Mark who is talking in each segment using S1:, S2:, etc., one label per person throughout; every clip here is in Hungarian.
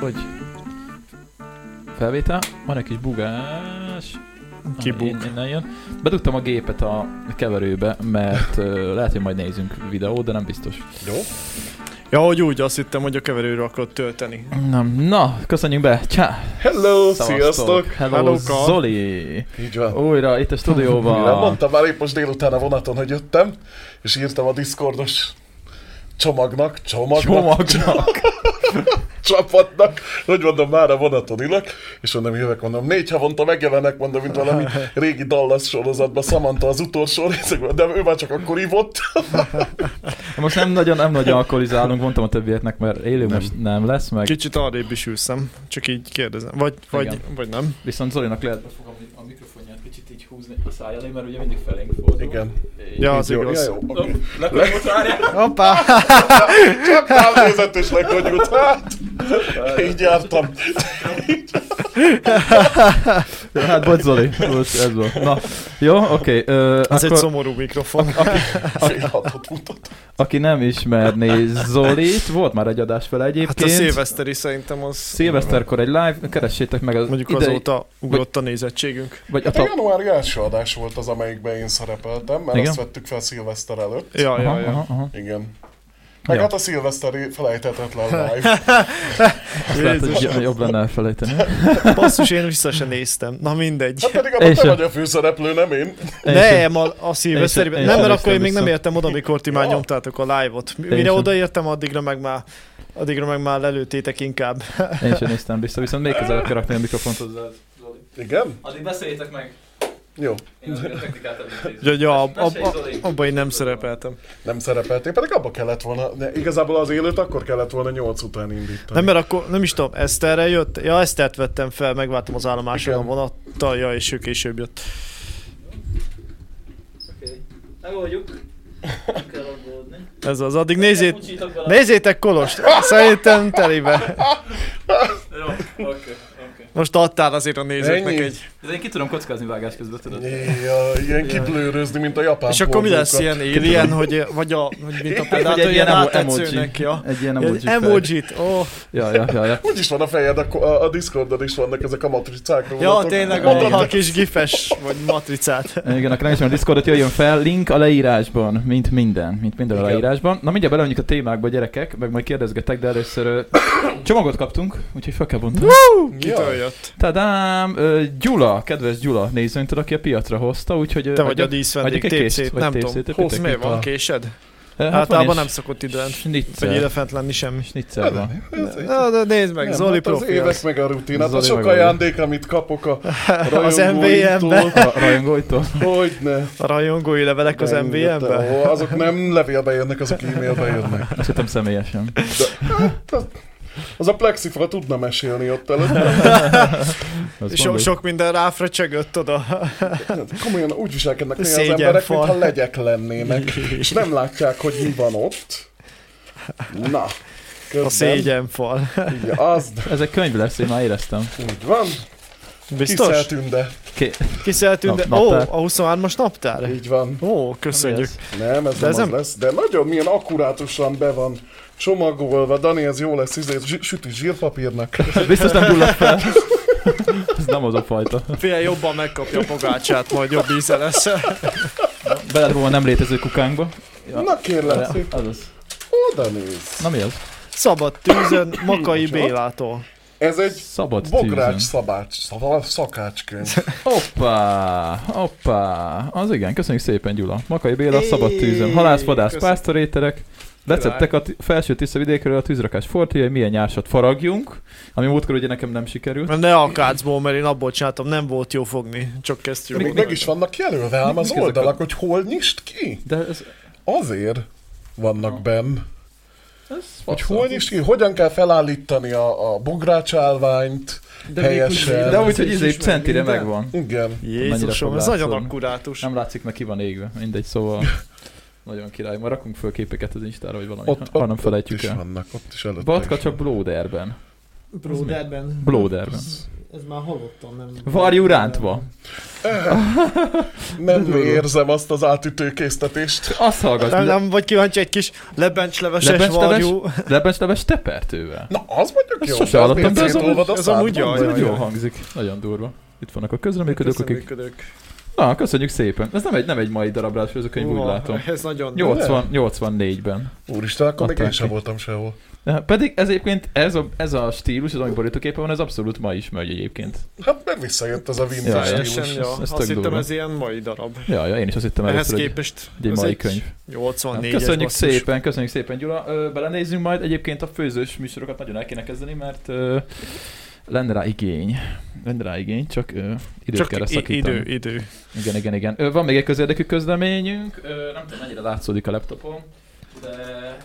S1: Hogy felvétel, van egy kis bugás.
S2: Kibuk.
S1: Én, én nagyon. Bedugtam a gépet a keverőbe, mert ö, lehet, hogy majd nézünk videót, de nem biztos.
S2: Jó. Ja, hogy úgy, azt hittem, hogy a keverőre akarod tölteni.
S1: Nem. Na, köszönjünk be. Csá.
S3: Hello,
S1: Szevasztok.
S3: sziasztok!
S1: Hello,
S2: Hello, Karl.
S1: Zoli!
S3: Így van.
S1: Újra itt a
S3: Nem
S1: stúdióban.
S3: mondtam már épp most délután a vonaton, hogy jöttem, és írtam a Discordos csomagnak, csomagnak,
S1: Csomagnak.
S3: csapatnak, hogy mondom, már a vonaton ülök, és mondom, jövök, mondom, négy havonta megjelenek, mondom, mint valami régi Dallas sorozatban, Samantha az utolsó részekben, de ő már csak akkor ivott.
S1: Most nem nagyon, nem nagyon alkoholizálunk, mondtam a többieknek, mert élő nem. most nem lesz, meg
S2: Kicsit arrébb is ülszem, csak így kérdezem. Vagy, vagy,
S1: Igen.
S2: vagy nem.
S1: viszont Zolinak lehet befogom a mikrofonját kicsit így húzni a szája elé, mert ugye mindig felénk fordul.
S3: Igen.
S2: Ja, az
S3: Jó,
S2: igaz.
S3: Ja, jó, okay.
S1: Lekapott várjál!
S2: Hoppá!
S3: Csak távnézett és lekonyult, hát így jártam.
S1: Hát bocs Zoli, bocs, ez volt. Na, jó, oké. Okay,
S2: Ez egy
S1: akkor,
S2: szomorú mikrofon. Hát
S3: Félhatot mutat.
S1: aki nem ismerné Zolit, volt már egy adás vele
S2: Hát a
S1: egyébként.
S2: szilveszteri szerintem az...
S1: Szilveszterkor egy live, keressétek meg az
S2: Mondjuk
S1: idei,
S2: azóta ugrott a nézettségünk.
S1: vagy a
S3: Hát a
S1: tap...
S3: januári első adás volt az, amelyikben én szerepeltem, mert
S1: Igen?
S3: Igen? azt vettük fel szilveszter előtt.
S2: Ja,
S1: Aha,
S2: ja, ja.
S1: aha, aha.
S3: Igen.
S1: Ja.
S3: Meg ja. hát a szilveszteri felejthetetlen live.
S1: Azt lehet, hogy
S2: Jézusom.
S1: jobb lenne elfelejteni.
S2: Basszus, én vissza se néztem. Na mindegy.
S3: Hát pedig abban
S1: És
S3: te
S1: a-
S3: vagy a főszereplő, nem én.
S1: Én
S2: Nem, a, a
S1: Én
S2: szilveszteriben.
S1: sem-
S2: Nem,
S1: én sem
S2: mert akkor én még
S1: viszont.
S2: nem értem oda, amikor ti már
S3: Ja.
S2: nyomtátok a live-ot. M-
S1: Én
S2: Mire
S1: sem.
S2: odaértem, addigra meg már addigra meg már lelőttétek inkább.
S1: Én sem néztem vissza, viszont még közelebb kell rakni a mikrofont hozzá.
S3: Igen?
S1: Addig beszéljétek meg,
S3: Jó.
S1: én a technikát
S2: Ja, ja, ab, ab,
S1: Mesélj,
S2: ab,
S1: Zoli.
S2: abban én nem szerepeltem.
S3: Nem szerepeltél, pedig abba kellett volna, de igazából az élőt akkor kellett volna 8 után indítani.
S2: Nem, mert akkor, nem is tudom, Eszterre jött? Ja, Esztert vettem fel, megvártam az állomáson a
S3: Igen.
S2: vonattal, ja, és ő később jött.
S1: Megoldjuk. Nem kell aggódni.
S2: Ez az, addig nézzét, nézzétek Kolost, szerintem telibe.
S1: Jó, oké, oké.
S2: Most adtál azért a nézőknek
S3: Ennyi?
S2: egy.
S1: De én ki tudom kockázni vágás közben, tudod?
S3: Ja, ilyen kiblőrözni, mint a japán
S2: És akkor mi lesz
S3: pornókat.
S2: ilyen alien, hogy, vagy a, hogy mint a pedát,
S1: Vagy
S2: egy ilyen
S1: emo-
S2: áttetszőnek, ja.
S1: Egy ilyen emoji.
S2: Egy
S1: fel.
S2: emojit, ó. Oh.
S1: Ja, ja, ja, ja.
S3: Úgy is van a fejed, a, a, a Discordon is vannak ezek a matricák.
S2: Ja,
S3: vonatok.
S2: tényleg
S1: Igen.
S2: a, a kis gifes, vagy matricát.
S1: Igen, akkor nem ismer a Discordot, jöjjön fel, link a leírásban, mint minden, mint minden a
S3: Igen.
S1: leírásban. Na mindjárt belevonjuk a témákba, gyerekek, meg majd kérdezgetek, de először ö, csomagot kaptunk, úgyhogy fel kell bontani.
S2: Kitől jött?
S1: Tadám, ö, Gyula, kedves Gyula nézőnktől, aki a piacra hozta, úgyhogy... ö,
S2: Te vagy a
S1: adjak- adjak
S2: díszvendég,
S1: egy
S2: tépszét,
S1: kést, vagy
S2: nem
S1: tépszét,
S2: tudom.
S1: ötötek
S2: Hossz, miért
S1: itt a-
S2: van késed?
S1: Ö, hát van
S2: Általában
S1: is
S2: nem szokott időn, vagy ide
S1: Snitzer.
S2: fent lenni semmi.
S1: Snitzer van.
S3: Ez egy-
S2: Na, de nézd hát meg,
S3: Nem,
S2: Zoli
S3: hát az
S2: profi. az.
S3: évek meg a rutin, hát a
S1: Zoli
S3: sok
S1: meg a rutin.
S3: ajándék, amit kapok a
S1: Hát,
S2: Az
S3: rajongóimtól,
S2: MVM-be.
S1: Ra- Rajongóitól.
S3: Hogyne.
S2: A rajongói levelek az MVM-be?
S3: Ó, azok nem levélbe jönnek, azok e-mailbe jönnek.
S1: Azt hittem személyesen.
S3: Az a plexifra tudna mesélni ott előtt.
S1: Azt
S2: So,
S1: mondod.
S2: sok minden ráfracsögött oda.
S3: Komolyan úgy viselkednek néha az
S2: Szégyen
S3: emberek,
S2: fal.
S3: mintha legyek lennének, és nem látják, hogy mi van ott. Na, közben,
S2: A szégyenfal.
S3: Igen, az,
S1: Ez egy könyv lesz, én már éreztem.
S3: úgy van,
S2: Biztos?
S3: Kiszel tünde,
S1: Ké-
S2: Kiszeltünk, de...
S1: Nap-
S2: Ó,
S1: naptár.
S2: a 23-as naptár?
S3: így van.
S2: Ó, köszönjük.
S3: Nem, ez
S2: De
S3: de
S2: ez
S3: nem,
S2: nem-
S3: az lesz, de nagyon milyen akkurátusan be van csomagolva. Dani, ez jó lesz, izé, zs- süti zsírpapírnak.
S1: Biztos nem gyulladt fel. Ez nem az a fajta.
S2: Fél jobban megkapja a pogácsát, majd jobb íze lesz.
S1: Beledobom a nem létező kukánkba. Ja.
S3: Na kérlek,
S1: Ja,
S3: szépen,
S1: az az.
S3: oda néz.
S1: Na mi az?
S2: Szabad tűzön Makai Bélától.
S3: Ez egy
S1: Szabad
S3: bogrács
S1: tűzön.
S3: szabács, szava- szakácskönyv.
S1: Hoppá, hoppá. Az igen, köszönjük szépen Gyula. Makai Béla,
S2: Éj,
S1: szabad tűzön. Halász, vadász,
S2: köszönöm.
S1: pásztoréterek. Receptek a t- felső tiszta vidékről a tűzrakás fortéja, hogy milyen nyársat faragjunk, ami múltkor ugye nekem nem sikerült.
S2: Ne a kácból, mert én abból csináltam, nem volt jó fogni. Csak
S3: De
S2: kezdjük.
S3: Még meg is vannak jelölve ám az
S1: mik ezek
S3: oldalak,
S1: a-
S3: hogy hol nyisd ki.
S1: De ez,
S3: Azért vannak benn.
S1: ez
S3: Hogy
S1: fasza.
S3: hol nyisd ki, hogyan kell felállítani a, a bográcsálványt
S4: De még
S3: helyesen.
S1: De
S4: Ez
S1: úgy, hogy
S4: is
S1: izé
S4: ismer
S1: centire
S4: minden.
S1: megvan.
S3: Igen.
S1: Mennyire
S2: Jézusom,
S1: fog
S2: ez nagyon
S1: látszódni?
S2: akkurátus.
S1: Nem látszik, mert ki van égve. Mindegy, szóval... Nagyon király. Majd rakunk föl képeket az Instára, vagy valami.
S3: Ott,
S1: ha,
S3: ott,
S1: ha nem felejtjük
S3: is
S1: el.
S3: vannak, ott is előtte.
S1: Batka
S3: is
S1: csak Blóderben.
S4: Bróderben.
S1: Blóderben.
S4: Ez már halottan, nem...
S1: Varjú rántva.
S3: Nem érzem azt az átütő késztetést.
S1: Azt hallgass,
S2: Nem,
S1: le-
S2: nem vagy kíváncsi egy kis lebencsleveses
S1: Lebencsleves?
S2: varjú.
S1: lebencsleves tepertővel.
S3: Na, az mondjuk
S1: Ezt
S3: jó.
S1: sose
S3: de az
S1: hallottam,
S3: miért
S1: de az amúgy-
S3: szétolvad a
S2: ez amúgy
S3: szádban?
S1: Ez
S2: jaj,
S1: úgy jól hangzik. Nagyon durva. Itt vannak a közreműködők, akik...
S2: Működök.
S1: Na, köszönjük szépen. Ez nem egy, nem egy mai darab ráadásul ez a könyv, úgy
S2: Uha,
S1: látom.
S2: Ez nagyon...
S1: 80, 84-ben.
S3: Úristen, akkor még én
S1: Adták
S3: sem
S1: ki.
S3: voltam sehol.
S1: Na, Pedig ez egyébként, ez a, ez a stílus, az ami borítóképen van, ez abszolút ma is megy egyébként.
S3: Hát meg visszajött ez a vintage
S1: Jaj,
S3: ja,
S1: ez
S2: Teljesen,
S3: stílus.
S1: sem-
S2: ja.
S1: ez- ez
S2: Azt
S1: tök
S2: hittem
S1: durva.
S2: ez ilyen mai darab.
S1: Ja, ja, én is azt hittem
S2: Ehhez
S1: először, hogy
S2: képest
S1: hogy egy
S2: ez
S1: mai
S2: egy
S1: könyv.
S2: 84-es
S1: Köszönjük
S2: basszus.
S1: szépen, köszönjük szépen, Gyula. Ö, belenézzünk majd. Egyébként a főzős műsorokat nagyon el kéne kezdeni, mert ö, lenne rá igény. Lenne rá igény, csak ö, időt
S2: Csak
S1: kell
S2: i-
S1: szakítani.
S2: idő, idő.
S1: Igen, igen, igen. Ö, van még egy közérdekű közleményünk. Ö, nem tudom, mennyire látszódik a laptopon, de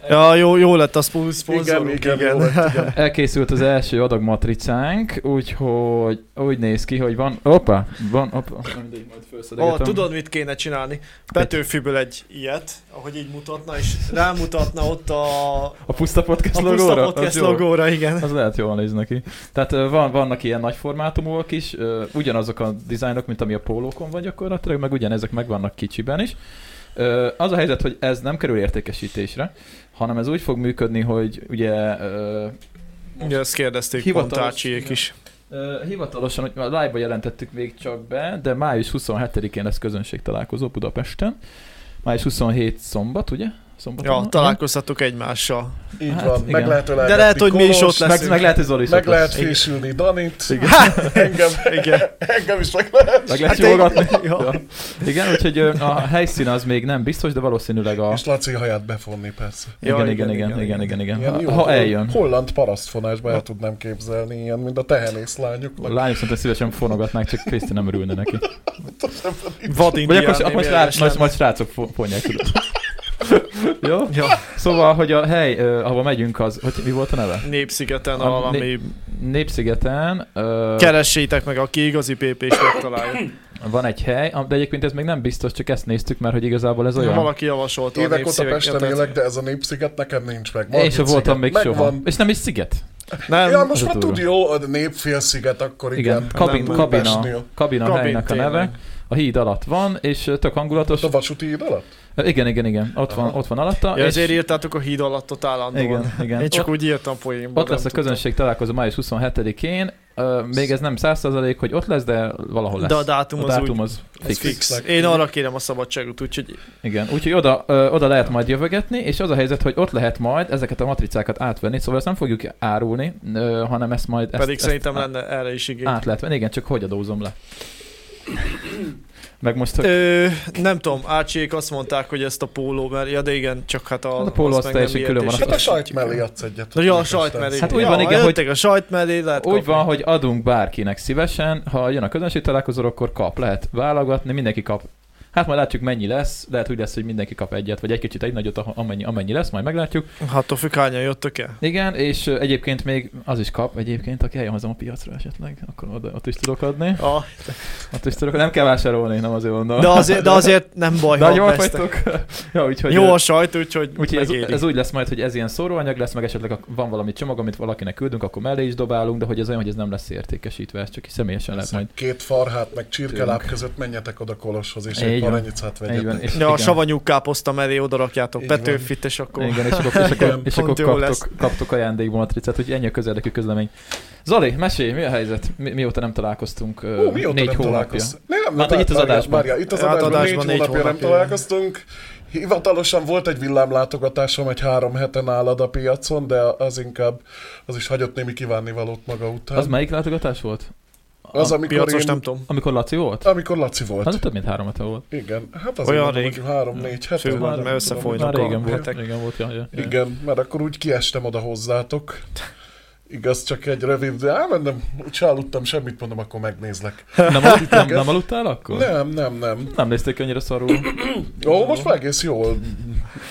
S2: Ja, jó, jó lett a szpo- szponzorunk,
S3: Igen, igen, jó lett, igen.
S1: elkészült az első adagmatricánk, úgyhogy úgy néz ki, hogy van... Opa! Van, opa. Nem mindegy, majd
S2: Ó,
S1: felszedegetem.
S2: oh, tudod, mit kéne csinálni? Petőfiből egy ilyet, ahogy így mutatna, és rámutatna ott a...
S1: A Puszta Podcast
S2: a
S1: logóra?
S2: Puszta
S1: Az
S2: Podcast
S1: jó.
S2: logóra, igen.
S1: Az lehet jól néz neki. Tehát ö, van, vannak ilyen nagy formátumúak is, ö, ugyanazok a dizájnok, mint ami a pólókon van gyakorlatilag, meg ugyanezek megvannak kicsiben is. Ö, Az a helyzet, hogy ez nem kerül értékesítésre, hanem ez úgy fog működni, hogy ugye ö,
S2: Ugye ezt kérdezték
S1: Hivatalos-
S2: Pontácsiék is.
S1: Ö, Hivatalosan, hogy már live-ba jelentettük még csak be, de május 27-én lesz közönség találkozó Budapesten. Május 27 szombat, ugye? Szombaton
S2: Ja,
S1: van?
S2: találkoztatok egymással.
S3: Így
S1: Hát,
S3: van, meg
S1: igen.
S3: lehet ölelgetni
S2: De lehet, hogy mi is
S3: Kolost,
S2: ott leszünk.
S1: Meg, meg lehet, hogy Zoli is
S3: Meg
S1: ott lesz.
S3: lehet
S1: Igen.
S3: fésülni Danit,
S2: Igen.
S3: engem,
S2: Igen.
S3: engem is meg lehet.
S1: Meg lehet
S2: Hát én-
S1: jogatni.
S2: Ja.
S1: Ja. Igen, úgyhogy ö, a helyszín az még nem biztos, de valószínűleg a...
S3: És Laci haját befonni, persze.
S1: Igen,
S2: Ja,
S1: igen, igen, igen, igen, igen.
S3: Ilyen
S1: Ha, ha eljön.
S3: Holland parasztfonásba el tudnám képzelni, ilyen, mint a tehenész
S1: A
S3: lányoknak.
S1: lányok szerintem szívesen fonogatnák, csak Kriszti nem örülne neki.
S2: Vad
S1: Vagy akkor,
S2: indián
S1: akkor srác, majd, majd srácok fo- fonják, tudod. Jó?
S2: Ja,
S1: Szóval, hogy a hely, ö, ahova megyünk, az... Hogy, mi volt a neve?
S2: Népszigeten
S1: A
S2: valami...
S1: Népszigeten ö,
S2: Keressétek meg, aki igazi PP-s megtalálja.
S1: van egy hely, am- de egyébként ez még nem biztos, csak ezt néztük már, hogy igazából ez
S2: Ja,
S1: olyan.
S2: valaki javasolta a
S3: Évek óta Pesten élek,
S2: népszigetet.
S3: de ez a népsziget nekem nincs meg.
S1: Én sem voltam még
S3: Megvan.
S1: soha. És nem is sziget.
S2: Nem,
S3: Ja,
S1: az
S3: most
S1: a
S3: már
S1: durva.
S3: tud jó, a népfélsziget, akkor igen.
S1: Igen,
S3: igen.
S1: kabin,
S2: nem
S1: kabina,
S3: Budapestnél.
S1: kabina
S2: Kabin,
S1: helynek a neve.
S2: tényleg.
S1: A híd alatt van, és ö, tök hangulatos.
S3: A vasúti híd alatt?
S1: Ö, Igen, igen, igen, ott van,
S3: Aha.
S1: ott van alatta.
S2: Ja, ezért
S1: és...
S2: írtátok a híd alatt ott állandóan.
S1: Igen, igen.
S2: Én csak
S1: ott,
S2: úgy írtam poénban.
S1: ott lesz a közönség találkozó május 27-én. Ö, Még ez nem 100% hogy ott lesz, de valahol lesz.
S2: De a dátum
S1: a
S2: az
S1: dátum
S2: úgy
S1: az
S2: fix.
S1: fix.
S2: fix. Én arra kérem a szabadságot, úgyhogy
S1: Igen, úgyhogy oda, ö, oda lehet majd jövögetni, és az a helyzet, hogy ott lehet majd ezeket a matricákat átvenni, szóval ezt nem fogjuk árulni, ö, hanem ezt majd ezt,
S2: pedig
S1: ezt
S2: szerintem
S1: á-
S2: lenne erre is igény.
S1: át lehet venni. Igen, csak hogy adózom le? Meg most, hogy
S2: Ö, nem tudom, Ácsiék azt mondták, hogy ezt a póló, mert ja, de igen, csak hát a,
S1: Hát a póló az
S2: meg
S1: teljesen
S2: nem
S1: külön
S2: ilyet,
S1: van,
S2: és-
S3: Hát a sajt mellé adsz egyet.
S2: Na, ja, a sajt mellé.
S1: Hát úgy
S2: ja,
S1: van, igen,
S2: jöttek a sajt mellé, lehet
S1: úgy
S2: kapni.
S1: van, hogy adunk bárkinek szívesen, ha jön a közönség találkozóra, akkor kap, lehet válogatni, mindenki kap. Hát majd látjuk, mennyi lesz, lehet úgy lesz, hogy mindenki kap egyet, vagy egy kicsit egy nagyot, aha, amennyi, amennyi lesz, majd meglátjuk.
S2: Hát attól függ, hányan jöttök el.
S1: Igen, és ö, egyébként még az is kap egyébként, aki eljön hozzám a piacra esetleg, akkor oda, ott is tudok adni.
S2: A,
S1: Ott is Hát, tudok, nem kell vásárolni, nem azért mondom.
S2: de, azért, de azért nem baj,
S1: de
S2: ha
S1: jól
S2: vesztek.
S1: vagytok. ja, úgyhogy,
S2: Jó a sajt, úgyhogy
S1: úgyhogy ez,
S2: megéri.
S1: ez, úgy lesz majd, hogy ez ilyen szóróanyag lesz, meg esetleg a- van valami csomag, amit valakinek küldünk, akkor mellé is dobálunk, de hogy ez olyan, hogy ez nem lesz értékesítve, ez csak így személyesen lehet majd.
S3: Két farhát, meg csirkeláb
S1: Tőlünk.
S3: között menjetek oda Koloshoz, és
S1: Így
S3: egy
S1: van.
S3: paranyicát
S1: Így van,
S3: vegyetek.
S1: és
S2: Ja, a
S1: igen.
S2: savanyú káposzta mellé oda rakjátok
S3: Így van.
S2: Petőfit, és akkor...
S1: Igen, és akkor, és akkor,
S3: Igen,
S1: és akkor
S2: pont jó lesz.
S1: kaptok, kaptok ajándékmatricát, úgyhogy ennyi a közérdekű közlemény. Zoli, mesélj, mi a helyzet? Mi, mióta nem találkoztunk? ö,
S3: Ó, mióta
S1: négy
S3: nem
S1: hónapja.
S3: találkoztunk? Nem,
S1: Hát, hogy itt az
S3: várjál,
S1: adásban.
S3: várjál, itt az
S2: Hát,
S3: adásban,
S2: adásban
S3: négy,
S2: négy
S3: hónapja nem
S2: hónapja.
S3: találkoztunk. Hivatalosan volt egy villámlátogatásom egy három heten állad a piacon, de az inkább, az is hagyott némi kívánnivalót maga után.
S1: Az melyik látogatás volt?
S3: az amikor,
S2: Piacos,
S3: én,
S2: nem tudom.
S1: Amikor Laci volt?
S3: amikor Laci volt.
S1: Az több mint három hete volt.
S3: Igen, hát az
S2: Olyan
S3: olyan
S2: rég.
S3: rég. három-négy
S2: Fő
S3: hete.
S2: van,
S3: nem
S2: mert
S3: tudom.
S2: összefolynak
S1: Már
S2: a
S1: régen volt,
S2: hetek.
S1: régen volt, ja, ja, ja.
S3: Igen, mert akkor úgy kiestem oda hozzátok. Igaz, csak egy rövid, de á, mert nem, úgy aludtam, semmit mondom, akkor megnézlek.
S1: Nem, aludt, nem, nem aludtál akkor?
S3: Nem, nem, nem.
S1: Nem nézték annyira szarul.
S3: Ó, most már egész jól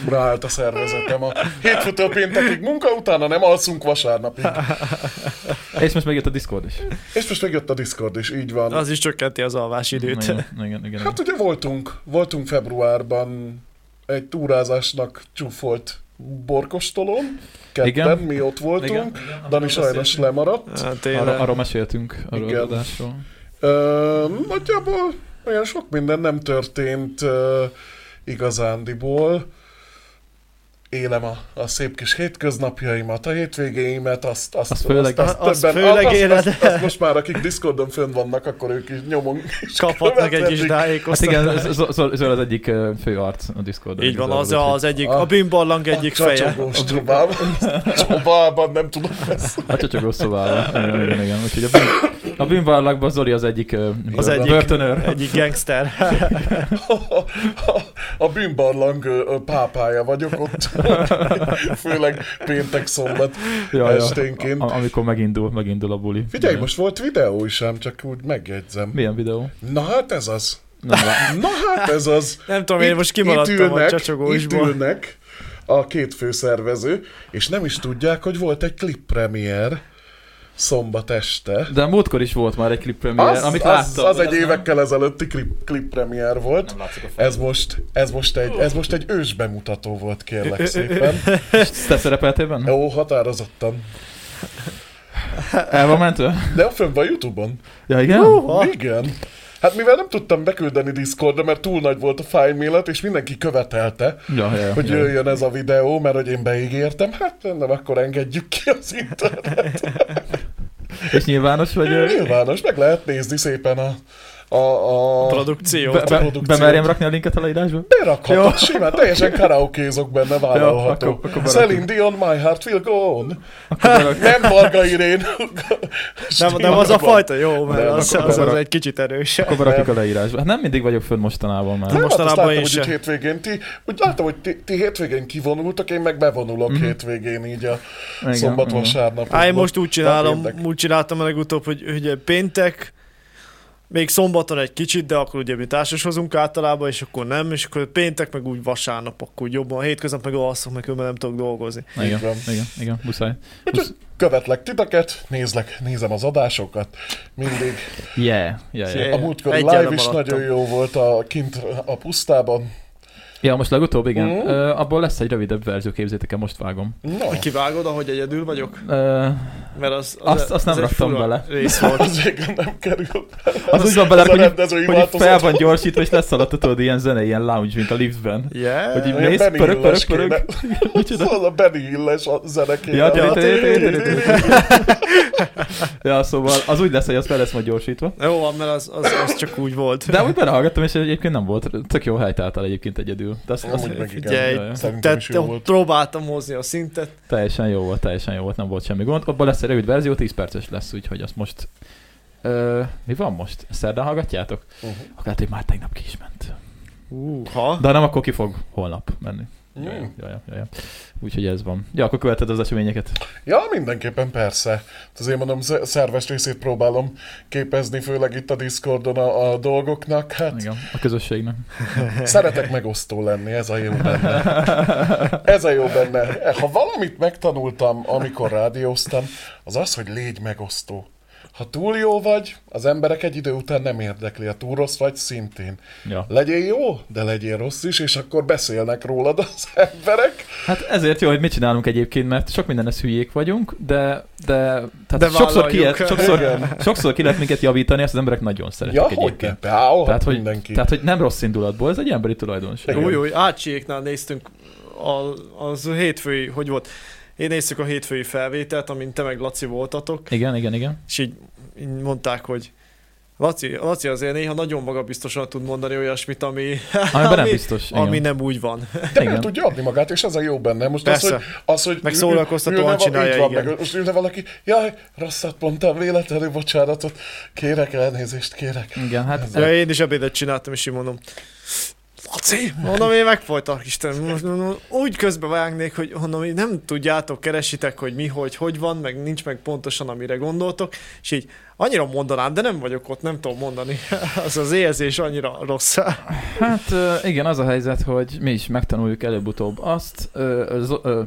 S3: ráállt a szervezetem. A hétfőtől péntekig munka, utána nem alszunk vasárnapig.
S1: És most megjött a Discord is.
S3: És most megjött a Discord is, így van.
S2: Az is csökkenti az alvás
S1: Igen,
S2: időt.
S1: igen, igen, igen.
S3: Hát ugye voltunk, voltunk februárban egy túrázásnak csúfolt borkostolón, ketten
S1: Igen.
S3: Igen. mi ott voltunk,
S1: Igen.
S3: Igen. Dani sajnos lemaradt.
S2: Hát
S1: Arra,
S2: tényleg.
S1: arról meséltünk, arról
S3: Igen.
S1: az adásról.
S3: Ö, nagyjából olyan sok minden nem történt ö, igazándiból. Élem a, a szép kis hétköznapjaimat, a hétvégéimet, azt, azt,
S1: Azt főleg-
S3: azt,
S2: azt főleg
S3: azt, azt,
S2: éled.
S3: azt, azt, most már akik Discordon fönn vannak, akkor ők is nyomon is
S2: Kaphatnak egy kis
S3: követhetik.
S1: Hát
S2: tájékoztatást.
S1: igen, ez- ez- ez- ez az egyik ö, fő arc a Discordon.
S2: Így van, az
S1: Úgyhogy-
S2: az egyik,
S3: A-
S2: a bűnbarlang egyik feje.
S3: Csacsogós csubám. Csubában nem tudom ezt.
S1: Hát csak rossz szóval. Igen, igen, igen. Úgyhogy a, bűn, a bűnvallakban Zoli az egyik, ö,
S2: Az
S1: börtön-
S2: egyik.
S1: börtönőr.
S2: Egyik gangster.
S3: A, a, a bűnbarlang ö, ö, pápája vagyok ott. Főleg péntek szombat.
S1: Ja, ja.
S3: Esténként.
S1: A, amikor megindul, megindul a buli.
S3: Figyelj,
S1: Igen.
S3: most volt videó is ám, csak úgy megjegyzem.
S1: Milyen videó?
S3: Na hát ez az.
S1: Nem, lá-
S3: Na hát ez az.
S2: Nem tudom, én most kimaradtam a
S3: itt
S2: csacsogóisból.
S3: ülnek a két főszervező, és nem is tudják, hogy volt egy klippremiér szombat este.
S1: de a múltkor is volt már egy klip premier, amit
S3: az,
S1: láttam.
S3: az egy
S1: Nem-
S3: évekkel ezelőtti klip, klippremiér volt.
S1: Nem látszik a f-
S3: Ez most, ez most egy, ez most egy ős bemutató volt, kérlek szépen.
S1: Te szerepeltél benne?
S3: Jó, határozottan.
S1: El van mentve?
S3: De a fönn van Youtube-on.
S1: Ja, igen?
S3: Ha? Igen. Hát mivel nem tudtam beküldeni Discordra, mert túl nagy volt a fájmélet, és mindenki követelte,
S1: Ja, ja, ja.
S3: hogy jöjjön ez a videó, mert hogy én beígértem, hát nem, akkor engedjük ki az internet.
S1: És nyilvános vagy? ö,
S3: Nyilvános, meg lehet nézni szépen a... a, a...
S2: Produkció.
S1: Be, be,
S3: produkció.
S1: bemerjem rakni a linket a leírásba?
S3: Berakhatod simán, teljesen karaokézok benne vállalható.
S1: Jó,
S3: Ja,
S1: akkor- akkor
S3: Celine Dion, My Heart Will Go On.
S1: Akkor berak-
S3: Nem Varga Irén.
S2: Nem, nem az a
S3: stílusban.
S2: fajta, jó, mert
S3: Nem,
S2: az,
S1: akkor
S2: az, az
S1: berak-
S2: egy kicsit erős.
S1: Akkor berakjuk a leírásba. Hát nem mindig vagyok fönn mostanában már.
S3: Nem, hát azt
S2: mostanában
S3: láttam,
S2: én
S3: hogy
S2: se.
S3: úgy hétvégén ti, úgy láttam, hogy ti, ti hétvégén kivonultak, én meg bevonulok mm-hmm. hétvégén így a
S1: Mhm. Igen, igen.
S3: szombat-vasárnap.
S2: Á, én most úgy csinálom,
S3: érdek.
S2: úgy csináltam a legutóbb, hogy ugye péntek, még szombaton egy kicsit, de akkor ugye mi társashozunk általában, és akkor nem, és akkor péntek, meg úgy vasárnap, akkor úgy jobban, hétköznap meg alszok, meg különben nem tudok dolgozni.
S1: Igen,
S3: Így van.
S1: igen, igen, muszáj. Musz...
S3: Követlek titeket, nézlek, nézem az adásokat, mindig.
S1: Yeah, yeah, yeah.
S3: A múltkori
S2: Egyen
S3: live is
S2: lemaradtam.
S3: nagyon jó volt a kint a pusztában.
S1: Ja, most legutóbb, igen.
S3: Mhm.
S1: Ö, abból lesz egy rövidebb verzió, képzétek el, most vágom.
S3: No,
S2: Kivágod, ahogy egyedül vagyok?
S1: Ö,
S2: Mert az, az
S1: Azt- azt nem
S2: az egy
S1: raktam
S2: fura
S1: bele.
S2: Rész volt.
S3: az végül nem került.
S1: az úgy van bele,
S3: az a
S1: hogy,
S3: rendezői
S1: hogy így fel
S3: változat.
S1: van gyorsítva, és leszaladt, tudod, ilyen zene, ilyen lounge, mint a liftben.
S2: Yeah.
S1: Hogy így
S3: Ilyen
S1: mész,
S3: Benny
S1: pörög, pörög,
S3: Hill-es
S1: pörög. Micsoda?
S3: Szóval a Benny Hilles a zenekével.
S1: Ja,
S2: Ja,
S1: tiri, tiri, tiri, tiri, tiri. ja, szóval az úgy lesz, hogy az fel lesz majd gyorsítva.
S2: Jó van, mert az, az, az csak úgy volt.
S1: De úgy belehallgattam, és egyébként nem volt. Tök jó helytálltál egyébként egyedül. De azt, azt
S3: Amúgy meg igen.
S2: Ugye,
S1: Ja, ja.
S3: Szerintem
S2: Tehát
S3: is jó volt.
S2: próbáltam hozni a szintet.
S1: teljesen jó volt, teljesen jó volt, nem volt semmi gond. Abban lesz egy rövid verzió, 10 perces lesz, úgyhogy azt most... Ö, mi van most? Szerdán hallgatjátok?
S3: Mhm.
S1: Akár, hogy már tegnap ki is ment.
S2: Uh, ha?
S1: De ha nem, akkor ki fog holnap menni.
S3: Mm.
S1: Jaj, jaj, jaj. Úgyhogy ez van. Ja, akkor követed az eseményeket.
S3: Ja, mindenképpen persze. Hát Azért mondom, sz- szerves részét próbálom képezni, főleg itt a Discordon a, a dolgoknak. Hát
S1: Igen, a közösségnek.
S3: szeretek megosztó lenni, ez a jó benne. Ez a jó benne. E, Ha valamit megtanultam, amikor rádióztam, az az, hogy légy megosztó. Ha túl jó vagy, az emberek egy idő után nem érdekli, ha túl rossz vagy, szintén.
S1: Ja.
S3: Legyél jó, de legyél rossz is, és akkor beszélnek rólad az emberek.
S1: Hát ezért jó, hogy mit csinálunk egyébként, mert sok mindenhez hülyék vagyunk, de, de, tehát
S2: De
S1: sokszor, ki,
S2: vállaljuk.
S1: sokszor,
S3: Igen.
S1: sokszor ki lehet minket javítani, ezt az emberek nagyon szeretik
S3: Ja, hogy
S1: egyébként.
S3: ne, Á,
S1: Tehát hogy,
S3: mindenki.
S1: tehát, hogy nem rossz indulatból, ez egy emberi tulajdonság.
S3: Igen.
S2: Új, új, Ácsiéknál néztünk a, az hétfői, hogy volt? Én néztük a hétfői felvételt, amint te meg Laci voltatok,
S1: Igen, igen, igen.
S2: és így, így mondták, hogy Laci, Laci azért néha nagyon magabiztosan tud mondani olyasmit, ami,
S1: Amiben nem
S2: Ami-
S1: biztos. Igen.
S2: ami nem úgy van.
S3: De
S1: Igen.
S3: igen. tudja adni magát, és ez a jó benne. Most az,
S2: Persze.
S3: hogy, az, hogy
S2: Meg
S3: ül-
S2: szórakoztatóan
S3: ülne va-
S2: csinálja,
S3: így van,
S2: igen.
S3: Meg, most ülne valaki, jaj, rosszat mondtam, véletlenül bocsánatot, kérek elnézést, kérek.
S1: Igen, hát
S2: Ja, én is ebédet csináltam, és így mondom, Laci, mondom, én megfolytak, Isten, most mondom, úgy közbevágnék, hogy mondom, így nem tudjátok, keresitek, hogy mi, hogy, hogy van, meg nincs meg pontosan, amire gondoltok, és így annyira mondanám, de nem vagyok ott, nem tudom mondani. Az az érzés annyira rossz.
S1: Hát ö, igen, az a helyzet, hogy mi is megtanuljuk előbb-utóbb azt, ö, ö, zo- ö,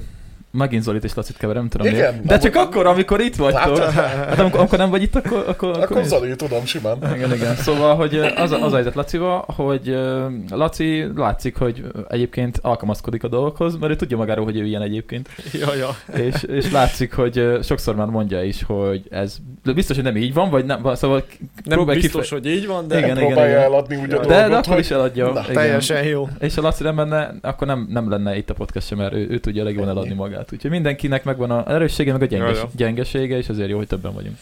S1: Megint Zolit és Lacit keverem, nem tudom miért.
S3: Igen,
S1: De
S3: amúgy-
S1: csak akkor, amikor itt vagytok. Hát amikor, amikor nem vagy itt, akkor... Akkor,
S3: Akkor
S1: nézd.
S3: Zali, tudom, simán.
S1: Igen, igen. Szóval, hogy az, az a helyzet Lacival, hogy ö, Laci látszik, hogy egyébként alkalmazkodik a dolgokhoz, mert ő tudja magáról, hogy ő ilyen egyébként.
S2: Ja, ja.
S1: És, és látszik, hogy ö, sokszor már mondja is, hogy ez de biztos, hogy nem így van, vagy nem, szóval
S2: Nem
S1: Próbálj
S2: biztos,
S1: kife-
S2: hogy így van, de
S1: Igen,
S3: Igen, Próbálja
S1: igen.
S3: eladni úgy a
S1: de, de
S3: dolgot,
S1: akkor
S3: hogy
S1: is eladja.
S3: Na,
S1: igen.
S2: teljesen jó.
S1: És a Laci nem lenne, akkor nem, nem lenne itt a podcast sem, mert ő, ő tudja legjobban
S3: Ennyi.
S1: eladni magát. Úgyhogy mindenkinek megvan a erőssége, meg a gyenges,
S2: Jaj, jaj.
S1: gyengesége, és azért jó, hogy többen vagyunk.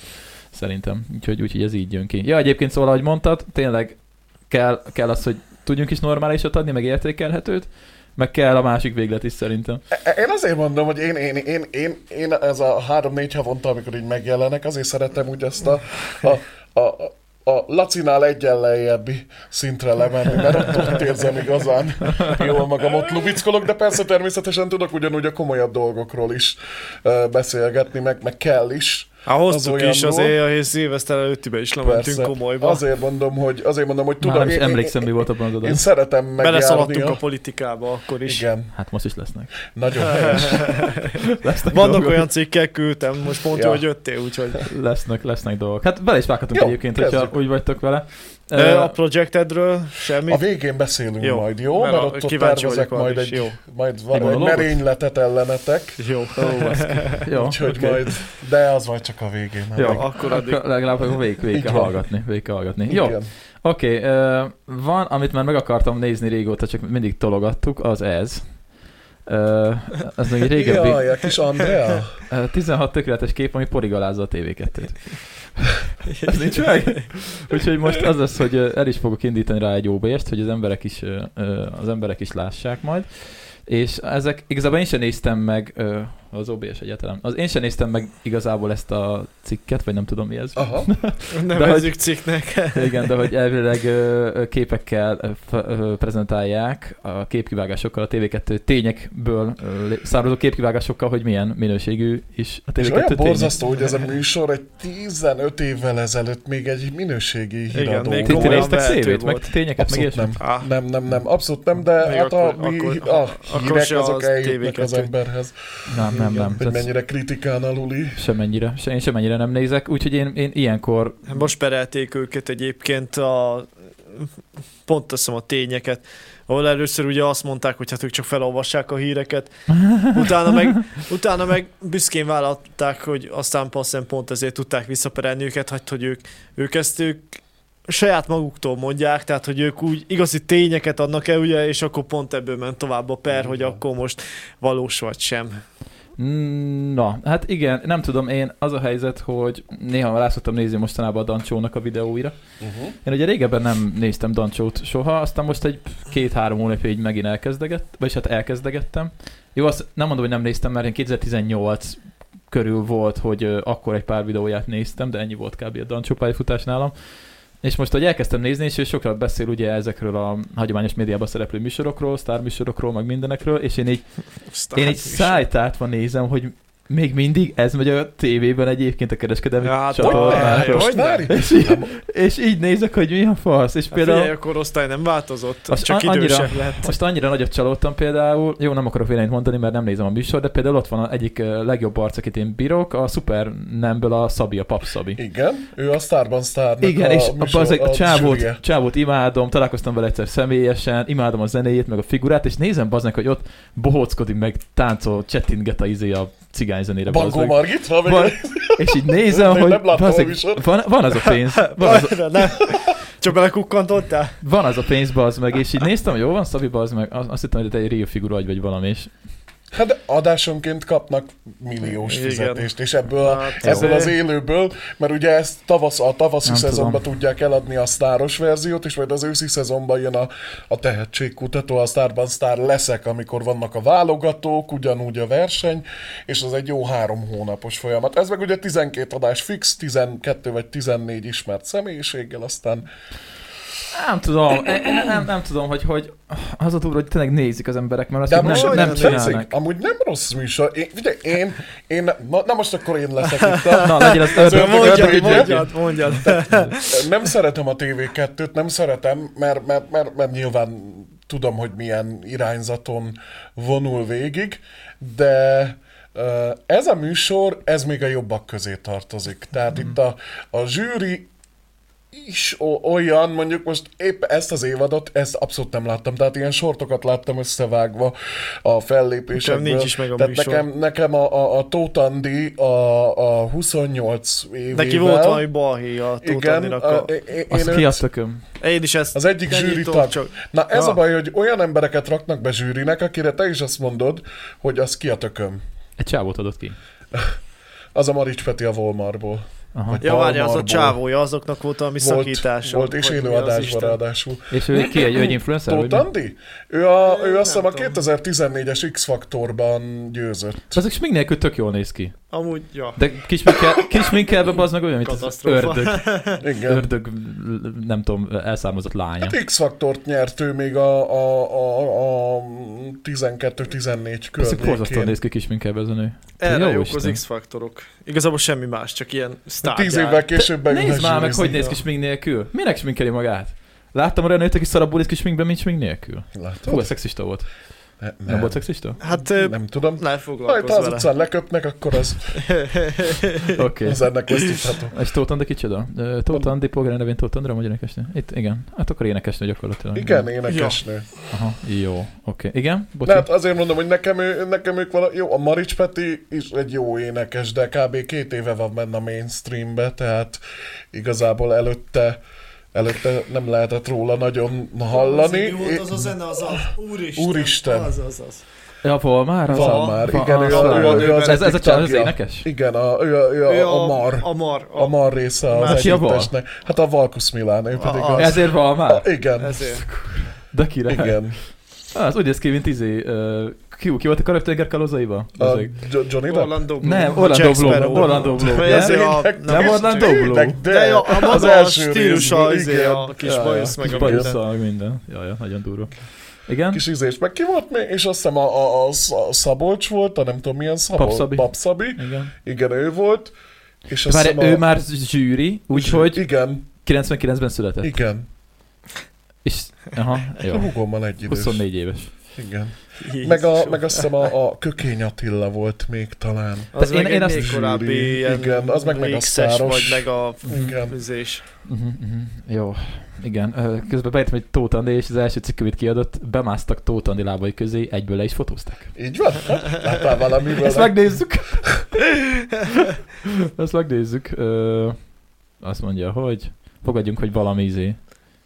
S1: Szerintem. Úgyhogy, úgyhogy ez így jön ki. Ja, egyébként szóval, ahogy mondtad, tényleg kell, kell az, hogy tudjunk is normálisat adni, meg értékelhetőt, meg kell a másik véglet is szerintem.
S3: E- Én azért mondom, hogy én, én, én, én, én ez a három-négy havonta, amikor így megjelenek, azért szeretem úgy ezt a, a, a, a lacinál egyen lejjebbi szintre lemenni, mert ott, ott érzem igazán jól magam, ott lubickolok, de persze természetesen tudok ugyanúgy a komolyabb dolgokról is ö, beszélgetni, meg, meg kell is.
S2: Hát hoztuk
S3: Az
S2: az is
S3: olyanból.
S2: azért, és szilveszter előttibe is lementünk
S3: Persze.
S2: komolyba. Azért
S3: Azért mondom, hogy, azért mondom, hogy
S1: Tudom, Már nem
S3: tudom,
S1: is
S3: én- én-
S1: emlékszem, mi volt abban az
S3: Én
S1: adás.
S3: szeretem megjárni.
S2: Beleszaladtunk a politikába akkor is.
S3: Igen,
S1: Hát most is lesznek.
S3: nagyon helyes.
S1: lesznek
S2: Vannak
S1: dolgok.
S2: olyan cikkek, küldtem, most pont
S3: Ja.
S2: jó, hogy jöttél, úgyhogy.
S1: Lesznek, lesznek dolgok. Hát bele is vághatunk
S3: Jó,
S1: egyébként,
S3: kezdjük.
S1: hogyha úgy vagytok vele.
S2: Ö,
S1: Ö,
S2: A Projectedről semmi.
S3: A végén beszélünk
S2: Jó.
S3: majd, jó? Mert,
S2: a-
S3: ott, ott
S2: kíváncsi
S3: tervezek
S2: vagyok arra
S3: majd
S2: is.
S3: egy,
S2: Jó.
S3: majd
S1: Egy
S3: van egy
S1: monológot?
S3: merényletet ellenetek.
S2: Jó.
S1: ó, baszki. Jó,
S3: úgyhogy
S1: oké.
S3: majd, de az majd csak a végén. nem
S1: Jó,
S3: meg-
S1: akkor,
S2: akkor
S1: addig...
S2: addig-
S1: akkor Hát legalább akkor végig, végig
S3: Így
S1: kell
S3: van.
S1: hallgatni. Végig kell hallgatni. Jó,
S3: Igen.
S1: oké. ö, van, amit már meg akartam nézni régóta, csak mindig tologattuk, az ez. Ö, az még egy régebbi
S3: Jaj, a kis Andrea.
S1: ö, 16 tökéletes kép, ami porigalázza a TV2-t. Ez nincs meg? Úgyhogy most az lesz, hogy ö, el is fogok indítani rá egy OBS-t, hogy az emberek is, ö, ö, az emberek is lássák majd. És ezek, igazából én sem néztem meg, ö, az OBS egyáltalán, az én sem néztem meg igazából ezt a cikket, vagy nem tudom mi ez.
S3: Aha.
S2: Nevezzük cikknek.
S1: Igen, de hogy elvileg ö, ö, képekkel ö, f- ö, prezentálják a képkivágásokkal, a TV2 tényekből ö, lé- származó képkivágásokkal, hogy milyen minőségű is a TV2
S3: És olyan
S1: tény.
S3: borzasztó, hogy ez a műsor egy 15 évvel ezelőtt még egy minőségi
S2: Igen,
S3: híradó.
S2: még
S1: Ti- Ti
S3: volt.
S2: komolyan
S1: néztek
S2: vehető
S1: tévét, meg
S2: volt.
S1: tényeket, meg
S3: Abszolút
S1: ilyesmit?
S3: nem.
S2: Ah,
S3: Nem, nem, nem, abszolút nem, de
S2: Még
S3: hát a,
S2: akkor-
S3: mi,
S2: akkor-
S3: a
S2: akkor
S3: hírek
S2: se
S3: azok
S2: az
S3: eljutnak az
S2: TV2.
S3: emberhez,
S1: Nem, nem, nem.
S3: hogy
S1: Tehát
S3: mennyire kritikán aluli.
S1: Semennyire, se, én semennyire nem nézek, úgyhogy én, én ilyenkor
S2: Hát Most perelték őket egyébként a pont azt hiszem a tényeket, ahol először ugye azt mondták, hogy hát ők csak felolvassák a híreket, utána meg, utána meg büszkén vállalták, hogy aztán passzem pont ezért tudták visszaperelni őket, hát hogy ők, ők ezt ők saját maguktól mondják, tehát hogy ők úgy igazi tényeket adnak el, ugye, és akkor pont ebből ment tovább a per, hogy akkor most valós vagy sem.
S1: Na, hát igen, nem tudom, én az a helyzet, hogy néha már rá szoktam nézni mostanában a Dancsónak a videóira.
S3: Uh-huh.
S1: Én ugye régebben nem néztem Dancsót soha, aztán most egy két-három hónapja így megint elkezdegett, vagyis hát elkezdegettem. Jó, azt nem mondom, hogy nem néztem, mert én 2018 körül volt, hogy ö, akkor egy pár videóját néztem, de ennyi volt kb. a Dancsó pályafutás nálam. És most, hogy elkezdtem nézni, és ő sokat beszél ugye ezekről a hagyományos médiában szereplő műsorokról, sztár műsorokról, meg mindenekről, és én így
S2: Aztán
S1: én így
S2: hát is.
S1: szájtátva nézem, hogy még mindig ez megy a tévében egyébként a kereskedelmi
S2: Ja,
S1: ja,
S2: hát
S3: Hogy,
S1: csatornákon.
S2: hogy-
S3: most már itt?
S1: És, így- és így nézek, hogy mi a fasz. És
S2: Hát Figyelj,
S1: például
S2: a korosztály nem változott,
S1: Azt
S2: csak
S1: a- annyira-
S2: idősebb lett.
S1: most annyira nagyot csalódtam például, jó, nem akarok véleményt mondani, mert nem nézem a műsor, de például ott van a egyik ö, legjobb arc, akit én bírok, a Super Nemből a Szabi, a Pap Szabi.
S3: Igen, ő a Starban Starnak
S1: Igen,
S3: a
S1: és
S3: műsor-
S1: az a
S3: zsűrije.
S1: csávót, csávót imádom, találkoztam vele egyszer személyesen, imádom a zenéjét, meg a figurát, és nézem baznak, hogy ott bohóckodik, meg táncol, csettinget a izé a cigányzenére. bazd
S3: Bangó
S1: meg.
S3: Margitra? Vagy...
S1: Van, és így nézem,
S3: Még
S1: hogy
S3: nem láttam a
S1: bazzik,
S3: műsort.
S1: van, van, az a pénz, van az,
S2: Bajra, nem. Csak belekukkantottál?
S1: van az a pénz, bazd meg, és így néztem, hogy jó van Szabi, bazd meg, azt, azt hittem, hogy te egy real figura vagy, vagy valami, és
S3: Hát de adásonként kapnak milliós
S2: Igen.
S3: fizetést, és ebből, a,
S2: Hát,
S3: ebből
S1: jó.
S3: az élőből, mert ugye ezt tavasz, a tavaszi
S1: Nem
S3: szezonban
S1: tudom.
S3: tudják eladni a sztáros verziót, és majd az őszi szezonban jön a, a tehetségkutató, a sztárban sztár leszek, amikor vannak a válogatók, ugyanúgy a verseny, és az egy jó három hónapos folyamat. Ez meg ugye 12 adás fix, 12 vagy 14 ismert személyiséggel, aztán
S1: nem tudom, e- nem, nem, nem tudom, hogy, hogy az a túl, hogy tényleg nézik az emberek, mert azt
S3: De
S1: nem,
S3: amúgy
S1: nem,
S2: olyan
S1: nem
S3: tetszik.
S1: csinálnak.
S3: Amúgy nem rossz műsor. Én, figyelj, én, én, na, na most akkor én leszek itt a,
S1: Na, legyen az ördög,
S3: Mondja,
S1: ördög
S3: mondja.
S1: ügynökje.
S2: Mondjad, mondjad.
S3: Nem szeretem a TV2-t, nem szeretem, mert, mert, mert, mert nyilván tudom, hogy milyen irányzaton vonul végig, de Ö, Ez a műsor, ez még a jobbak közé tartozik. Tehát
S2: Mhm.
S3: itt a, a zsűri is o- olyan, mondjuk most épp ezt az évadot, ezt abszolút nem láttam. Tehát ilyen sortokat láttam összevágva a fellépésekből.
S2: Nekem nincs is meg a
S3: Tehát
S2: műsor.
S3: nekem, nekem a, a, a Tóth Andi a, a 28 évével...
S2: Neki volt valami balhé a Tóth
S3: igen,
S2: Andinak
S3: a,
S2: a...
S3: én,
S1: Azt
S3: én
S1: ki
S3: őt-
S1: a tököm?
S2: Én is ezt
S3: az egyik
S2: gyanítom,
S3: zsűri tag.
S2: csak-
S3: Na ez
S2: Ja.
S3: a baj, hogy olyan embereket raknak be zsűrinek, akire te is azt mondod, hogy az ki a tököm.
S1: Egy csávót adott ki.
S3: Az a Marics Peti a Volmarból.
S1: Aha.
S3: Vagy-
S2: Ja, várja, az a
S3: Palmarból.
S2: csávója, azoknak volt valami
S3: Volt,
S2: szakítása.
S3: volt és
S2: vagy mi az
S3: élőadásban
S2: Isten.
S3: ráadásul.
S1: És ő ki egy, ő egy influencer? vagy
S3: Tóth
S1: mi?
S3: Andi? Ő, a, ő
S2: Nem
S3: azt hiszem a
S2: tudom.
S3: 2014-es X-faktorban győzött.
S1: Ezek smink nélkül tök jól néz ki.
S2: Amúgy, ja.
S1: De kisminkel, kisminkelbe bazd meg olyan, mint az
S2: Katasztrófa.
S1: ördög,
S3: Igen.
S1: ördög, nem tudom, elszármazott lánya.
S3: Hát X-faktort nyert ő még a, a, a, a 12-14
S1: Ez borzasztóan
S3: környékén.
S1: néz ki kisminkelbe ez a nő.
S2: Erre
S1: Jó
S2: jók
S1: Isten.
S2: az X-faktorok. Igazából semmi más, csak ilyen sztárgyár.
S3: Tíz évvel később beül
S1: Nézd már meg,
S3: zsűrizni.
S1: hogy néz ki smink nélkül. Minek sminkeli magát? Láttam olyan nőt, aki szarabb buliz ki sminkben, mint smink nélkül.
S3: Látod?
S1: Fú, ez szexista volt.
S3: Ne-
S1: Nem,
S3: nem,
S1: volt szexista?
S2: Hát ö,
S3: nem tudom.
S2: ne
S3: Majd
S2: foglalkozz
S3: ha az
S2: vele.
S3: utcán leköpnek, akkor az,
S1: Oké.
S3: az ennek lesz tudható.
S1: És Tóth Andi kicsoda? Ö, Tóth Andi polgár nevén Tóth Andra, vagy énekesnő? Itt, igen. Hát akkor énekesnő gyakorlatilag.
S3: Igen, énekesnő.
S1: Aha, jó. Oké. Igen?
S3: Ja.
S1: Bocsánat.
S3: Hát azért mondom, hogy nekem, ő, nekem ők valami... Jó, a Marics Peti is egy jó énekes, de kb. két éve van benne a mainstreambe, tehát igazából előtte előtte nem lehetett róla nagyon hallani.
S4: Az, volt az a zene, az az. Úristen.
S3: Úristen.
S4: Az az az.
S1: Ja, Volmár? az-
S3: Van már,
S1: Val-
S3: igen, ő,
S1: az-
S3: a, ő, a, ő az
S1: Ez, ez a
S3: egyik
S1: csaj, az
S3: tagja.
S1: énekes?
S3: Igen, a, ő, a, ő a,
S2: Ő
S3: a, mar.
S2: A mar.
S3: A mar része
S1: Már
S3: az
S1: ki a Val?
S3: együttesnek. Hát a Valkusz Milán, ő pedig
S2: A-
S3: az.
S1: Ezért Volmár?
S3: Igen,
S2: Ezért.
S1: De király.
S3: igen.
S1: Az úgy néz ki, mint izé, ö, ki, ki volt a karakterger kalózaiba?
S3: A
S1: Ezek.
S3: Jo- Johnny Depp?
S2: Orlando Bloom.
S1: Nem,
S2: A
S1: Orlando
S2: Jack
S1: Bloom,
S2: Sparrow.
S1: Orlando Bloom,
S2: Vagy
S1: nem?
S2: ez a-
S3: Tényleg,
S2: nem,
S1: Nem Orlando Bloom?
S3: Tényleg,
S2: De jó, a maga a
S3: első
S2: stílusa,
S3: részből,
S2: izé,
S3: igen.
S2: a kis bajusz meg a
S1: bajusz,
S2: minden.
S1: meg minden. Jaj, jaj, nagyon durva. Igen?
S3: kis ízés. Meg ki volt még, és azt hiszem a, a, a, Sz- a Szabolcs volt, a nem tudom milyen Szabolcs.
S1: Papszabi.
S3: Papszabi.
S1: Igen.
S3: Igen, ő volt. És azt
S1: Várj,
S3: hiszem
S1: ő már zsűri, úgyhogy
S3: Igen,
S1: 99-ben született.
S3: igen.
S1: És, aha,
S3: A
S1: jó.
S3: húgommal egy idős.
S1: 24 éves.
S3: Igen.
S2: Jézus,
S3: Meg, a,
S2: jó.
S3: meg azt hiszem a, a Kökény Attila volt még talán.
S2: Az
S1: Én-
S2: meg
S1: én
S2: egy
S1: azt-
S2: még korábbi
S3: Zsűri.
S2: ilyen
S3: Igen, az meg meg a
S2: X-es,
S3: száros.
S2: Vagy meg a
S3: Igen.
S2: fűzés.
S1: Uh-huh, uh-huh. Jó. Igen, Ö, közben beírtam, hogy Tóth Andi, és az első cikk, amit kiadott, bemásztak Tóth Andi lábai közé, egyből le is fotózták.
S3: Így van? Hát, Láttál valamiből?
S1: Ezt megnézzük! Ezt megnézzük. Ö, azt mondja, hogy fogadjunk, hogy valami izé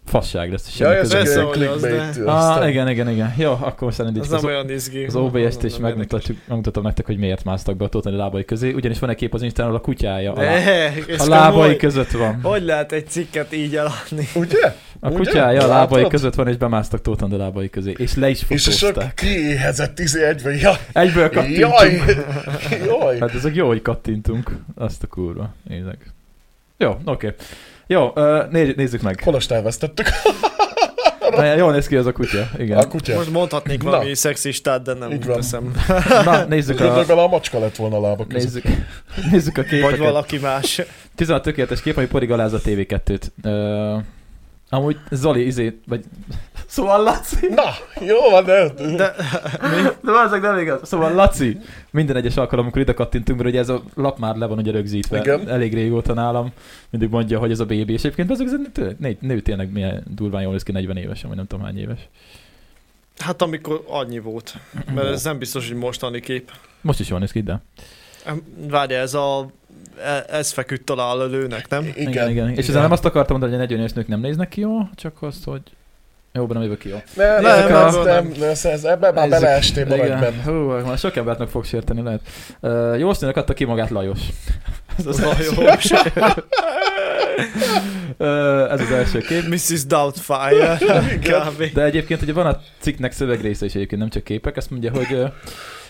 S1: fasság lesz. semmi
S3: Jaj, ez
S1: köze
S2: Persze,
S3: egy
S1: hozzá.
S2: hogy az, de-
S3: clickbait.
S1: Á,
S3: aztán-
S1: Ah, igen, igen, igen. Jó, akkor
S2: Az
S1: szerintem
S2: nem
S1: az,
S2: olyan izgi.
S1: az OBS-t is
S2: Nem, nem, nem.
S1: megmutatjuk- megmutatom nektek, hogy miért másztak be a Tóth Andi lábai közé, ugyanis van egy kép az Instagramon a kutyája. A, lá-
S2: Ne, ez
S1: a
S2: komoly.
S1: lábai között van.
S2: Hogy lehet egy cikket így eladni?
S3: Ugye?
S1: A
S3: Ugye?
S1: kutyája a lábai
S3: Látod?
S1: között van, és bemásztak Tóth Andi lábai közé, és le is
S3: És a
S1: fotózták.
S3: sok kiéhezett izé egyből. Jaj,
S1: Egyből kattintunk.
S3: jaj, jaj.
S1: Hát ezek jó, hogy kattintunk. Azt a kurva. Nézek. Jó, oké. Jó, ö, néz, nézzük meg.
S3: Holast elvesztettük
S1: Na, jól néz ki az a kutya.
S3: a
S1: Igen.
S3: kutyát.
S2: Most mondhatnék
S3: Na.
S2: valami szexistát, de nem
S3: Így
S2: úgy
S3: van.
S2: teszem.
S1: Na, nézzük
S3: Gondolj
S1: a,
S3: bele, a macska lett volna a lába között.
S1: nézzük, nézzük a
S2: Vagy
S1: képeket.
S2: valaki más.
S1: 16 tökéletes kép, ami porigalázza a TV2-t. Ö, amúgy Zoli, izé, vagy... Szóval Laci...
S3: Na, jó van, de... de...
S1: De valószínűleg nem igaz. Szóval Laci, minden egyes alkalom, amikor ide kattintunk, mert ugye ez a lap már le van ugye rögzítve.
S3: Igen.
S1: Elég régóta nálam. Mindig mondja, hogy ez a bébi, és egyébként ezek ez nő, nő tényleg milyen durván jól néz ki 40 évesen, vagy nem tudom hány éves.
S2: Hát amikor annyi volt. Mert ez nem biztos, hogy mostani kép.
S1: Most is jól néz ki, de.
S2: Várja, ez a... e- Ez feküdt talál a lőnek, nem?
S3: Igen,
S1: igen. igen. És ezzel nem azt akartam mondani, hogy a 40 éves nők nem néznek ki jól, csak azt, hogy jó, nem jövök ki jól.
S3: Ne,
S2: Nem,
S3: nem,
S1: nem,
S3: nem, nem,
S2: nem.
S3: nem, nem, ez ebben már
S1: Nézzük.
S3: beleestél maradj
S1: Igen.
S3: benne.
S1: Hú, már sok embert meg fog sérteni, lehet. Uh, jó színűleg adta ki magát Lajos. ez az,
S2: Lajos.
S1: Ö, ez az első kép.
S2: Mrs. Doubtfire. Kb.
S1: De egyébként ugye van a cikknek szövegrésze is egyébként, nem csak képek, azt mondja, hogy ö,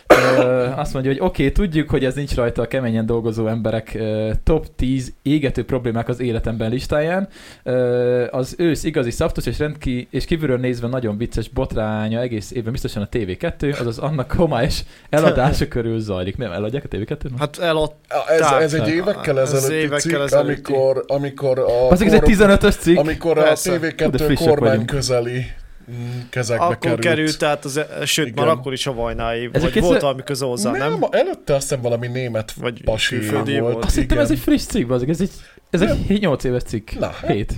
S1: ö, azt mondja, hogy oké, okay, tudjuk, hogy ez nincs rajta a keményen dolgozó emberek ö, top 10 égető problémák az életemben listáján. Ö, az ősz igazi szaftos és rendki és kívülről nézve nagyon vicces botránya egész évben biztosan a TV2, azaz annak homályos eladása körül zajlik. Nem, eladják a TV2-t? Hát,
S2: Hát elad...
S3: Ez,
S2: Tehát,
S3: ez egy évekkel
S2: ez
S3: ezelőtti
S2: évekkel
S3: cikk,
S2: ezelőtti.
S3: amikor, amikor a,
S1: ez egy 15-ös cikk.
S3: amikor a
S2: Persze.
S1: Hú, de
S3: TV2
S1: frissek
S3: kormány
S1: vagyunk.
S3: közeli mm, kezekbe
S2: Akkor került,
S3: került.
S2: került át, az, e- sőt,
S3: Igen.
S2: Igen. már akkor is a vajnái, vagy
S1: egyszer-
S2: volt valami köze hozzá, nem?
S3: nem,
S2: nem?
S3: nem, előtte azt hiszem valami német
S2: Vagy
S3: pasi
S2: külföldi
S3: volt.
S2: volt.
S1: Azt hittem
S3: igen.
S1: ez egy friss cikk, bazzik, ez egy, ez egy 8 éves cikk.
S3: Na,
S1: Na,
S3: hát.
S1: 7.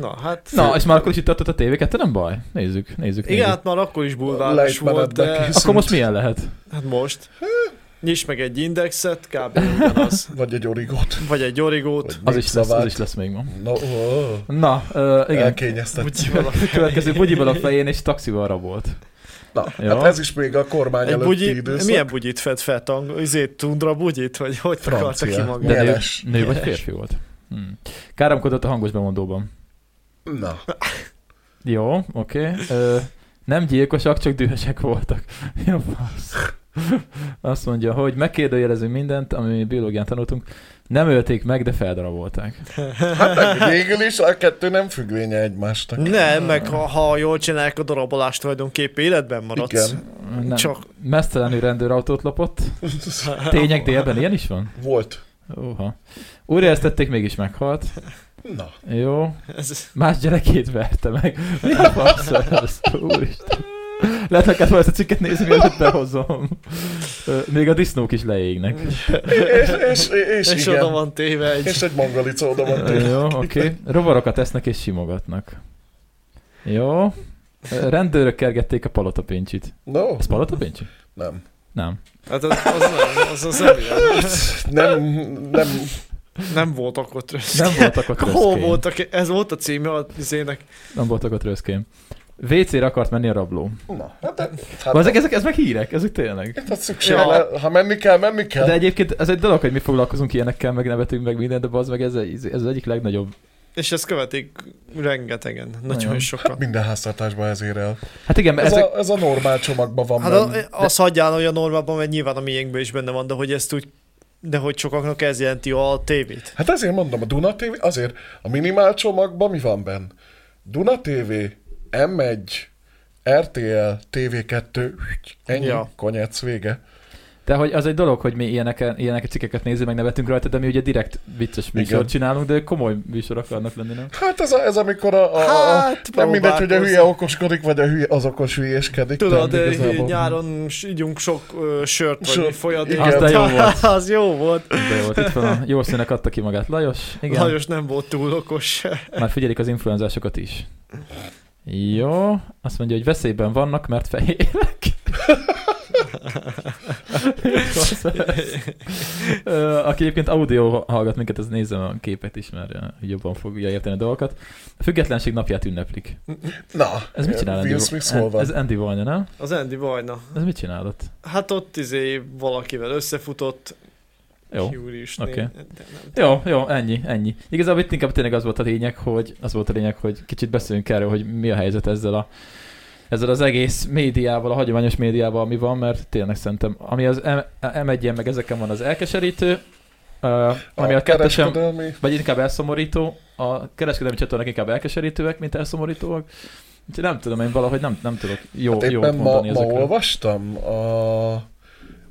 S2: Na, hát...
S1: Na, és már akkor is itt tartott a tévéket, te nem baj. Nézzük, nézzük.
S2: Igen,
S1: nézzük.
S2: hát már akkor is bulváros
S3: Lejtmenetnek
S2: volt, de...
S3: is.
S1: Akkor most milyen lehet?
S2: Hát most. Nyisd meg egy indexet, kb. ugyanaz.
S3: Vagy egy origót.
S2: Vagy egy origót.
S1: Az
S3: Vagy
S1: is, lesz, az
S3: népszavát.
S1: is lesz még ma.
S3: Na, ó,
S1: Na, ö, igen.
S3: elkényeztet.
S2: Bugyival a
S1: Következő bugyival a fején és taxival rabolt.
S3: Na,
S1: Jó.
S3: hát ez is még a kormány
S2: Egy
S3: előtti
S2: bugyi,
S3: időszak.
S2: milyen bugyit fed fel? Tang, izét, tundra bugyit? Vagy hogy
S3: Francia.
S2: takarta ki magát?
S1: De nő,
S3: Jeles.
S1: nő vagy
S2: Jeles.
S1: férfi volt. Hm. Káromkodott a hangos bemondóban.
S3: Na,
S1: Jó, oké. Ö, Nem gyilkosak, csak dühösek voltak. Jó, fasz. Azt mondja, hogy megkérdőjelezünk mindent, ami mi biológián tanultunk. Nem ölték meg, de feldarabolták.
S3: hát meg végül is a kettő nem függvénye egymásnak.
S2: Nem, meg ha, ha jól csinálják a darabolást, tulajdonképpen életben maradsz.
S3: Igen.
S1: Nem. Csak.
S2: Csak
S1: Mesztelenül rendőrautót lopott. Tények délben ilyen is van?
S3: Volt.
S1: Óha. Újraesztették, mégis meghalt.
S3: Na,
S1: Jó.
S2: ez,
S1: Más gyerekét verte meg. Mi a fasz ez? Úristen. Lehet, hogy kell ezt a cikket nézni, mielőtt behozom. Ö, Még a disznók is leégnek.
S3: és, és, és,
S2: és
S3: és
S2: oda
S3: igen.
S2: van téve egy...
S3: És egy mangalica oda van
S1: Ö,
S3: tőle.
S1: Jó, oké. Okay. Rovarokat esznek és simogatnak. Jó. Ö, Rendőrök kergették a palotapéncsit.
S3: No,
S1: Ez palotapéncsi?
S3: nem.
S1: Nem.
S2: Hát az, az, nem, az, az nem,
S3: Nem, nem.
S2: nem voltak ott röszk.
S1: Nem voltak ott
S2: Hol
S1: röszkén.
S2: voltak? Ez volt a címe az izének.
S1: Nem voltak ott röszkén. WC-re akart menni a rabló.
S3: Na, hát, de-
S1: Hát,
S3: hát
S1: ezek, ezek, ez meg hírek, ezek tényleg.
S3: Hát szükség,
S2: Ja.
S3: le- ha menni kell, menni kell.
S1: De egyébként ez egy dolog, hogy mi foglalkozunk ilyenekkel, meg nevetünk, meg minden, de az meg ez, ez az egyik legnagyobb.
S2: És ezt követik rengetegen, nagyon
S3: Hát
S1: Nagyon.
S2: sokan.
S3: Minden háztartásban ez ér el.
S1: Hát igen, mert
S3: Ez,
S1: ezek,
S3: a, ez a normál csomagban van
S2: Hát
S3: benne.
S2: a, azt hagyjál hogy a normában, mert nyilván a miénkben is benne van, de hogy ezt úgy, de hogy sokaknak ez jelenti a tévét.
S3: Hát ezért mondom, a Duna TV, azért a minimál csomagban mi van benne? Duna TV, M1, RTL, TV2, ennyi, ja.
S2: Ja.
S3: konyec vége.
S1: de hogy az egy dolog, hogy mi ilyeneket, ilyeneket cikkeket nézünk, meg nevetünk rajta, de mi ugye direkt vicces
S3: Igen.
S1: műsort csinálunk, de komoly műsorok akarnak lenni, nem?
S3: Hát ez, a, ez amikor a, a, a
S2: Hát,
S3: nem mindegy, hogy a hülye
S2: próbálkozom.
S3: okoskodik, vagy a hülye, az okos hülyéskedik.
S2: Tudod,
S3: nem,
S2: igazából...
S3: igazából.
S2: nyáron s- ígyunk sok ö, sört, vagy
S3: Sört,
S2: mi folyadék.
S3: igen. Az
S1: de jó volt.
S2: az jó volt.
S1: De jó, itt van a jó színek adta ki magát Lajos. Igen, Lajos.
S2: Lajos nem volt túl okos.
S1: már figyelik az influenzásokat is. Jó, azt mondja, hogy veszélyben vannak, mert fehérek. Fasz ez. Ö, Aki egyébként audio hallgat minket, az nézem a képet is, mert ö, jobban fogja érteni a dolgokat. A függetlenség napját ünneplik.
S3: Na,
S1: Ez mit csinál
S3: Will
S1: Andy?
S3: Smith
S1: Wa-
S3: hol van?
S1: Ez Andy Vajna, nem?
S2: Az Andy Vajna.
S1: Ez mit csinálott?
S2: Hát ott izé valakivel összefutott.
S1: Jó.
S2: Oké.
S1: oké.
S2: Okay.
S1: Jó, jó, ennyi, ennyi. Igazából itt inkább tényleg az volt a lényeg, hogy az volt a lényeg, hogy kicsit beszéljünk erről, hogy mi a helyzet ezzel a ezzel az egész médiával, a hagyományos médiával, ami van, mert tényleg szerintem, ami az M- M1-en meg ezeken van az elkeserítő, ö, ami a, kettesem,
S3: kereskedelmi-
S1: vagy inkább elszomorító, a kereskedelmi csatornák inkább elkeserítőek, mint elszomorítóak, úgyhogy nem tudom, én valahogy nem, nem tudok jó,
S3: Hát
S1: hát jót
S3: éppen ma,
S1: mondani
S3: ma
S1: ezekről.
S3: olvastam, a,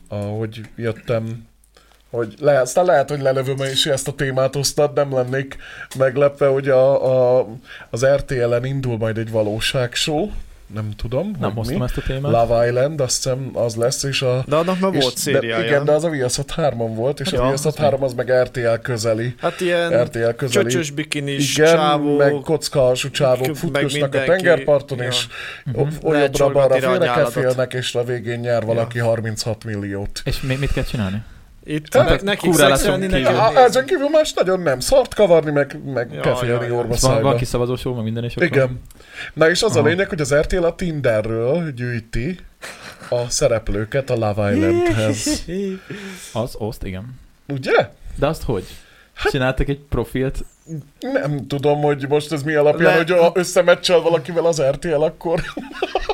S3: ahogy jöttem, hogy le, aztán lehet, hogy lelövöm és ezt a témát osztad, nem lennék meglepve, hogy a, a, az RTL-en indul majd egy valóságshow, nem tudom,
S1: nem
S3: hogy
S1: hoztam
S3: mi.
S1: ezt a témát.
S3: Love Island, azt hiszem az lesz, és a...
S2: De annak már
S3: és
S2: volt
S3: de,
S2: szériája.
S3: igen,
S2: nem?
S3: de az a Viaszat 3-on volt, és ja,
S2: Ja,
S3: a Viaszat
S2: az mi?
S3: 3 az meg RTL közeli.
S2: Hát ilyen
S3: RTL közeli.
S2: csöcsös bikinis
S3: Igen,
S2: csávó.
S3: meg kockahalsú csávók
S2: meg
S3: futkosnak a
S2: mindenki-
S3: tengerparton,
S2: ja. Mhm.
S3: és
S1: Mhm.
S2: Lehet
S3: olyabbra balra
S2: csorgatni rá a
S3: félnek e
S2: nyáladat.
S3: félnek, és a végén nyer valaki 36 milliót.
S1: És mi, mit kell csinálni?
S2: Itt
S3: Hát,
S1: Tehát
S2: ne- nekik
S1: kuráláson
S2: szexelni,
S1: kívül.
S2: nekik
S1: Igen.
S3: Ja,
S2: nézni.
S3: ezen kívül más nagyon nem. Szart kavarni, meg, meg
S2: Ja,
S3: kefélni
S2: ja, ja.
S1: Van, van
S3: orvaszájba.
S1: kiszavazósó, meg minden, és akkor...
S3: Igen. Na és az a
S1: Aha.
S3: lényeg, hogy az RTL a Tinderről gyűjti a szereplőket a Love Islandhez.
S1: Az, oszt, igen.
S3: Ugye?
S1: De azt hogy? Csináltak egy profilt.
S3: Nem tudom, hogy most ez mi alapján,
S2: Le-
S3: hogy ha összemeccel valakivel az RTL, akkor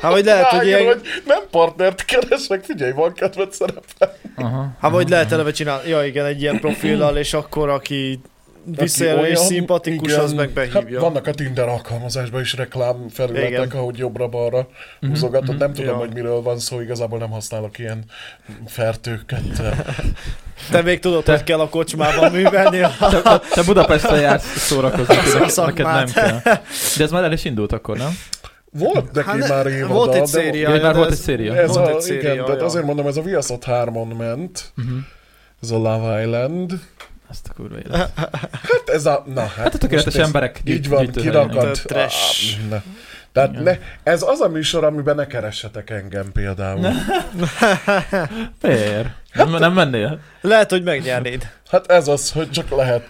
S2: Hát vagy lehet, hogy
S3: rájön,
S2: ilyen
S3: hogy nem partnert keresek, figyelj, van kedved szerepel.
S1: Aha.
S2: Hát vagy lehet eleve csinálni, ja igen, egy ilyen profillal, és akkor aki visszajelő és szimpatikus, az meg behívja.
S3: Hát vannak a Tinder alkalmazásban is reklám felületek,
S2: Igen.
S3: ahogy jobbra-balra húzogatod. Nem tudom,
S2: Mhm. Ja.
S3: hogy miről van szó, igazából nem használok ilyen fertőket.
S2: Te még tudod, hogy kell a kocsmában művelni.
S1: Te, te, te Budapesten jársz szórakozni, neked,
S2: szakmát.
S1: neked nem kell. De ez már el is indult akkor, nem?
S3: Volt neki
S2: Hát ne-
S3: már évada,
S2: Volt
S3: de
S2: egy
S3: vo-
S2: széria.
S1: Ja,
S2: ja,
S1: már
S2: de
S1: volt
S2: ez-
S1: egy széria.
S3: Ez
S2: Volt
S3: a,
S2: egy széria,
S3: igen, tehát
S2: ja.
S3: azért mondom, ez a Viaszat 3-on ment,
S1: Uh-huh.
S3: ez a Love Island.
S1: Ezt a kurva élet.
S3: Hát ez a, na hát.
S1: Hát a tökéletes
S3: most ez-
S1: emberek gyűjt-
S3: Így van,
S1: gyűjtőhelye.
S3: kirakad.
S2: Tehát trash.
S3: Ah, ne. Tehát
S1: Igen.
S3: ne, ez az a műsor, amiben ne keressetek engem például.
S1: Fair. hát Nem, nem mennél?
S2: Lehet, hogy megnyernéd.
S3: Hát ez az, hogy csak lehet.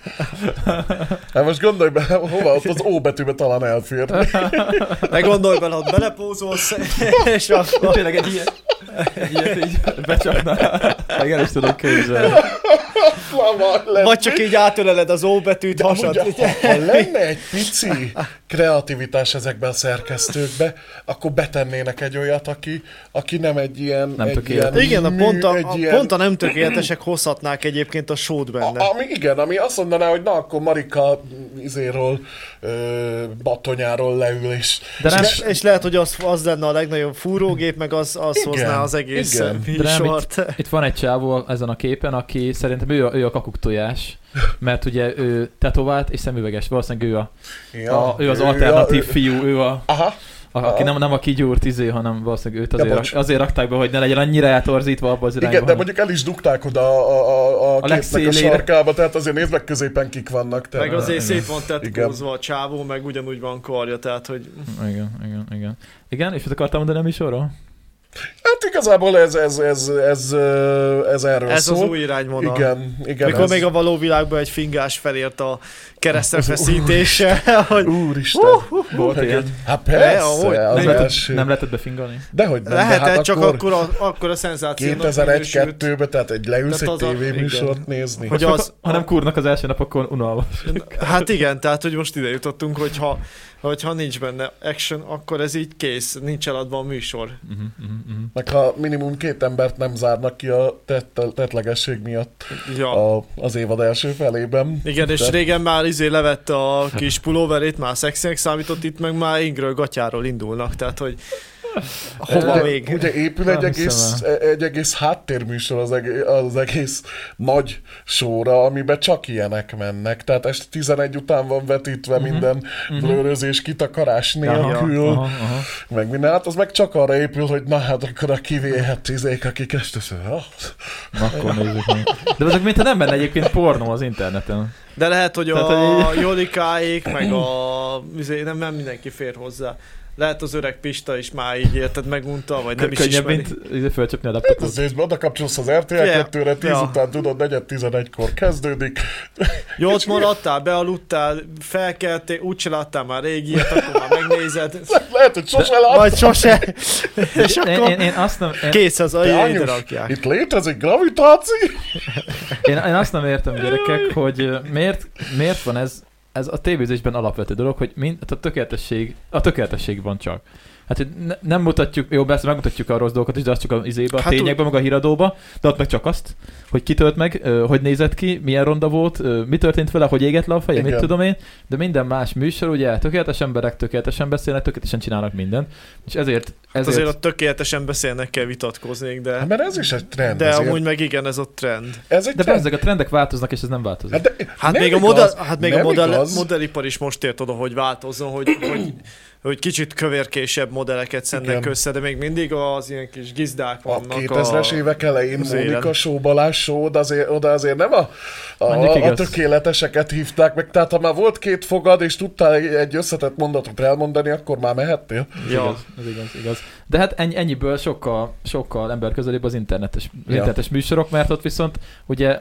S3: Hát most gondolj bele, hova ott az O betűbe talán elfér.
S2: Ne gondolj bele, ott belepózolsz, és akkor...
S1: Tényleg egy ilyen. Egy ilyet így becsapnál. Meg el is tudom képzelni.
S3: Lava lett.
S2: Vagy csak így átöleled az O betűt, hasad.
S3: Amúgy, ha, ha lenne egy pici kreativitás ezekbe a szerkesztőkbe, akkor betennének egy olyat, aki, aki nem egy ilyen...
S1: Nem
S3: egy
S1: tökéletes.
S2: Igen, a
S3: mű,
S2: pont a,
S3: egy
S2: a,
S3: ilyen-
S2: pont a nem tökéletesek hozhatnák egyébként a sót benne.
S3: A, ami igen, ami azt mondaná, hogy na akkor Marika izéról, ö, batonyáról leül, és...
S1: De nem,
S2: És, le, és lehet, hogy az, az lenne a legnagyobb fúrógép, meg az, az
S3: Igen,
S2: hozná az egész
S3: igen.
S2: igen.
S1: De nem,
S2: műsort.
S1: Itt van egy csávó ezen a képen, aki szerintem ő a, ő a kakuktojás, mert ugye ő tetovált és szemüveges, valószínűleg ő, a,
S3: Ja,
S1: a, ő az
S3: ja,
S1: alternatív
S3: ő-
S1: fiú, ő a,
S3: Aha,
S1: a aki nem, nem a kigyúrt izé, hanem valószínűleg őt
S3: Ja,
S1: azért,
S3: bocs.
S1: rak, azért rakták be, hogy ne legyen annyira eltorzítva abba az irányba.
S3: igen, de
S1: hanem-
S3: mondjuk el is dugták oda a, a, a, a képnek a
S1: legszélére.
S3: sarkába, tehát azért nézd meg középen kik vannak. Tehát.
S2: Meg azért
S1: Igen.
S2: szép van tetkózva a csávó, meg ugyanúgy van karja, tehát hogy...
S1: Igen, igen, igen. Igen, és mit akartam mondani a műsorról?
S3: Hát igazából ez, ez, ez, ez, ö, ez erről
S2: Ez
S3: szól.
S2: az új irányvonal.
S3: Igen, igen.
S2: Mikor
S3: ez.
S2: még a való világban egy fingás felért a keresztre feszítése, hogy
S3: Úristen.
S1: Volt ilyen.
S3: Hát
S2: Ne, ahogy.
S3: persze, az
S1: Nem,
S3: első.
S1: lehetett, nem lehetett befingolni?
S3: Dehogy nem,
S2: lehet
S3: de hát
S2: csak
S3: akkor
S2: akkor, a, akkor a szenzációnak minősült.
S3: 2001-2-ben, tehát egy leülsz egy
S2: Tehát az a-
S3: tévéműsort nézni.
S2: Hogy
S1: Csak
S2: az-
S1: ha, ha nem kurnak az első nap, akkor unalmas.
S2: Hát igen, tehát hogy most ide jutottunk, hogyha, hogyha nincs benne action, akkor ez így kész, nincs eladva a műsor.
S3: Mhm,
S1: Uh-huh, uh-huh, uh-huh.
S3: Meg ha minimum két embert nem zárnak ki a tett- tettlegesség miatt
S2: Ja.
S3: a, az évad első felében.
S2: Igen, és
S3: De-
S2: régen már izé levette a kis pulóverét, már szexinek számított, itt meg már ingről gatyáról indulnak, tehát hogy hova
S3: Ugye-
S2: még?
S3: Ugye épül egy
S1: Nem
S3: egész, e-,
S1: hiszem
S3: egy egész háttérműsor az egész, az egész nagy sóra, amiben csak ilyenek mennek. Tehát este 11 után van vetítve
S2: Mhm.
S3: uh-huh. minden blőrözés, uh-huh. kitakarás nélkül.
S1: aha, aha.
S3: meg minden, hát az meg csak arra épül, hogy na hát akkor a kivéhet izék, akik este ah,
S1: Na, Akkor nézzük meg. De azok mintha nem benne egyébként pornó az interneten.
S2: De lehet, hogy
S1: Tehát,
S2: a Jolikáék, meg a... izé, Nem, nem mindenki fér hozzá. Lehet az öreg Pista is már így érted, megunta, vagy nem is
S1: Könnyebb,
S2: ismeri.
S1: mint izé, fölcsöpni a laptopot.
S3: Hát az részben oda kapcsolsz az RTL2-re, 10
S2: Ja.
S3: után tudod, negyed 11-kor kezdődik.
S2: Jót maradtál, bealudtál, felkeltél, úgy se láttál már rég ilyet, akkor már megnézed.
S3: Lehet, hogy sose lát.
S2: Vagy sose. És
S1: Én, én,
S2: akkor
S1: én, azt nem, én,
S2: kész az
S3: De
S2: a
S3: anyus,
S2: rakják.
S3: Itt létezik gravitáció?
S1: én, én, azt nem értem, gyerekek, hogy ö, miért, miért van ez, ez a tévézésben alapvető dolog, hogy mind, hát a tökéletesség, a tökéletesség van csak. Hát hogy ne, nem mutatjuk, jó, persze megmutatjuk a rossz dolgokat is, de az csak az izébe, a
S2: Hát úgy-
S1: tényekbe, meg a híradóba, de ott meg csak azt, hogy kitölt meg, ö, hogy nézett ki, milyen ronda volt, ö, mi történt vele, hogy égett le a feje, mit
S3: Igen.
S1: tudom én, de minden más műsor, ugye, tökéletes emberek tökéletesen beszélnek, tökéletesen csinálnak mindent, és ezért,
S2: Hát
S1: ezért
S2: azért ott tökéletesen beszélnek, kell vitatkoznék, de...
S3: Hát, Mert ez is egy trend.
S2: De
S3: ezért.
S2: amúgy meg igen, ez a trend.
S3: ez egy
S1: De
S3: trend.
S1: bezzeg, a trendek változnak, és ez nem változik.
S3: Hát, de,
S2: Hát
S3: nem
S2: még,
S3: igaz,
S2: a modell, hát még a
S3: nem
S2: modell,
S3: igaz.
S2: modellipar is most ért oda, hogy változzon, hogy, hogy, hogy kicsit kövérkésebb modelleket szednek
S3: Igen.
S2: össze, de még mindig az ilyen kis gizdák
S3: A
S2: vannak.
S3: 2000-es évek elején
S2: az élen.
S3: Mónika Só, Balázs Só, de azért, oda azért nem a, a,
S1: Mondjuk
S3: a, a
S1: igaz.
S3: tökéleteseket hívták meg. Tehát ha már volt két fogad, és tudtál egy- egy összetett mondatot elmondani, akkor már mehettél.
S1: Ez
S2: Ja.
S1: igaz, ez igaz, igaz. De hát ennyi, ennyiből sokkal, sokkal ember közelébb az internetes, az
S3: Ja.
S1: internetes műsorok, mert ott viszont ugye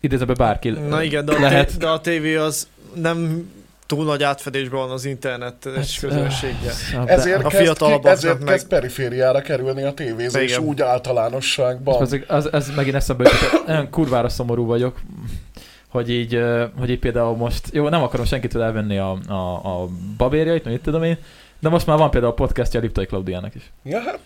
S1: idézőben bárki
S2: Na igen, de a,
S1: lehet.
S2: Lehet. de a tévé az nem túl nagy átfedésben van az internetes
S1: Hát,
S2: közönséggel.
S1: Ah,
S3: Ezért,
S2: A
S3: kezd, ki,
S2: fiatalabbaknak
S3: ezért
S2: meg-
S3: kezd perifériára kerülni a tévézés
S2: Igen.
S3: úgy
S1: És
S3: általánosságban.
S1: az, az, az megint eszembe jut, olyan kurvára szomorú vagyok, hogy így, ö, hogy így például most, jó, nem akarom senkitől elvenni a, a, a babérjait, mit tudom én, de most már van például a podcastja a Liptai Klaudiának is.
S3: Ja, hát,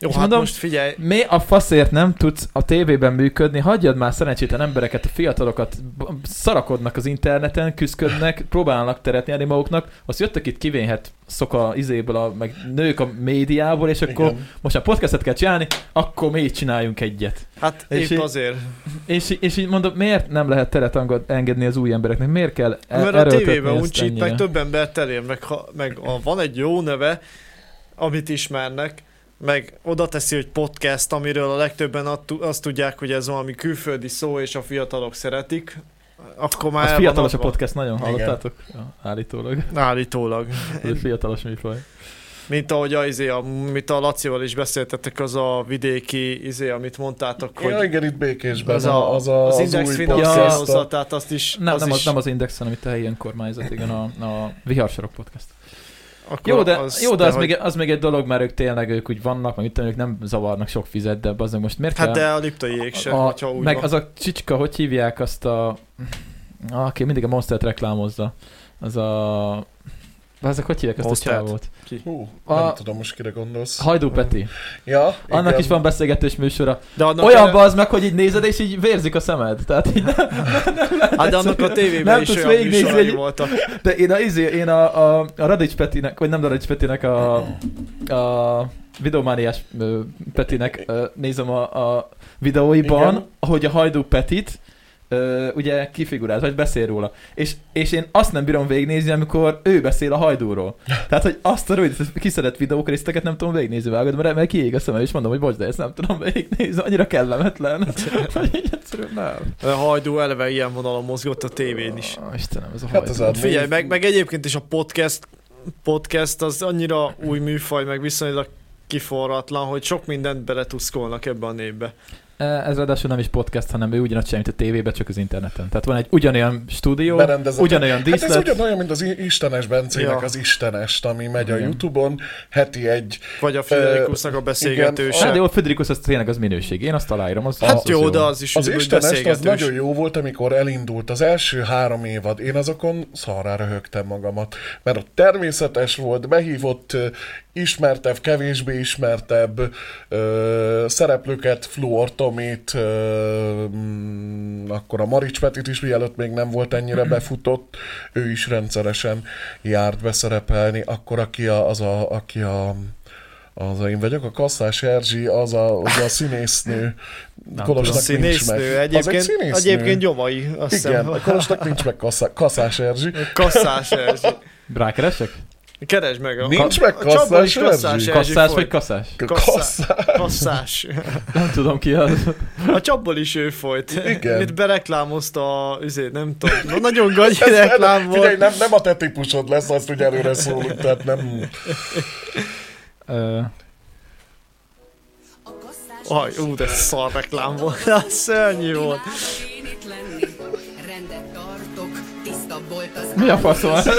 S2: Jó,
S1: És
S2: hát
S1: mondom-
S2: most figyelj,
S1: Mi a faszért nem tudsz a tévében működni? Hagyjad már szerencsétlen embereket, a fiatalokat b- szarakodnak az interneten, küzdködnek, próbálnak teret nyerni maguknak. Azt jöttek itt kivénhet szoka izéből, a, meg nők a médiából, és akkor Igen.
S3: igen.
S1: most már podcastet kell csinálni, akkor mi így csináljunk egyet.
S2: hát
S1: És
S2: épp
S1: í-
S2: azért.
S1: És, í- és így mondom, miért nem lehet teret angod- engedni az új embereknek? Miért kell e-
S2: Mert a
S1: erőltetni
S2: tévében
S1: ezt
S2: uncsít,
S1: ennyire?
S2: meg több embert elér, meg, ha, meg a, van egy jó neve, amit ismernek, meg oda teszi, hogy podcast, amiről a legtöbben att- azt tudják, hogy ez valami külföldi szó, és a fiatalok szeretik, akkor már
S1: Az
S2: el van
S1: fiatalos a
S2: adva.
S1: podcast, nagyon
S3: Igen.
S1: hallottátok? Ja, állítólag.
S2: Állítólag.
S1: Ez egy fiatalos műfaj.
S2: Mint ahogy a, izé, amit a Lacival is beszéltetek, az a vidéki izé, amit mondtátok, hogy
S3: Ja, igen, itt békésben.
S2: az, a, az, a, az, index
S3: új podcast. a-
S2: finanszírozatát, azt is,
S1: Nem az,
S2: az
S1: nem,
S2: is
S1: az, nem az Indexen, amit a helyi önkormányzat, igen, a, a Viharsarok podcast.
S2: akkor
S1: Jó, de,
S2: az,
S1: az, jó, de, az,
S2: hogy-
S1: még, az még egy dolog, mert ők tényleg ők úgy vannak, meg mit tudom, ők nem zavarnak sok fizet, de az most miért
S2: Hát
S1: kell...
S2: de a liptaiék sem,
S1: a,
S2: hogyha úgy
S1: meg
S2: van.
S1: az a csicska, hogy hívják azt a... Ah, Aki mindig a Monstert reklámozza. Az a... Ezek hogy hívják ezt
S2: Monstert?
S1: a csávót?
S3: Hú,
S1: A-
S3: nem tudom most kire gondolsz.
S1: Hajdú Peti.
S3: Ja,
S1: Annak
S3: igen.
S1: is van beszélgetős műsora.
S2: De annak
S1: Olyan
S2: a-
S1: bazd meg, hogy így nézed, és így vérzik a szemed. Tehát így
S2: Hát de annak a tévében
S1: Nem
S2: is
S1: tudsz
S2: olyan
S1: végignézni,
S2: műsorai
S1: hogy-
S2: voltak.
S1: De én a, izé, én a, a, a Radics Petinek, vagy nem Radics Petinek, a, a videomániás ö, Petinek ö, nézem a, a videóiban,
S3: Igen.
S1: Igen. ahogy a Hajdú Petit ö, ugye kifigurált, vagy beszél róla. És, és én azt nem bírom végignézni, amikor ő beszél a hajdúról. Tehát, hogy azt a rövid kiszedett videókrészteket nem tudom végignézni vágod, mert, mert kiég a szemem, és mondom, hogy bocs, de ezt nem tudom végignézni, annyira kellemetlen. hogy így egyszerűen nem.
S2: A hajdú eleve ilyen vonalon mozgott a tévén is.
S1: Ó, Istenem, ez a
S3: Hát ez
S1: hajdú.
S3: a
S2: Figyelj, meg, meg egyébként is a podcast, podcast az annyira új műfaj, meg viszonylag kiforratlan, hogy sok mindent beletuszkolnak ebbe a névbe.
S1: E, Ez ráadásul nem is podcast, hanem ő ugyanazt csinál, mint a tévében, csak az interneten. Tehát van egy ugyanolyan stúdió,
S3: Berendezett.
S1: ugyanolyan
S3: Hát ez
S1: díszlet.
S3: ugyanolyan, mint az i- Istenes Bencének
S2: Ja.
S3: az Istenest, ami megy a
S1: Igen.
S3: Youtube-on, heti egy
S2: Vagy a Friderikusnak a
S1: Hát, de
S2: beszélgetőse.
S1: jó, Federikus az tényleg az minőség. Én azt aláírom. Az, az
S2: Hát jó,
S1: jó.
S2: de az is
S3: Az
S2: ugyanúgy
S3: Istenest az
S2: beszélgetős.
S3: nagyon jó volt, amikor elindult az első három évad. Én azokon szarrá röhögtem magamat, mert ott természetes volt, behívott ö, ismertebb, kevésbé ismertebb ö, szereplőket, Fluor Tomit, ö, mm, akkor a Marics Petit is, mielőtt még nem volt ennyire befutott, ő is rendszeresen járt beszerepelni. Akkor aki a, az a, aki a az én vagyok, a Kasszás Erzsi, az a, az a színésznő.
S2: A
S3: Kolosnak nincs meg.
S2: színésznő
S3: az egy
S2: egyébként,
S3: színésznő.
S2: egyébként gyomai, azt
S3: Igen,
S2: hiszem.
S3: a Kolosnak nincs meg kassa, Kasszás Erzsi.
S2: Kasszás Erzsi.
S1: Rákeresek?
S2: Keresd meg a...
S3: Nincs meg
S2: a Csaba is
S3: Kasszás
S2: Kasszás Erzsi.
S3: Erzsi.
S1: Kasszás
S2: foly.
S1: vagy kasszás?
S2: Kasszás.
S3: Kasszás.
S2: Kasszás.
S1: Nem tudom ki az.
S2: A csapból is ő folyt.
S3: Igen.
S2: Itt bereklámozta a, üzé, nem tudom, Na, nagyon gagyi
S3: Ez-
S2: reklám volt.
S3: Figyelj, nem, nem a te típusod lesz, azt ugye előre szólunk, tehát nem...
S1: Ö,
S2: Aj, ú, de szar reklám volt. Az szörnyű volt.
S5: Imádom én itt lenni. Rendet tartok, tiszta volt az
S1: Mi a faszom?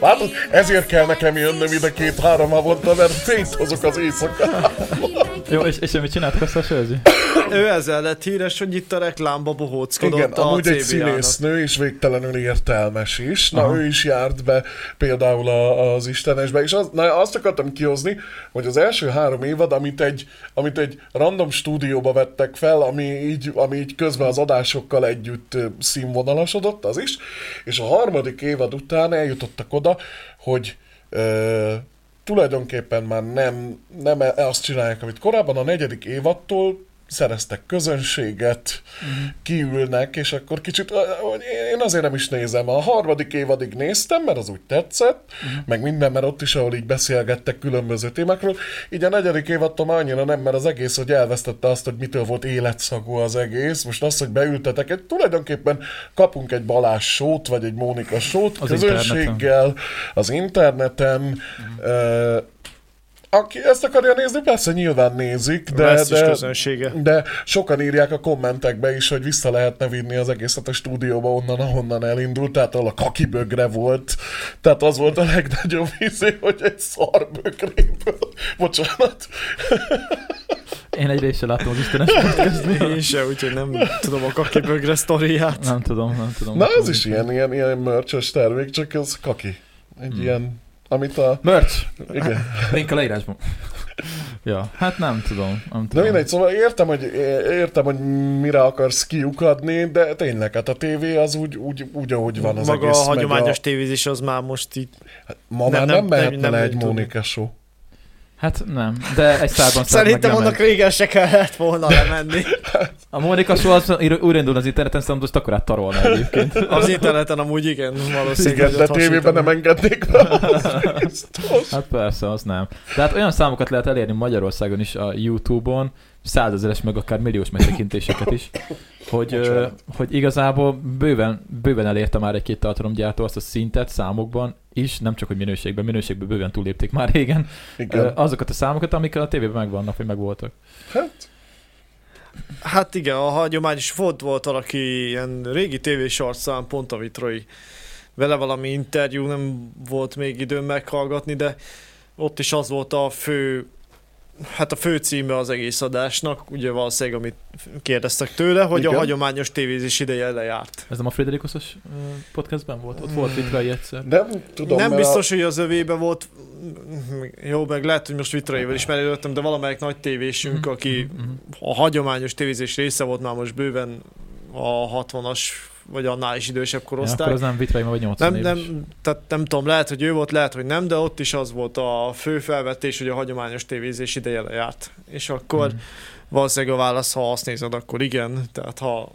S3: Látod, ezért kell nekem jönnöm ide két-három havonta, mert fényt hozok az éjszaka.
S1: Jó, és, és mit csinált kasszás Erzsi?
S2: Ő ezzel lett híres, hogy itt a reklámba bohóckodott
S3: Igen,
S2: a
S3: amúgy egy
S2: CBA-nak.
S3: színésznő, és végtelenül értelmes is. Na, ő is járt be például a, az Istenesbe, és az, na, azt akartam kihozni, hogy az első három évad, amit egy, amit egy random stúdióba vettek fel, ami így, ami így közben az adásokkal együtt ö, színvonalasodott, az is, és a harmadik évad után eljutottak oda, hogy ö, tulajdonképpen már nem, nem e- azt csinálják, amit korábban a negyedik évattól szereztek közönséget,
S1: Mhm.
S3: uh-huh. kiülnek, és akkor kicsit, ö, ö, én azért nem is nézem, a harmadik évadig néztem, mert az úgy tetszett,
S1: Mhm.
S3: uh-huh. meg minden, mert ott is, ahol így beszélgettek különböző témákról, így a negyedik évattól már annyira nem, mert az egész, hogy elvesztette azt, hogy mitől volt életszagú az egész, most azt, hogy beültetek, egy, tulajdonképpen kapunk egy Balázs sót, vagy egy Mónika sót,
S1: Az
S3: közönség,
S1: interneten.
S3: el az interneten. Ö, aki ezt akarja nézni, persze nyilván nézik, de,
S2: Lesz is
S3: de,
S2: közönsége.
S3: de sokan írják a kommentekbe is, hogy vissza lehetne vinni az egészet a stúdióba onnan, ahonnan elindult, tehát ahol a kakibögre volt. Tehát az volt a legnagyobb izé, hogy egy szarbögréből. Bocsánat.
S1: Én egy részt sem láttam az Istenes podcast.
S2: Én se, úgyhogy nem tudom a kakibögre sztoriát.
S1: Nem tudom, nem tudom.
S3: Na, ez is ilyen, ilyen, ilyen mörcsös termék, csak ez kaki. Egy hmm. ilyen, amit a...
S1: Merch!
S3: Igen.
S1: Link a leírásban. Ja, hát nem tudom. Nem
S3: De
S1: tudom.
S3: mindegy, szóval értem, hogy, értem, hogy mire akarsz kiukadni, de tényleg, hát a tévé az úgy, úgy, úgy ahogy van az
S2: Maga
S3: egész.
S2: a
S3: meg
S2: hagyományos tévézés az már most így...
S3: Ma
S2: nem-
S3: már
S2: nem-
S3: nem, mehetne
S2: nem- nem
S3: le
S2: így
S3: egy
S2: tudni.
S3: Mónika show.
S1: Hát nem, de egy szárban
S2: Szerintem annak régen se kellett volna lemenni.
S1: A Mónika szó az ír- újraindul az interneten, szerintem most akkor áttarolná egyébként.
S2: Az interneten amúgy igen, valószínűleg.
S3: Igen, de
S2: egyet
S3: tévében nem
S2: hasonlítanak.
S3: engednék be. az biztos.
S1: Hát persze, az nem. Tehát olyan számokat lehet elérni Magyarországon is a YouTube-on, százezeres, meg akár milliós megtekintéseket is, hogy, ö,
S3: Bocsánat.
S1: hogy igazából bőven, bőven elérte már egy-két tartalomgyártó azt a szintet számokban is, nem csak hogy minőségben, minőségben bőven túlépték már régen ö,
S3: Igen.
S1: azokat a számokat, amik a tévében megvannak, vagy megvoltak.
S3: Hát,
S2: Hát igen, a hagyományos volt, volt valaki ilyen régi tévés arcán, pont a vitrai. Vele valami interjú, nem volt még időm meghallgatni, de ott is az volt a fő, hát a fő címe az egész adásnak, ugye valószínűleg, amit kérdeztek tőle, hogy
S3: Igen.
S2: a hagyományos tévézés ideje lejárt.
S1: Ez nem a Frederikusos ö, podcastben volt? Ott volt Vitrai egyszer.
S3: nem tudom,
S2: Tudom, nem
S3: mert
S2: biztos, hogy az övébe volt, jó, meg lehet, hogy most vitraival is merülöttem, de valamelyik nagy tévésünk, aki
S1: Mhm, mhm.
S2: a hagyományos tévézés része volt már most bőven a 60-as, vagy annál is idősebb
S1: Ja, akkor
S2: korosztály.
S1: az nem Vitrai, vagy 80
S2: nem,
S1: éves.
S2: nem, tehát nem tudom, lehet, hogy ő volt, lehet, hogy nem, de ott is az volt a fő felvetés, hogy a hagyományos tévézés ideje lejárt. És akkor
S1: Mhm.
S2: valószínűleg a válasz, ha azt nézed, akkor igen, tehát ha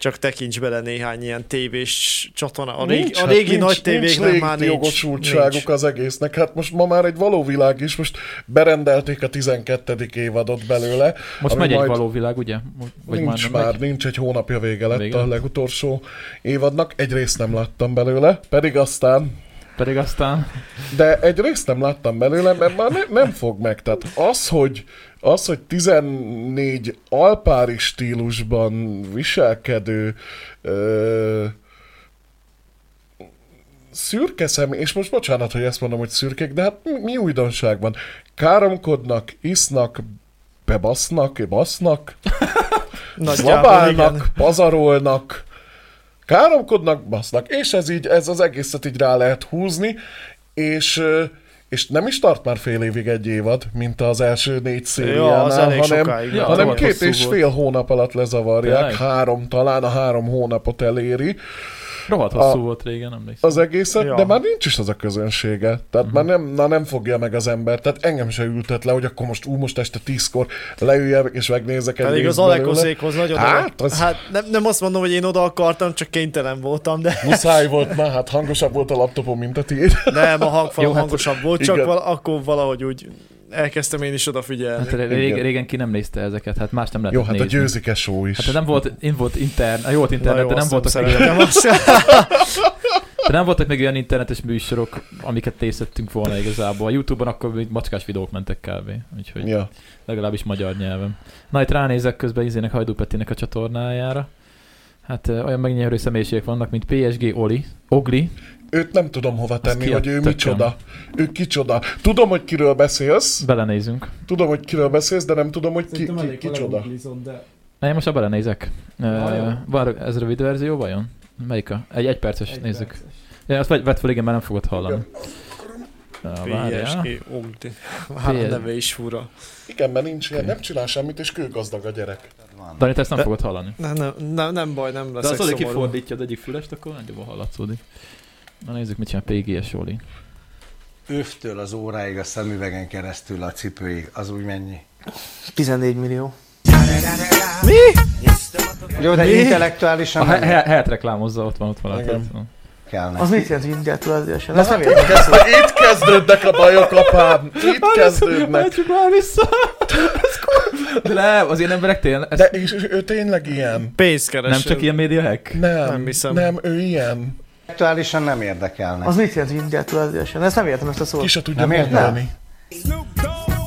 S2: csak tekints bele néhány ilyen tévés csatorna. A, régi, a
S3: hát
S2: régi
S3: nincs-
S2: nagy tévéknek
S3: nincs
S2: már nincs.
S3: jogosultságuk
S2: Nincs.
S3: az egésznek. Hát most ma már egy való világ is, most berendelték a 12. évadot belőle.
S1: Most
S3: ami
S1: megy egy
S3: majd-
S1: való világ, ugye? Vagy
S3: nincs
S1: nem
S3: már,
S1: megy?
S3: nincs egy hónapja vége lett
S1: Vége
S3: a
S1: lett?
S3: legutolsó évadnak. Egy részt nem láttam belőle, pedig aztán...
S1: Pedig aztán...
S3: De egy részt nem láttam belőle, mert már ne, nem fog meg. Tehát az, hogy, az, hogy 14 alpári stílusban viselkedő ö, szürke személy, és most bocsánat, hogy ezt mondom, hogy szürkék, de hát mi, mi újdonság van? Káromkodnak, isznak, bebasznak, basznak,
S2: Nagyjából igen.
S3: Zabálnak, pazarolnak, káromkodnak, basznak, és ez így, ez az egészet így rá lehet húzni, és, ö, és nem is tart már fél évig egy évad, mint az első négy
S2: Ja, az
S3: szériánál,
S2: elég
S3: hanem,
S2: sokáig.
S1: Ja,
S2: Ja,
S1: az
S3: hanem
S1: volt
S3: két
S1: hosszú
S3: és
S1: volt.
S3: fél hónap alatt lezavarják,
S1: Tényleg?
S3: három, talán a három hónapot eléri
S1: Rohadt hosszú volt régen, emlékszem.
S3: az egészet, ja.
S2: Ja. Mhm.
S3: de már nincs is az a közönsége. Tehát uh-huh. már nem, na nem fogja meg az ember. Tehát engem se ültet le, hogy akkor most ú, most este tízkor leüljek és megnézek egy
S2: Pedig az
S3: részt belőle.
S2: Alekozékhoz nagyon
S3: Hát,
S2: oda-
S3: az-
S2: hát nem, nem azt mondom, hogy én oda akartam, csak kénytelen voltam, de
S3: Muszáj volt, na hát hangosabb volt a laptopom, mint a tiéd.
S2: nem, a hangfalam
S3: Jó, hát-
S2: hangosabb volt, csak
S3: igen.
S2: val- akkor valahogy úgy elkezdtem én is odafigyelni.
S1: Hát ré-
S3: igen.
S1: ré- régen ki nem nézte ezeket, hát más nem
S3: Jó,
S1: lehetett
S3: hát
S1: nézni.
S3: a győzike show is.
S1: Hát nem volt, én volt internet, jó volt internet, de, nem voltak még,
S2: szeretem azt.
S1: de nem voltak még olyan internetes műsorok, amiket nézhettünk volna igazából. A Youtube-on akkor még macskás videók mentek kb. Úgyhogy
S3: Ja.
S1: legalábbis magyar nyelven. Na, itt ránézek közben Izének Hajdú Petinek a csatornájára. Hát ö, olyan megnyerő személyiségek vannak, mint PSG Oli, Ogli, Azt
S3: Őt nem tudom hova tenni, hogy ő
S1: kiadtatom.
S3: micsoda. Ő kicsoda. Tudom, hogy kiről beszélsz,
S1: belenézünk.
S3: tudom, hogy kiről beszélsz, de nem tudom, hogy ki,
S4: Szerintem
S3: ki,
S4: elég ha
S3: kicsoda.
S4: leguglizod, de...
S1: Na, én most abban belenézek. Ö,
S4: Vajon?
S1: Van ez rövid verzió, vajon? Melyik a? Egy egyperces,
S4: egy
S1: nézzük.
S4: perces.
S1: Ja, azt vett vett fel, igen, már nem fogod hallani. Ja, várjál.
S2: PSG, Ogdi. Már a
S1: Fél.
S2: neve is fura.
S3: Igen, mert nincs ilyen, nem csinál semmit, és kőgazdag a gyerek.
S1: Dani, te ezt nem
S2: De-
S1: fogod hallani.
S2: Nem, nem, nem, nem baj,
S1: De
S2: nem leszek
S1: az, hogy
S2: szomorú.
S1: kifordítja az egyik fülest, akkor nagyjából hallatszódik. Na nézzük, mit csinál PGS Oli.
S6: Övtől az óráig, a szemüvegen keresztül a cipőig, az úgy mennyi.
S7: 14 millió.
S6: Jó, de
S1: A
S6: intellektuálisan
S1: he-
S6: nem
S1: he- helyet reklámozza, ott van, ott van.
S3: Igen.
S1: ott van.
S6: kellene.
S7: Az mit jelent, hogy intellektuálisan? Azt nem értem.
S3: Kezdve, Szóval itt kezdődnek a bajok, apám! Itt kezdődnek!
S1: Hagyjuk már vissza! Ez kur- De nem, az ilyen emberek tényleg...
S3: De
S1: Ez
S3: és és ő tényleg ilyen?
S2: Pénzkereső.
S1: nem csak ilyen média hack?
S3: Nem,
S2: Nem hiszem.
S3: nem, ő ilyen.
S6: Intellektuálisan nem érdekelne.
S7: Az mit jelent, hogy intellektuálisan? Ezt nem értem ezt a szót.
S3: Ki se tudja
S6: Nem értem.
S3: mondani.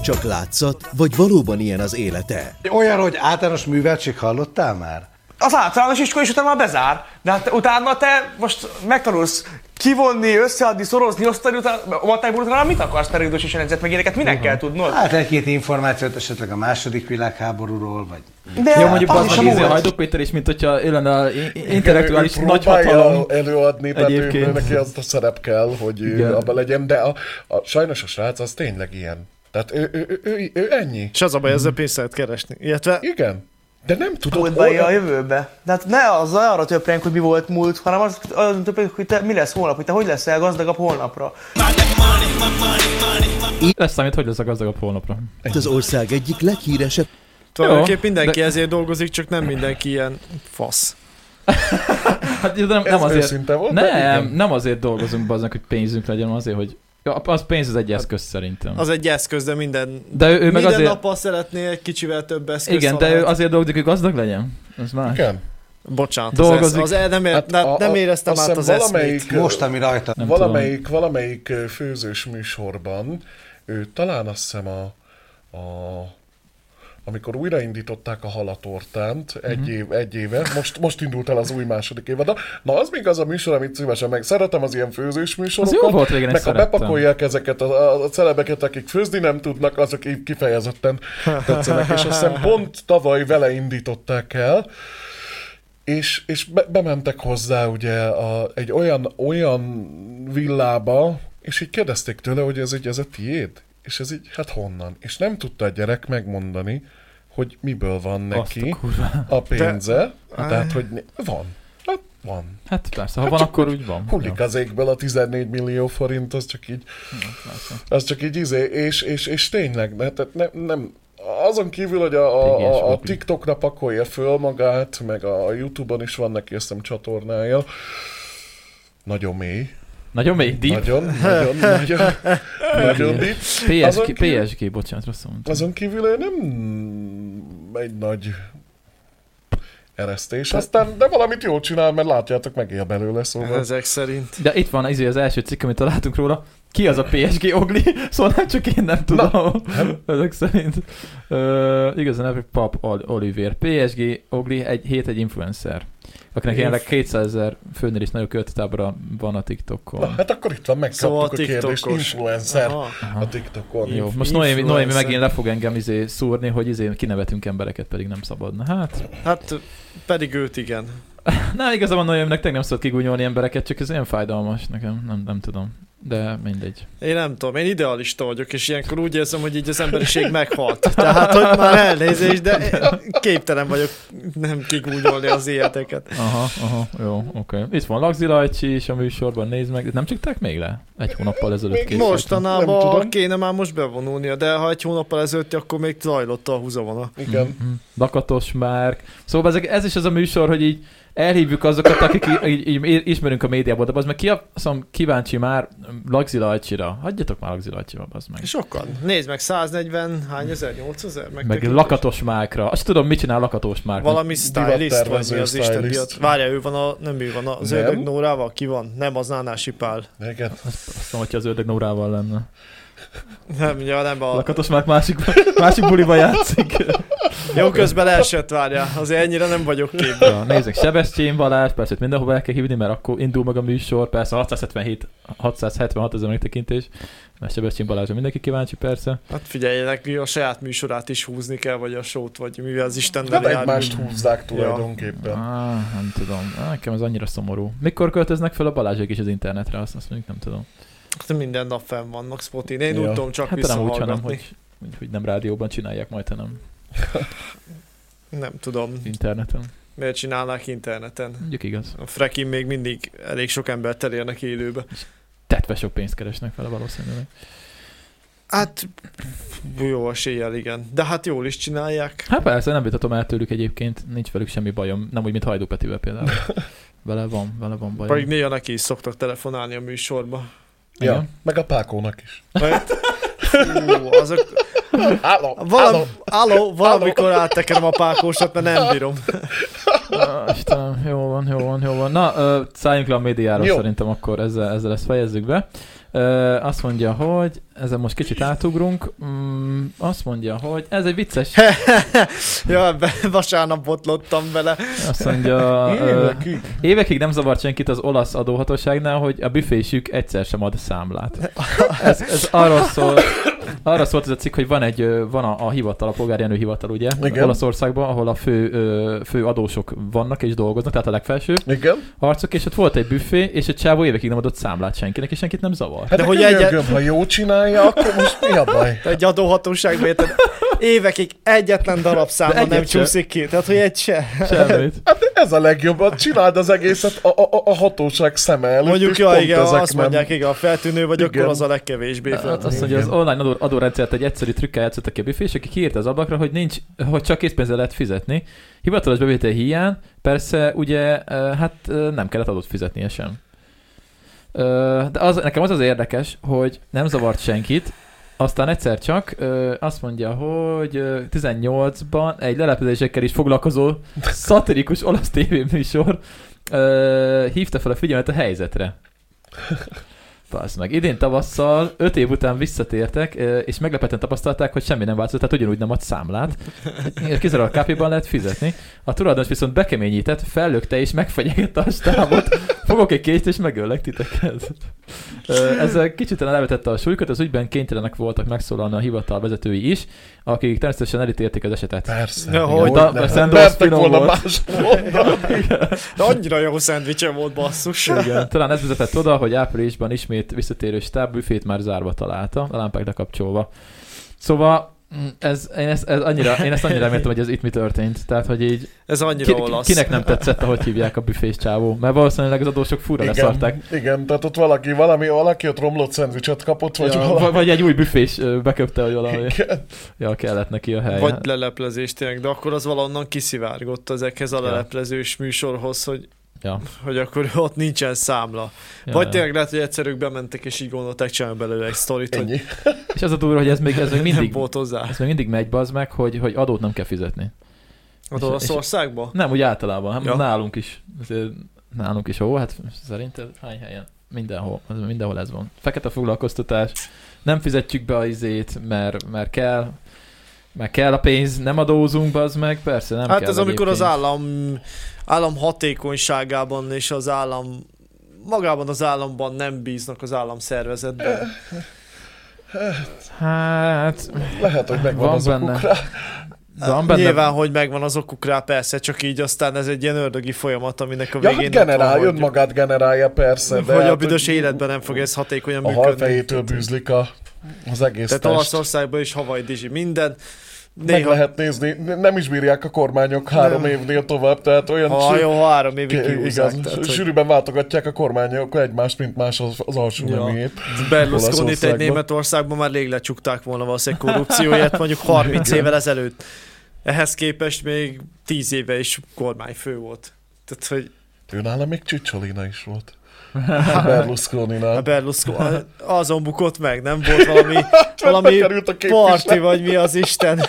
S8: Csak látszat, vagy valóban ilyen az élete?
S6: Olyan, hogy általános műveltség hallottál már?
S7: Az általános iskola is utána már bezár. De hát utána te most megtanulsz kivonni, összeadni, szorozni, osztani, utána matekból utána mit akarsz per idős meg ilyeneket minek kell tudnod?
S6: Hát egy-két információt esetleg a második világháborúról, vagy...
S7: De
S1: Jó, mondjuk
S7: az
S1: az
S7: is
S1: meg izé,
S7: amúgy.
S1: ízé a Hajdó Péter is, mint hogyha ő lenne a i- i- intellektuális
S3: Ő- ő próbálja
S1: nagyhatalom.
S3: előadni, tehát ő,
S1: Egyébként.
S3: ő neki az a szerep kell, hogy ő
S1: Igen.
S3: abba legyen, de a, a, sajnos a srác az tényleg ilyen. Tehát ő, ő, ő, ő, ő ennyi.
S2: És az a baj,
S1: Mhm.
S2: ezzel pénzt lehet keresni. Illetve
S3: Igen. De nem
S7: Múlt
S3: tudod,
S7: be
S3: olyan-
S7: a jövőbe. De hát ne az ne arra töpreng, hogy mi volt múlt, hanem az, az töpreng, hogy te mi lesz holnap, hogy te hogy leszel gazdagabb holnapra.
S1: Lesz számít, hogy lesz a gazdagabb holnapra.
S8: Az ország egyik leghíresebb
S2: Tulajdonképp mindenki
S1: de-
S2: ezért dolgozik, csak nem mindenki ilyen fasz.
S1: Hát de nem,
S3: Ez
S1: nem azért...
S3: őszinte volt? de
S1: Nem,
S3: igen.
S1: nem azért dolgozunk baznak, hogy pénzünk legyen, hanem azért, hogy... Ja, az pénz az
S3: Hát
S1: egy eszköz szerintem.
S2: Az egy eszköz, de minden,
S1: De ő, ő meg
S2: minden
S1: azért...
S2: nappal szeretné egy kicsivel több eszköz.
S1: Igen, de ő azért dolgozik, hogy gazdag legyen. Az más.
S3: Igen.
S2: Bocsánat, az,
S1: dolgozik.
S2: esz, az el, nem, ér,
S3: Hát
S2: hát
S3: a- a-
S2: nem éreztem
S3: azt
S2: át az
S3: hiszem
S2: valamelyik...
S3: valamelyik-
S6: Most, ami rajta
S1: Nem tudom.
S3: valamelyik, valamelyik ö, főzős műsorban, ő talán azt hiszem a, a amikor újraindították a halatortánt
S1: Mhm.
S3: egy, év, egy éve, most, most indult el az új második évad. Na az még az a műsor, amit szívesen meg szeretem, az ilyen főzős műsorokat.
S1: Az jó volt régen,
S3: meg
S1: ezt
S3: ha
S1: szerettem.
S3: bepakolják ezeket a, a, a celebeket, akik főzni nem tudnak, azok így kifejezetten tetszenek. És azt hiszem pont tavaly vele indították el, és, és be, bementek hozzá ugye a, egy olyan, olyan villába, és így kérdezték tőle, hogy ez, így, ez a tiéd? És ez így, hát honnan? És nem tudta a gyerek megmondani, hogy miből
S1: Azt
S3: van
S1: a
S3: neki
S1: kurva.
S3: a pénze, de... tehát hogy né- van. Hát van.
S1: Hát persze, ha
S3: Hát
S1: van,
S3: csak
S1: akkor úgy van.
S3: Hullik az égből a 14 millió forint, az csak így, az csak így izé, és, és, és tényleg, ne, tehát nem, nem, azon kívül, hogy a, a,
S1: Igen,
S3: a, a
S1: sok.
S3: TikTokra pakolja föl magát, meg a Youtube-on is van neki, azt hiszem, csatornája, nagyon mély,
S1: Nagyon még deep.
S3: nagyon, nagyon, nagyon, nagyon deep. azon
S1: PSG,
S3: kívül-
S1: PSG, bocsánat, rosszul mondtam.
S3: Azon kívül ő nem egy nagy eresztés, aztán de valamit jól csinál, mert látjátok, megél belőle, szóval.
S2: Ezek szerint.
S1: De itt van izé az első cikk, amit találtunk róla. Ki az a PSG Ogli? Szóval nem csak én nem tudom. Ezek szerint. Ö, igazán nevű Pap Ol- Oliver. PSG Ogli egy hét egy influencer. Akinek jelenleg 200 ezer főnél is nagyobb költetábra van a
S3: Na,
S1: TikTokon.
S3: hát akkor itt van, megkaptuk
S2: Szóval
S3: szóval
S2: a
S3: a, kérdést,
S2: TikTokos.
S3: influencer
S2: Aha.
S1: Aha.
S3: a TikTokon.
S1: Jó,
S2: Inf-
S1: most Noémi, Noémi
S2: influencer.
S1: megint le fog engem izé szúrni, hogy izé kinevetünk embereket, pedig nem szabadna. Hát,
S2: Hát pedig őt igen.
S1: na igazából Noéminek tényleg nem szabad kigúnyolni embereket, csak ez olyan fájdalmas nekem, nem, nem tudom. De mindegy.
S2: Én nem tudom, én idealista vagyok, és ilyenkor úgy érzem, hogy így az emberiség meghalt. Tehát, hogy már elnézés, de képtelen vagyok nem kigúnyolni az ilyeneket.
S1: Aha, aha, jó, oké. Itt van Lagzi Lajcsi is a műsorban, nézd meg. Nem csíkták még le? Egy hónappal ezelőtt
S3: Még
S1: készült.
S3: Nem
S2: Mostanában
S3: tudom.
S2: kéne már most bevonulnia, de ha egy hónappal ezelőtt, akkor még zajlott a húzavona.
S3: Igen.
S1: Mhm. Lakatos Márk. Szóval ezek, ez is az a műsor, hogy így elhívjuk azokat, akik í- így, így ismerünk a médiából, de az meg ki a, szóval kíváncsi már Lagzi Lajcsira. Hagyjatok már Lagzi Lajcsival, az meg.
S2: Sokan. Nézd meg, 140, hány ezer, 8000? Meg,
S1: Meg
S2: tekintés.
S1: Lakatos Mákra. Azt tudom, mit csinál Lakatos Márk.
S2: Valami stylist vagy
S3: Divattervező
S2: mi az Isten
S3: stylist.
S2: miatt. Várja, ő van a, nem ő van a az
S3: Nem?
S2: ördög Nórával, ki van? Nem, az Nánási Pál.
S3: Igen.
S1: Azt hiszem, hogyha az ördög Nórával lenne.
S2: Nem, ja, nem a...
S1: Lakatos Márk másik, másik buliba játszik.
S2: Jó, közben leesett, várja. Azért ennyire nem vagyok képben.
S1: Ja, nézzük, Sebestyén Balázs, persze itt mindenhova el kell hívni, mert akkor indul meg a műsor, persze 677, 676 ezer megtekintés, mert Sebestyén Balázsra mindenki kíváncsi, persze.
S2: Hát figyeljenek, mi a saját műsorát is húzni kell, vagy a sót, vagy mivel az Isten
S3: Nem
S2: jár.
S3: egymást húzzák tulajdonképpen.
S1: Ah, nem tudom, Á, nekem ez annyira szomorú. Mikor költöznek fel a Balázsék is az internetre, azt, azt mondjuk nem tudom.
S2: Hát Minden nap fenn vannak Spotin. Én
S3: Ja.
S2: úgy tudom csak hát
S1: Hát nem úgy, hanem
S2: visszahallgatni.
S1: hogy, úgy, hogy nem rádióban csinálják majd, hanem
S2: Nem tudom,
S1: interneten.
S2: miért csinálnák interneten.
S1: Mondjuk igaz.
S2: A frekin még mindig elég sok embert elérnek élőbe.
S1: Tetve sok pénzt keresnek vele valószínűleg.
S2: Hát jó eséllyel, igen. De hát jól is csinálják.
S1: Hát persze, nem vitatom el tőlük egyébként, nincs velük semmi bajom. Nem úgy, mint Hajdú Petivel például. Vele van, vele van bajom.
S2: Pedig néha neki is szoktak telefonálni a műsorba.
S3: Ja.
S1: Igen.
S3: Meg a pákónak is.
S2: Hú, azok...
S3: Álló,
S2: Valam,
S3: álló.
S2: álló, valamikor áttekerem a pákósat, mert nem bírom.
S1: Á, Istenem, jó van, jó van, jó van. Na, ö, szálljunk le a médiáról
S3: Jó.
S1: szerintem akkor ezzel, ezzel ezt fejezzük be. Ö, azt mondja, hogy ezen most kicsit átugrunk. Mm, azt mondja, hogy ez egy vicces.
S2: ja, ebbe vasárnap botlottam bele.
S1: Azt mondja, ö,
S3: Évekig.
S1: évekig nem zavart senkit az olasz adóhatóságnál, hogy a büfésük egyszer sem ad számlát. Ez, ez arról szól, arra szólt ez a cikk, hogy van egy, ö, van a, a hivatal, a polgári hivatal, ugye,
S3: Igen.
S1: Olaszországban, ahol a fő, ö, fő adósok vannak és dolgoznak, tehát a legfelső.
S3: Igen. Hát
S1: harcok, és ott volt egy büfé, és egy csávó évekig nem adott számlát senkinek, és senkit nem zavar.
S3: Hát
S2: De
S3: de
S2: hogy
S3: hogy
S2: egy-
S3: egy... ha jól csinálja, akkor most mi a baj?
S2: Egy adóhatóság érted? Évekig egyetlen darab
S1: De
S2: száma
S1: egyet
S2: nem
S1: se.
S2: csúszik ki. Tehát, hogy egy se.
S1: Semmit.
S3: Hát ez a legjobb, a- csináld az egészet a, a, a- a hatóság szeme előtt,
S2: Mondjuk,
S3: és
S2: ja,
S3: pont
S2: igen,
S3: ezek
S2: azt
S3: nem.
S2: mondják, igen, a feltűnő vagy,
S3: Igen.
S2: akkor az a legkevésbé
S1: Hát
S2: feltűnő.
S1: azt mondja, az online adó, adórendszert egy egyszerű trükkel játszott ki a büfé, és aki kiírta az ablakra, hogy, nincs, hogy csak készpénzzel lehet fizetni. Hivatalos bevétel hiány, persze ugye eh, hát eh, nem kellett adót fizetnie sem. Ö, De az, nekem az az érdekes, hogy nem zavart senkit, aztán egyszer csak ö, azt mondja, hogy ö, 18-ban egy lelepezésekkel is foglalkozó szatirikus olasz tévéműsor ö, hívta fel a figyelmet a helyzetre. Passz meg. Idén tavasszal, öt év után visszatértek, ö, és meglepetten tapasztalták, hogy semmi nem változott, tehát ugyanúgy nem ad számlát. Kizárólag a KP-ban lehet fizetni. A tulajdonos viszont bekeményített, fellökte és megfenyegette a stábot. Fogok egy kést és megöllek titeket. Ö, Ezzel kicsit talán elvetette a súlyköt, az ügyben kénytelenek voltak megszólalni a hivatal vezetői is, akik természetesen elítélték az esetet.
S3: Persze.
S2: Ja,
S3: igen,
S2: hogy
S1: da-
S3: nem.
S1: a Sandor
S3: Mertek
S1: Spino
S3: volna
S1: volt.
S3: más mondani.
S2: De annyira jó szendvicse volt, basszus.
S1: Igen. Talán ez vezetett oda, hogy áprilisban ismét visszatérő stáb büfét már zárva találta, a lámpák lekapcsolva. Szóval mm, ez, én, ezt, ez annyira, én ezt annyira reméltem, hogy ez itt mi történt. Tehát, hogy így
S2: Ez annyira
S1: ki,
S2: olasz.
S1: kinek nem tetszett, ahogy hívják a büfés csávó. Mert valószínűleg az adósok fura leszarták.
S3: Igen, igen, tehát ott valaki, valami, valaki ott romlott szendvicset kapott, vagy
S1: Ja,
S3: valami.
S1: vagy, vagy egy új büfés ö, beköpte, hogy valami.
S3: Igen.
S1: Ja, kellett neki a hely.
S2: Vagy leleplezés tényleg, de akkor az valahonnan kiszivárgott ezekhez a
S1: Ja.
S2: leleplezős műsorhoz, hogy,
S1: Ja.
S2: hogy akkor ott nincsen számla.
S1: ja,
S2: Vagy
S1: ja.
S2: tényleg lehet, hogy egyszer ők bementek és így gondolták, csinálj belőle egy sztorit, hogy
S3: Ennyi.
S1: És az a durva, hogy ez még, ez még
S2: nem
S1: mindig,
S2: volt hozzá.
S1: ez még mindig megy bazd meg, hogy, hogy adót nem kell fizetni.
S2: Hát
S1: és-
S2: Olaszországban?
S1: Nem, úgy általában, hát
S2: Ja.
S1: ja. nálunk is. Azért nálunk is, ó, hát szerinted hány helyen? Mindenhol, az- mindenhol ez van. Fekete foglalkoztatás, nem fizetjük be a izét, mert, mert kell, mert kell a pénz, nem adózunk, az meg, persze nem
S2: Hát
S1: kell
S2: ez amikor az
S1: egyébként.
S2: állam, állam hatékonyságában és az állam magában az államban nem bíznak az állam szervezetben.
S1: Hát,
S3: Lehet, hogy megvan
S1: Van
S3: az okuk
S1: benne.
S3: rá.
S1: van benne.
S2: Hát, Nyilván, hogy megvan az okuk rá, persze, csak így aztán ez egy ilyen ördögi folyamat, aminek a
S3: Ja,
S2: végén
S3: hát
S2: ott van,
S3: generál,
S2: hogy-
S3: önmagát generálja, persze. De
S2: hogy a
S3: hát,
S2: büdös életben nem fog ez hatékonyan
S3: A
S2: működni.
S3: halfejétől bűzlik a, az egész
S2: Tehát
S3: test.
S2: Olaszországban is Hawaii Dizsi minden.
S3: Meg
S2: Néha,
S3: lehet nézni, nem is bírják a kormányok három évnél tovább, tehát olyan
S2: ha
S3: sü-
S2: Ah, jó, három évig kiúzzák.
S3: igen,
S2: tehát,
S3: tehát,
S2: hogy-
S3: sűrűben váltogatják a kormányok egymást, mint más az, az alsó
S2: Ja.
S3: ja. nép.
S2: berlusconi egy
S3: Olaszországban.
S2: Németországban már rég lecsukták volna valószínűleg korrupcióját, mondjuk 30 évvel ezelőtt. Ehhez képest még 10 éve is kormányfő volt. Tehát, hogy
S3: Őnála még Csicsolina is volt. Hát
S2: a Hát
S3: Berlusconinál.
S2: Berlusconi azon bukott meg, nem volt valami, valami
S3: Hát, Bekerült a képviselő.
S2: parti, vagy mi az Isten.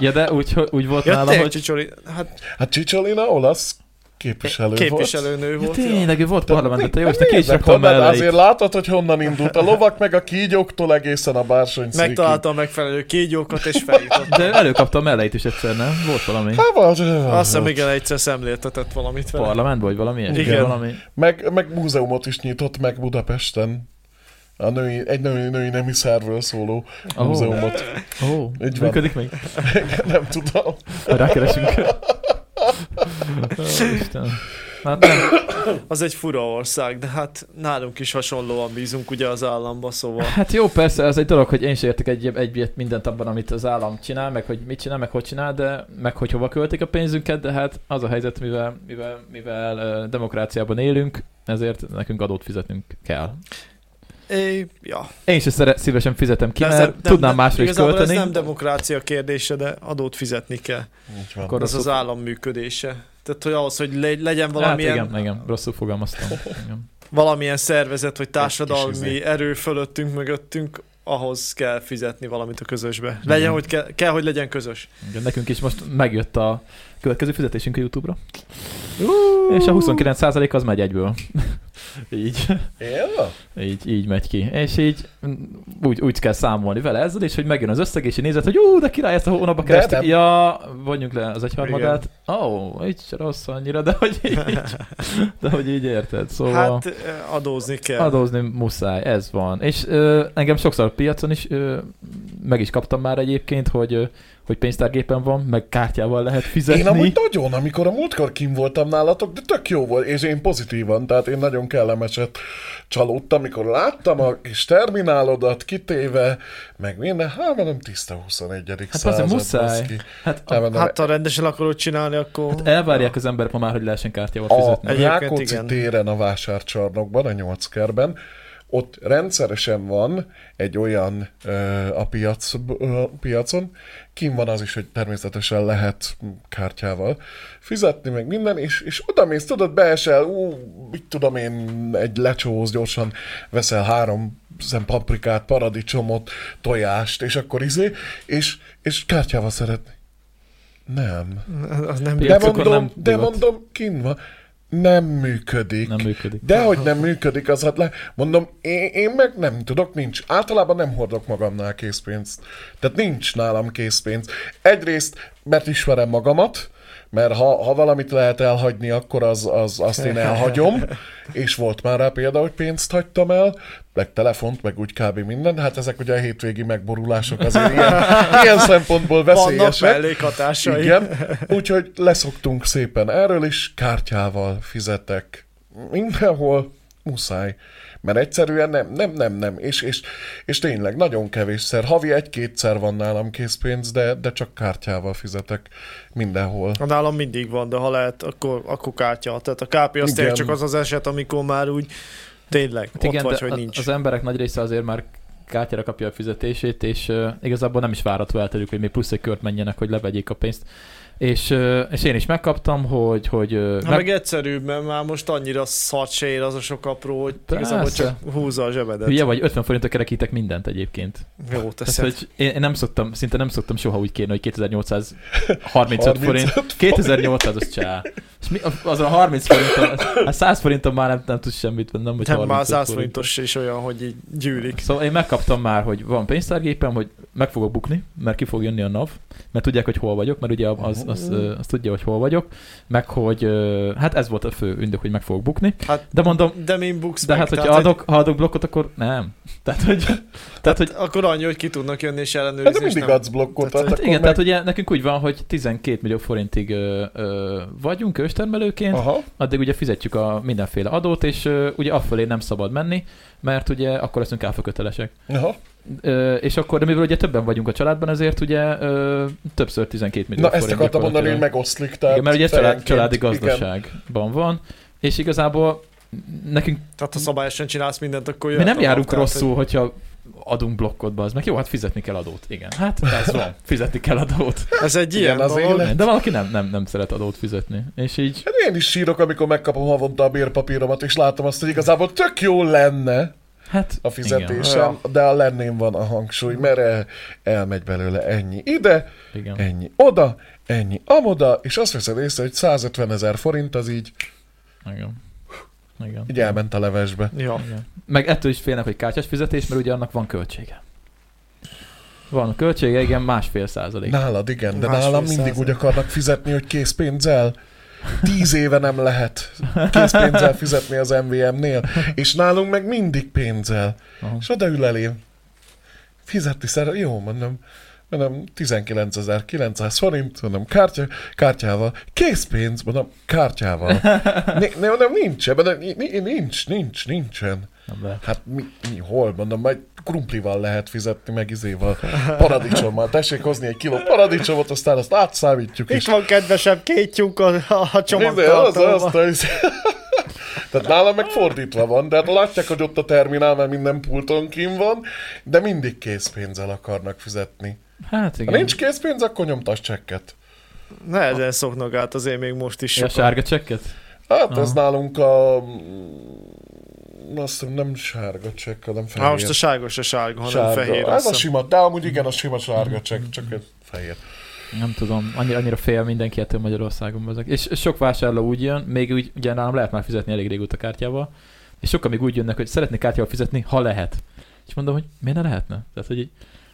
S1: Ja, de úgy, hogy- úgy volt
S2: Ja,
S1: nála,
S2: tényleg,
S1: hogy...
S2: Csicsori, hát
S3: Hát Csicsolina olasz képviselő, volt.
S2: képviselőnő volt. ja.
S1: Tényleg, ő volt parlament, jó, és
S3: Hát
S1: neki is
S3: nézd meg,
S1: rakom
S3: tudod,
S1: mellé.
S3: Azért látod, hogy honnan indult a lovak, meg a kígyóktól egészen a bársony
S2: Megtalálta a megfelelő kígyókat, és feljutott.
S1: De előkapta a melleit is egyszer, nem? Volt valami
S2: Hát, Azt hiszem, igen, egyszer szemléltetett valamit vele.
S1: parlament, vagy valami ilyesmi?
S2: Igen.
S1: Valami...
S3: Meg, meg múzeumot is nyitott meg Budapesten. A női, egy női, női nemi szervről szóló
S1: Ó.
S3: múzeumot.
S1: Ó, oh,
S3: Így van.
S1: működik még?
S3: Nem tudom.
S1: Rákeresünk. Ó, Istenem. Hát nem,
S2: Az egy fura ország, de hát nálunk is hasonlóan bízunk ugye az államba, szóval.
S1: Hát jó, persze, ez egy dolog, hogy én sem értek egy, egy mindent abban, amit az állam csinál, meg hogy mit csinál, meg hogy csinál, de meg hogy hova költik a pénzünket, de hát az a helyzet, mivel, mivel, mivel uh, demokráciában élünk, ezért nekünk adót fizetnünk kell.
S2: É, ja.
S1: Én sem szere- szívesen fizetem ki,
S2: De ez
S1: mert
S2: nem-
S1: tudnám
S2: nem-
S1: másra is
S2: igazából
S1: költeni.
S2: ez nem demokrácia kérdése, de adót fizetni kell.
S3: Így van.
S1: Akkor
S2: Ez az
S1: rosszul-
S2: állam működése. Tehát, hogy ahhoz, hogy le- legyen
S1: Hát
S2: valamilyen,
S1: igen, igen, rosszul fogalmaztam. Igen.
S2: valamilyen szervezet, vagy
S3: kis
S2: társadalmi
S3: izé.
S2: erő fölöttünk, mögöttünk, ahhoz kell fizetni valamit a közösbe. Legyen,
S1: Mhm.
S2: hogy ke- kell, hogy legyen közös.
S1: igen. Nekünk is most megjött a következő fizetésünk a YouTube-ra. És a 29% az megy egyből. Így.
S3: Én?
S1: Így, így megy ki. És így mm, úgy, úgy kell számolni vele ezzel is, hogy megjön az összeg, és így nézed, hogy ú, de király, ezt a hónapba
S3: De
S1: keresztük.
S3: nem.
S1: Ja, vonjuk le az egyharmadát. Ó, oh, így se rossz annyira, de hogy így, de hogy így érted. Szóval...
S2: Hát eh, adózni kell.
S1: Adózni muszáj, ez van. És ö, engem sokszor a piacon is ö, meg is kaptam már egyébként, hogy, ö, hogy pénztárgépen van, meg kártyával lehet fizetni. Hát
S3: Én amúgy nagyon, amikor a múltkor kim voltam nálatok, de tök jó volt, és én pozitívan, tehát én nagyon kellemeset csalódtam, amikor láttam a kis terminálodat kitéve, meg minden, hát mondom, tiszta 21.
S1: Hát
S3: század.
S1: azért muszáj.
S3: baszki.
S1: Hát a,
S3: Nem, mondom,
S2: Hát ha rendesen akarod csinálni, akkor... Hát
S1: elvárják az emberek ma már, hogy lehessen kártyával
S3: a
S1: fizetni.
S2: Egyébként
S3: Rákóczi
S2: igen.
S3: téren a vásárcsarnokban, a nyolckerben, ott rendszeresen van egy olyan ö, a piac, ö, piacon, kim van az is, hogy természetesen lehet kártyával fizetni, meg minden, és, és oda mész, tudod, beesel, ú, mit tudom én, egy lecsóhoz gyorsan veszel három szem paprikát, paradicsomot, tojást, és akkor izé, és, és kártyával szeretni. Nem.
S2: Az nem
S1: Piac-
S3: De
S1: Piacokon
S3: mondom,
S1: nem
S3: de
S1: divat.
S3: mondom, kint van. Nem működik.
S1: Nem működik.
S3: Dehogy nem működik, az hát le... Mondom, én, én meg nem tudok, nincs. Általában nem hordok magamnál készpénzt. Tehát nincs nálam készpénz. Egyrészt, mert ismerem magamat, mert ha, ha valamit lehet elhagyni, akkor az, az, azt én elhagyom, és volt már rá példa, hogy pénzt hagytam el, meg telefont, meg úgy kb. minden, hát ezek ugye a hétvégi megborulások azért ilyen, ilyen szempontból
S2: vannak
S3: veszélyesek.
S2: mellékhatásai.
S3: Igen, úgyhogy leszoktunk szépen erről, és kártyával fizetek mindenhol, muszáj. Mert egyszerűen nem, nem, nem, nem. És, és, és tényleg nagyon kevésszer. Havi egy-kétszer van nálam készpénz, de, de csak kártyával fizetek mindenhol.
S2: Na, Nálam mindig van, de ha lehet, akkor, akkor kártya. Tehát a KP az
S3: Igen.
S2: tényleg csak az az eset, amikor már úgy tényleg hát ott igen, vagy,
S1: de
S2: hogy
S1: a-
S2: nincs.
S1: az emberek nagy része azért már kártyára kapja a fizetését, és uh, igazából nem is várató eltelük, hogy még plusz egy kört menjenek, hogy levegyék a pénzt. És, uh, és én is megkaptam, hogy... hogy uh,
S2: Na meg... meg egyszerűbb, mert már most annyira szart se ér az a sok apró, hogy
S1: Persze.
S2: igazából csak húzza a zsebedet.
S1: Hülye vagy, 50 forintra kerekítek mindent egyébként.
S2: Jó
S1: Tehát,
S2: teszed.
S1: Hát, hogy én, én nem szoktam, szinte nem szoktam soha úgy kérni, hogy 2835 forint.
S3: forint.
S1: 2800 az csá. És mi, azon a 30 forinton, hát 100 forinton már nem, nem tudsz semmit vennem, vagy
S2: Nem, már
S1: 35
S2: 100
S1: forinton.
S2: forintos is olyan, hogy így gyűlik.
S1: Szóval én megkaptam már, hogy van pénztárgépem, hogy meg fogok bukni, mert ki fog jönni a NAV, mert tudják, hogy hol vagyok, mert ugye az, az, az, ö, az tudja, hogy hol vagyok, meg hogy ö, hát ez volt a fő indok, hogy meg fogok bukni.
S2: Hát,
S1: De mondom,
S2: de min buksz
S1: de
S2: meg,
S1: hát, hogyha
S2: tehát,
S1: adok, ha adok blokkot, akkor nem. Tehát, hogy, tehát, hogy
S2: hogy- Akkor annyi, hogy ki tudnak jönni és ellenőrizni.
S3: Hát de
S2: és
S3: mindig
S2: nem-
S3: adsz blokkot,
S2: Tehát-
S3: hát
S1: Hát
S3: akkor
S1: igen, meg...
S3: meg...
S1: tehát ugye nekünk úgy van, hogy 12 millió forintig ö, ö, vagyunk őstermelőként, Aha.
S3: Aha.
S1: addig ugye fizetjük a mindenféle adót, és ö, ugye affelé nem szabad menni, mert ugye akkor leszünk áfakötelesek.
S3: Aha.
S1: Ö, és akkor, de mivel ugye többen vagyunk a családban, ezért ugye ö, többször 12 millió
S3: Na
S1: forint.
S3: ezt akartam mondani, hogy
S1: gyakorlatilag.
S3: megoszlik. Tehát
S1: Igen, mert ugye család,
S3: fejenként.
S1: családi
S3: Igen.
S1: gazdaságban van, és igazából nekünk
S2: Tehát ha szabályosan csinálsz mindent, akkor
S1: mi
S2: jöhet
S1: nem
S2: a
S1: járunk
S2: nap, tehát,
S1: rosszul, hogyha adunk blokkot, az meg jó, hát fizetni kell adót. Igen, hát ez van, fizetni kell adót.
S2: hogy Ez egy
S3: Igen,
S2: ilyen
S3: az
S2: dolog.
S3: élet.
S1: De valaki nem, nem, nem szeret adót fizetni. És így
S3: Hát én is sírok, amikor megkapom havonta a bérpapíromat, és látom azt, hogy igazából tök jó lenne,
S1: Hát
S3: a
S1: Igen,
S3: fizetésem, igen. de a lenném van a hangsúly, mert el, elmegy belőle ennyi ide,
S1: igen.
S3: ennyi oda, ennyi amoda, és azt veszed észre, hogy 150 ezer forint az így,
S1: igen. igen.
S3: így elment a levesbe.
S2: Ja.
S1: igen. Meg ettől is félnek, hogy kártyás fizetés, mert ugye annak van költsége. Van költsége, igen, másfél százalék.
S3: Nálad igen, de
S2: Másfél
S3: nálam mindig
S2: százalék.
S3: úgy akarnak fizetni, hogy készpénzzel. Tíz éve nem lehet készpénzzel fizetni az MVM-nél, és nálunk meg mindig pénzzel.
S1: Aha.
S3: És odaül elém. Fizetni szeret, jó, mondom, mondom 19.900 forint, mondom, kártya, kártyával, készpénz, mondom, kártyával. Né, nem, nem, nincs, ebben nem- ni- nincs, nincs, nincsen.
S1: Nem lehet.
S3: Hát mi, mi, hol, mondom, majd krumplival lehet fizetni, meg izéval, paradicsommal. Tessék hozni egy kiló paradicsomot, aztán azt átszámítjuk
S2: Itt
S3: is.
S2: van kedvesebb két lyuk a, a
S3: Nézd, Izé, az, az,
S2: csomagtartóban.
S3: az, Tehát nálam meg fordítva van, de hát látják, hogy ott a terminál már minden pulton kim van, de mindig készpénzzel akarnak fizetni.
S1: Hát
S3: Ha
S1: igen.
S3: nincs készpénz, akkor nyomtass csekket.
S2: Ne ezen szoknak át azért még most is
S1: Ja, a
S2: sokan.
S1: sárga csekket?
S3: Hát ez nálunk a... Azt hiszem nem sárga csekk, hanem fehér.
S2: Hát most a sárga se sárga, hanem
S3: sárga.
S2: fehér. azt
S3: Ez a
S2: hiszem.
S3: sima, de amúgy igen, a sima sárga csekk, csak ez fehér.
S1: Nem tudom, annyira, annyira fél mindenki ettől Magyarországon ezek. És sok vásárló úgy jön, még úgy, ugye nálam lehet már fizetni elég régóta kártyával, és sokan még úgy jönnek, hogy szeretnék kártyával fizetni, ha lehet. És mondom, hogy miért ne lehetne? Tehát, hogy így...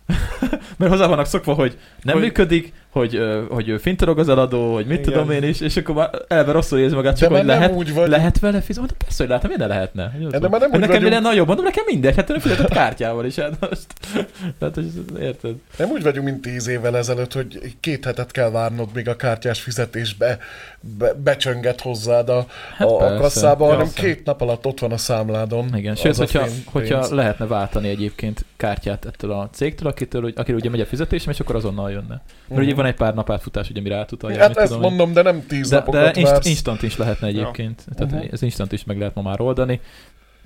S1: Mert hozzá vannak szokva, hogy nem
S2: Hogy-
S1: hogy... működik, hogy, ö, hogy ő fintorog az eladó, hogy mit
S3: Igen.
S1: tudom én is, és akkor már eleve rosszul érzi magát, csak
S3: De
S1: hogy
S3: már nem
S1: lehet,
S3: úgy vagy-
S1: lehet vele fizetni. Mondom, persze, hogy látom, miért ne lehetne. Hogy az
S3: De
S1: van.
S3: már nem
S1: Hát
S3: úgy
S1: nekem
S3: vagyunk-
S1: minden nagyobb, mondom, nekem mindegy, hát ő fizetett kártyával is, hát most. Tehát, hogy érted?
S3: Nem úgy vagyunk, mint tíz évvel ezelőtt, hogy két hetet kell várnod, míg a kártyás fizetésbe be, becsönget hozzád a,
S1: Hát
S3: a,
S1: persze,
S3: a kasszába, hanem
S1: persze.
S3: két nap alatt ott van a számládon.
S1: Igen,
S3: az
S1: sőt,
S3: a
S1: hogyha,
S3: fén- pénz.
S1: hogyha lehetne váltani egyébként kártyát ettől a cégtől, akitől, hogy- akiről ugye megy a fizetésem, és akkor azonnal jönne. Mert ugye van egy pár nap átfutás, ugye mire átutalják.
S3: Mhm. Hát
S1: mit
S3: ezt
S1: tudom én.
S3: mondom, de nem tíz
S1: De, de
S3: napokat
S1: inst-
S3: vársz. Mhm.
S1: instant is lehetne egyébként. Ja. Tehát ez instant is meg lehet ma már oldani.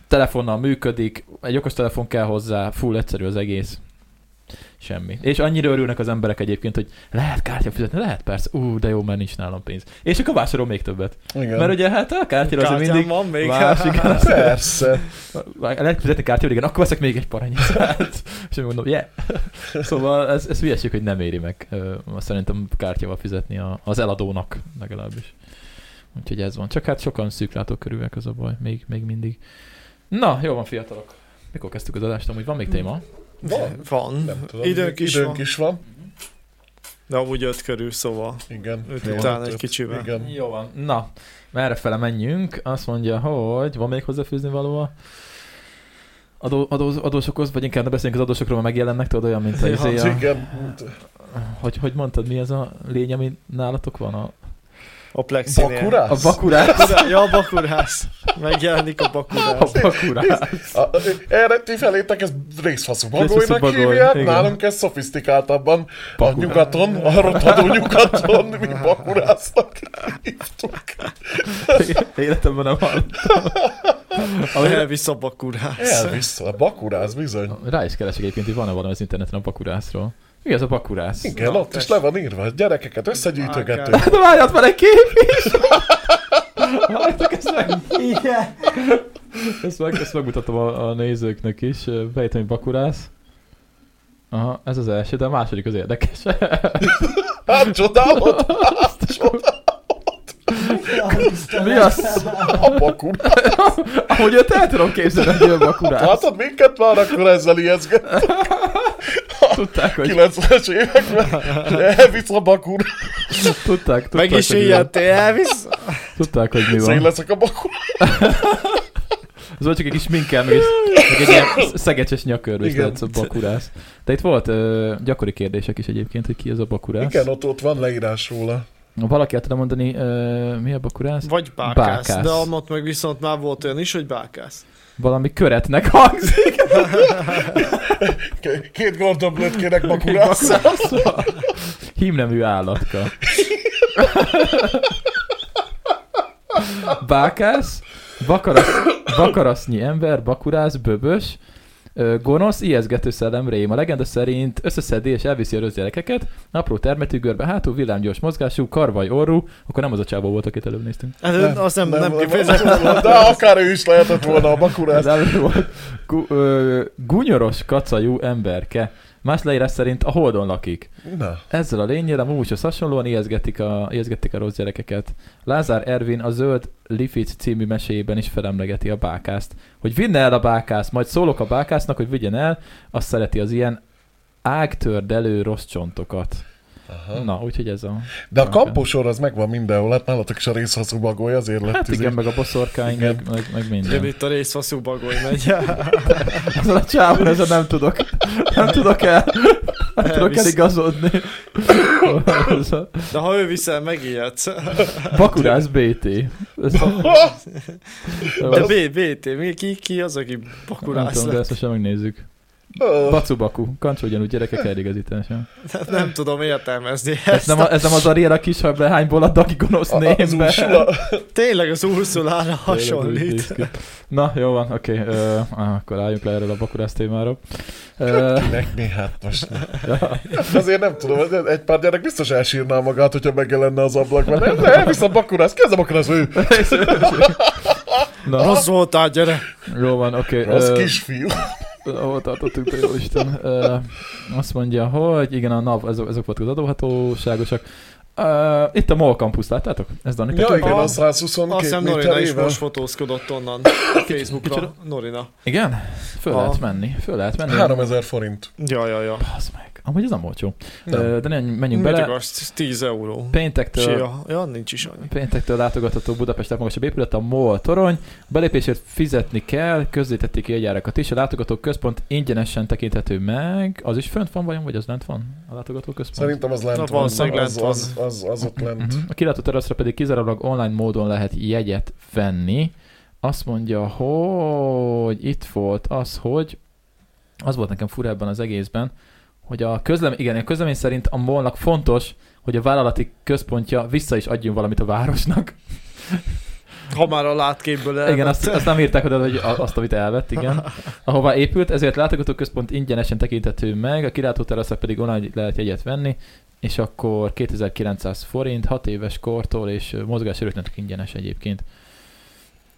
S1: Telefonnal működik, egy okos telefon kell hozzá, full egyszerű az egész. Semmi. És annyira örülnek az emberek egyébként, hogy lehet kártya fizetni, lehet persze, ú, de jó, mert nincs nálam pénz. És akkor vásárol még többet.
S3: Igen.
S1: Mert ugye hát a kártyára azért
S2: Kártyám
S1: mindig
S2: van még. Hát,
S1: másik,
S3: Persze.
S1: lehet fizetni kártyával, igen, akkor veszek még egy parányzát. És én mondom, yeah. Szóval ez, ez hülyeség, hogy nem éri meg ö, szerintem kártyával fizetni a, az eladónak legalábbis. Úgyhogy ez van. Csak hát sokan szűklátókörűek az a baj, még, még mindig. Na, jó van fiatalok. Mikor kezdtük az adást, amúgy van még téma?
S3: Van.
S2: Van.
S3: Nem tudom,
S2: Időnk is
S3: időnk
S2: van.
S3: is van.
S2: De amúgy öt körül, szóval.
S3: Igen.
S2: Öt
S3: Fél
S2: után
S3: öt.
S2: egy kicsivel.
S3: Igen.
S1: Jó van. Na, merre fele menjünk. Azt mondja, hogy van még hozzáfűzni való a adó, adó, adósokhoz, vagy inkább ne beszéljünk az adósokról, mert megjelennek, tudod olyan, mint a,
S2: Ja,
S1: izé a,
S3: Igen.
S1: hogy, hogy mondtad, mi ez a lény, ami nálatok van? A,
S2: A plexinél.
S1: a
S3: Bakurász?
S1: bakurás?
S2: Bakura- Ja, a bakurász. Megjelenik a
S1: A
S2: bakurász.
S1: bakurás.
S3: A- Erre ti felétek ezt részfaszú bagolynak
S1: bagoly,
S3: hívják,
S1: igen.
S3: nálunk ez szofisztikáltabban a
S1: Bakur.
S3: nyugaton, a rothadó nyugaton, mi bakurásznak hívtuk.
S1: Életemben nem hallottam. Amire-
S2: Elvisz a bakurász.
S3: Elvisz, a bakurász bizony.
S1: Rá is keresek egyébként, hogy van-e valami az interneten a bakurászról. Mi az a bakurász?
S3: Igen, ott is le van írva, gyerekeket összegyűjtögető.
S2: Ákár.
S1: De várj, ott van egy kép is! Halljátok ezt meg?
S7: Igen.
S1: Ezt, meg, ezt megmutatom a, a nézőknek is. Bejtem, hogy bakurász. Aha, ez az első, de a második az érdekes.
S3: Hát csodálod,
S1: Mi az?
S3: a bakurász.
S1: Ahogy őt el tudom képzelni, hogy ő
S2: Hát,
S1: bakurász.
S3: Látod, minket már akkor ezzel ijeszget.
S1: Tudták, hogy,
S3: 90-es években elvisz a bakurász.
S1: tudták, tudták,
S2: Meg is
S1: hogy mi van.
S2: ilyenté, elvisz.
S1: Tudták, hogy mi
S3: Én
S1: van.
S3: leszek a bakurász.
S1: Ez volt csak egy kis minkel, meg, egy- meg egy ilyen szegecses nyakörvés,
S3: Igen.
S1: tehát a bakurász. De itt volt ö, gyakori kérdések is egyébként, hogy ki az a bakurász.
S3: Igen, ott, ott van leírás róla.
S1: Valaki el tudna mondani, ö, mi a bakurász?
S2: Vagy bákász.
S1: Bákász.
S2: De amott meg viszont már volt olyan is, hogy bákász.
S1: Valami köretnek hangzik.
S3: K- Két Gordon Blödkének bakurász.
S1: Bakurász. Hímnemű állatka. Bákász, bakarasz, bakarasznyi ember, bakurász, böbös, ö, gonosz, ijeszgető szellem, rém. A legenda szerint összeszedi és elviszi a rossz gyerekeket, apró termetű, görbe hátul, villámgyors mozgású, karvaj orrú, akkor nem az a csávó volt, akit előbb néztünk.
S2: Hát azt nem, nem,
S3: nem,
S2: képzelem.
S3: nem, de akár ő is lehetett volna a
S1: Az
S3: bakurász.
S1: előbb volt. Gu, ö, gunyoros kacajú emberke. Más leírás szerint a holdon lakik.
S3: Na,
S1: Ezzel a lényére Mómushoz hasonlóan ijeszgetik a, ijeszgetik a rossz gyerekeket. Lázár Ervin a Zöld Lific című meséjében is felemlegeti a bákászt. Hogy vinne el a bákászt, majd szólok a bákásznak, hogy vigyen el, azt szereti az ilyen ágtördelő rossz csontokat. Aha. Na, úgyhogy ez a...
S3: de a
S1: Oké.
S3: kamposor az megvan mindenhol, hát nálatok is a részhaszú bagoly, azért lett izé-
S1: Hát
S3: tüzik.
S1: igen, meg a boszorkány,
S3: Igen.
S1: meg, meg, meg
S2: Igen,
S1: minden.
S2: itt a részfaszú bagoly megy.
S1: Azon a csávon ezen nem tudok. Nem tudok el. Nem tudok
S2: Elvisz.
S1: eligazodni. Ez a
S2: De ha ő viszel, megijedsz.
S1: Bakurász BT. Ez a-
S2: De B, BT, mi, ki, ki az, aki
S1: Nem
S2: bakurász
S1: tudom, de
S2: lett?
S1: ezt most sem megnézzük.
S3: Ö,
S1: Bacu-baku. Kancsó ugyanúgy gyerekek eligazítása.
S2: Nem, nem tudom értelmezni
S1: Ez
S2: ezt.
S1: nem, a, ez nem az Ariel kisebb behányból a Dagi gonosz
S3: a- az
S1: némbe.
S3: Ursula.
S2: Tényleg az Ursulára
S1: Tényleg úgy
S2: hasonlít.
S1: néz ki. Na, jó van, oké. ö, á, akkor álljunk le erről a bakurász témáról. Ö,
S3: Nek mi hát most?
S1: ja.
S3: Azért nem tudom, ez- egy pár gyerek biztos elsírná magát, hogyha megjelenne az ablakban. Nem, nem, visz a bakurász, ki az a bakurász, ő?
S1: Na,
S2: Rossz voltál, gyere!
S1: jó van, oké.
S3: Az
S1: ö,
S3: kisfiú.
S1: Ahol tartottuk, de jó Isten. Ö, azt mondja, hogy igen, a NAV, ezek, ezek voltak az adóhatóságosak. Ö, itt a MOL campus, láttátok? Ez Dani
S3: Ja,
S1: Pekin.
S3: Hát igen, az
S2: Azt
S3: 122
S2: hiszem Norina is
S3: méterével.
S2: most fotózkodott onnan a Facebookra.
S1: kicsoda?
S2: Norina.
S1: Igen? Föl
S2: A-
S1: lehet menni, föl lehet menni.
S3: 3000 forint.
S2: Ja, ja, ja.
S1: Az meg. Amúgy ez nem volt jó.
S2: Nem.
S1: Ö, De nem, menjünk
S2: Mit
S1: bele.
S2: akarsz? 10 euró.
S1: Péntektől
S2: Sia. Ja, nincs is annyi.
S1: Péntektől látogatható Budapest legmagasabb épület a MOL torony. Belépésért fizetni kell, közzétették jegyárakat is. A látogató központ ingyenesen tekinthető meg. Az is fönt van vajon, vagy az lent van? A látogató központ?
S3: Szerintem az lent
S2: Na,
S3: van. Az,
S2: valószínűleg
S3: az,
S2: lent
S3: az, az, az ott lent.
S1: Mhm. A kilátó teraszra pedig kizárólag online módon lehet jegyet venni. Azt mondja, hogy itt volt az, hogy az volt nekem fura ebben az egészben, hogy a közlemény, igen, a közlemény szerint a molnak fontos, hogy a vállalati központja vissza is adjon valamit a városnak.
S2: Ha már a látképből el.
S1: Igen, azt, azt nem írták oda, hogy a- azt, amit elvett, igen. Ahová épült, ezért látogatóközpont ingyenesen tekinthető meg, a kilátóteraszra pedig online lehet jegyet venni, és akkor 2900 forint, 6 éves kortól, és ö, mozgássérültnek ingyenes egyébként.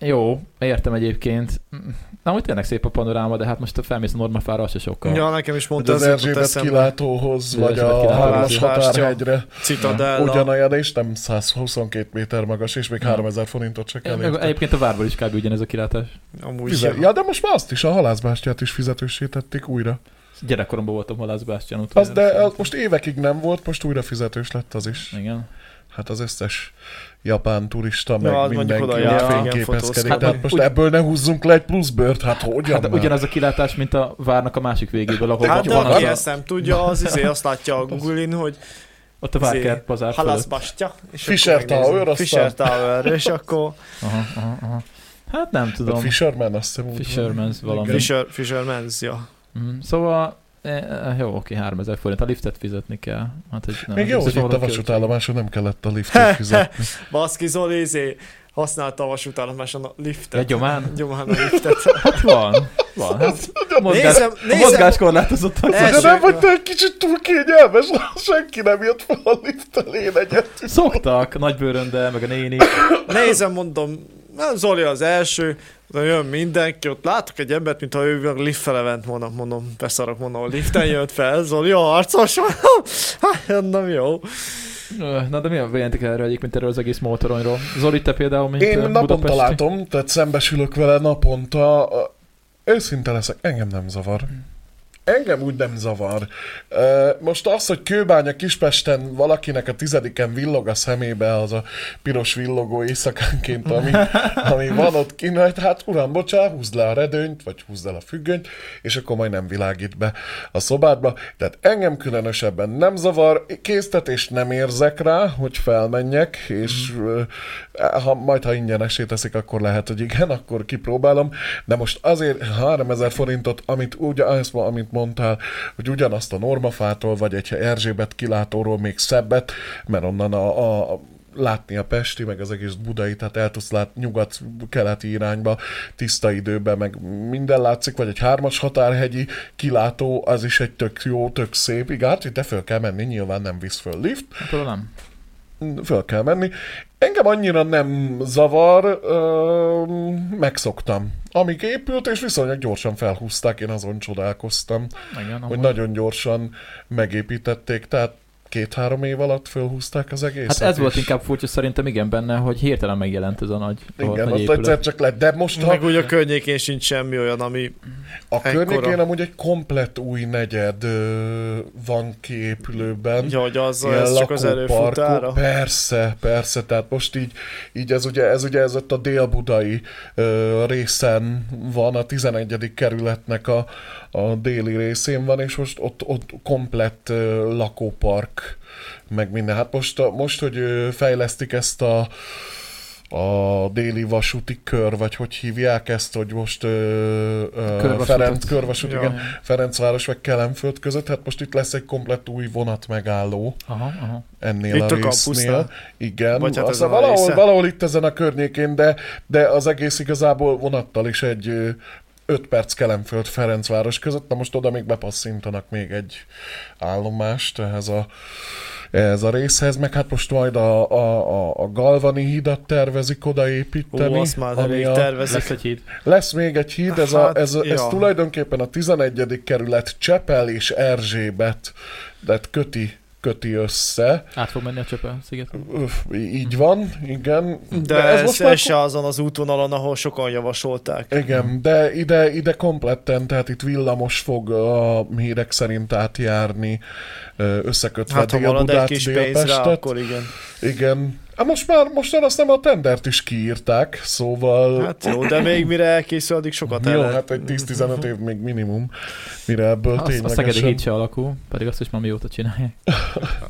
S1: Jó, értem egyébként. Mm, Na, hogy tényleg szép a panoráma, de hát most a felmész a normafára, az se sokkal.
S2: Ja, nekem is
S3: Hát
S2: mondta
S3: az
S2: ez jutott
S3: Erzsébet
S2: eszembe.
S3: kilátóhoz,
S1: Az
S3: vagy
S1: Erzsébet
S3: a
S1: kilátóhoz.
S3: hármas határhegyre.
S2: Citadella.
S3: Ugyanolyan, és nem 122 méter magas, és még 3000 forintot se kell
S1: Meg
S3: érte.
S1: Egyébként a várból is kb. ugyanez a kilátás.
S2: Amúgy
S3: Fize-
S2: ja.
S3: Ja, de most már azt is, a halászbástyát is fizetősítették újra.
S1: Gyerekkoromban voltam Halász Bástyán
S3: Az, de az most évekig nem volt, most újra fizetős lett az is.
S1: Igen.
S3: Hát az összes japán turista, meg
S2: az mondjuk
S3: mindenki
S2: oda
S3: ott
S2: jár, igen,
S3: fényképezkedik.
S2: fotózkodik.
S3: Tehát most ebből ne húzzunk le egy pluszbört, hát hogyan
S1: Hát
S3: hát,
S1: ugyanaz a kilátás, mint a várnak a másik végéből, ahol
S2: Hát de
S1: van
S2: aki
S1: az
S2: ezt
S1: a,
S2: nem tudja, az izé azt látja a Google-in, hogy
S1: ott a
S2: izé,
S1: várkert bazár fölött.
S2: halászbastya. és
S3: Fisher
S2: akkor megnézem.
S3: Tower, aztán-
S2: Fisher Tower, és akkor
S1: Aha, aha, aha. Hát nem
S3: A
S1: tudom.
S3: Fisherman azt hiszem úgy van.
S1: Fisherman's valami.
S2: Fisher, Fisher Men's, ja.
S1: Mm, Szóval, eh, jó, oké, 3000 forint. A liftet fizetni kell. Hát, hogy nem,
S3: Még jó, hogy
S1: biztos
S3: itt a
S1: valahol költség.
S3: vasútállomáson nem kellett a liftet fizetni.
S2: Baszki Zoli, izé, használta a vasútállomáson a liftet.
S1: Ja, gyomán?
S2: Gyomán a liftet.
S1: Hát van, van. Hát, a mozgás,
S2: Nézem,
S1: a
S2: nézem.
S1: mozgáskorlátozottak.
S2: Ez-
S3: De nem vagy te egy kicsit túl kényelmes, senki nem jött fel a lift elén egyet.
S1: Szoktak, nagybőröndel, meg a néni.
S2: Nézem, mondom, nem Zoli az első, de jön mindenki, ott látok egy embert, mintha ő a lift fele ment volna, mondom, beszarok, mondom, a liften jött fel, Zoli a harcos, mondom, hát nem jó.
S1: Ö, Eh, Na de mi a véletek erről egyébként erről az egész motoronyról? Zoli, te például, mint
S3: Én
S1: ö,
S3: naponta
S1: eh, budapesti?
S3: látom, tehát szembesülök vele naponta. Őszinte leszek, engem nem zavar. Engem úgy nem zavar. Ö, Most az, hogy Kőbánya Kispesten valakinek a tizediken villog a szemébe az a piros villogó éjszakánként, ami, ami van ott kint, hát uram, bocsánat, húzd le a redőnyt, vagy húzd el a függönyt, és akkor majd nem világít be a szobádba. Tehát engem különösebben nem zavar, késztetést nem érzek rá, hogy felmenjek, és ö, ha, majd ha ingyenesé teszik, akkor lehet, hogy igen, akkor kipróbálom, de most azért 3000 forintot, amit úgy, azt, amit mondtál, hogy ugyanazt a normafától, vagy egy Erzsébet kilátóról még szebbet, mert onnan a, a látni a Pesti, meg az egész Budai, tehát el tudsz látni nyugat-keleti irányba, tiszta időben, meg minden látszik, vagy egy hármas határhegyi kilátó, az is egy tök jó, tök szép, igen, hát ide föl kell menni, nyilván nem visz föl lift,
S1: Hát, oda nem.
S3: föl kell menni. Engem annyira nem zavar, ö, megszoktam. Amíg épült, és viszonylag gyorsan felhúzták, én azon csodálkoztam,
S1: Igen,
S3: hogy
S1: amúgy.
S3: nagyon gyorsan megépítették, tehát két-három év alatt fölhúzták az egészet.
S1: Hát ez volt
S3: és-
S1: inkább furcsa szerintem igen benne, hogy hirtelen megjelent ez a nagy, rohadt
S3: Igen,
S1: nagy
S3: azt
S1: épület.
S3: egyszer csak lett, de most ha
S2: Meg úgy a környékén sincs semmi olyan, ami
S3: a
S2: ekkora.
S3: környékén amúgy egy komplett új negyed ö, van kiépülőben.
S2: Ja, hogy az,
S3: Ilyen
S2: ez csak az
S3: lakóparkok.
S2: előfutára.
S3: Persze, persze, tehát most így, így ez ugye, ez ugye ez ott a dél-budai ö, részen van, a 11. kerületnek a, a déli részén van, és most ott, ott komplett ö, lakópark, meg minden. Hát most, a, most hogy ö, fejlesztik ezt a a déli vasúti kör, vagy hogy hívják ezt, hogy most ö, ö,
S1: Körvasutat.
S3: Ferenc, körvasút,
S2: Ja.
S3: igen, Ferencváros meg Kelenföld között, hát most itt lesz egy komplett új vonatmegálló
S1: Aha, aha.
S3: ennél
S2: Itt
S3: a
S2: a
S3: résznél.
S2: kampusztál?
S3: Igen,
S2: Vagy hát ezen
S3: aztán
S2: a
S3: valahol,
S2: része?
S3: valahol itt ezen a környékén, de, de az egész igazából vonattal is egy 5 perc Kelenföld Ferencváros között, na most oda még bepasszintanak még egy állomást ehhez a, ehhez a részhez, meg hát most majd a, a, a, a Galvani hídat tervezik odaépíteni.
S2: Ú, azt már
S3: ami
S2: elég
S3: a-
S2: tervezik.
S1: Lesz egy híd.
S3: lesz még egy híd, ez, a,
S2: Hát,
S3: ez, ez
S2: ja.
S3: tulajdonképpen a 11. kerület Csepel és Erzsébet, de hát köti köti össze.
S1: Át fog menni a csöpe sziget.
S3: Öf, így van, igen.
S2: De, de ez, ez, ez se azon az útvonalon, ahol sokan javasolták.
S3: Igen, de ide, ide kompletten, tehát itt villamos fog a hírek szerint átjárni, ö, összekötve
S2: Hát ha marad egy
S3: Dél-Budát,
S2: kis pénz rá,
S3: Dél-Pestet.
S2: akkor igen.
S3: Igen. Hát most már, most már azt nem a tendert is kiírták, szóval...
S2: Hát jó, de még mire elkészül, addig sokat
S3: jó,
S2: el.
S3: hát egy 10-15 év még minimum, mire ebből
S1: Azt, a szegedi
S3: ténylegesen...
S1: híd se alakul, pedig azt is már mióta csinálják.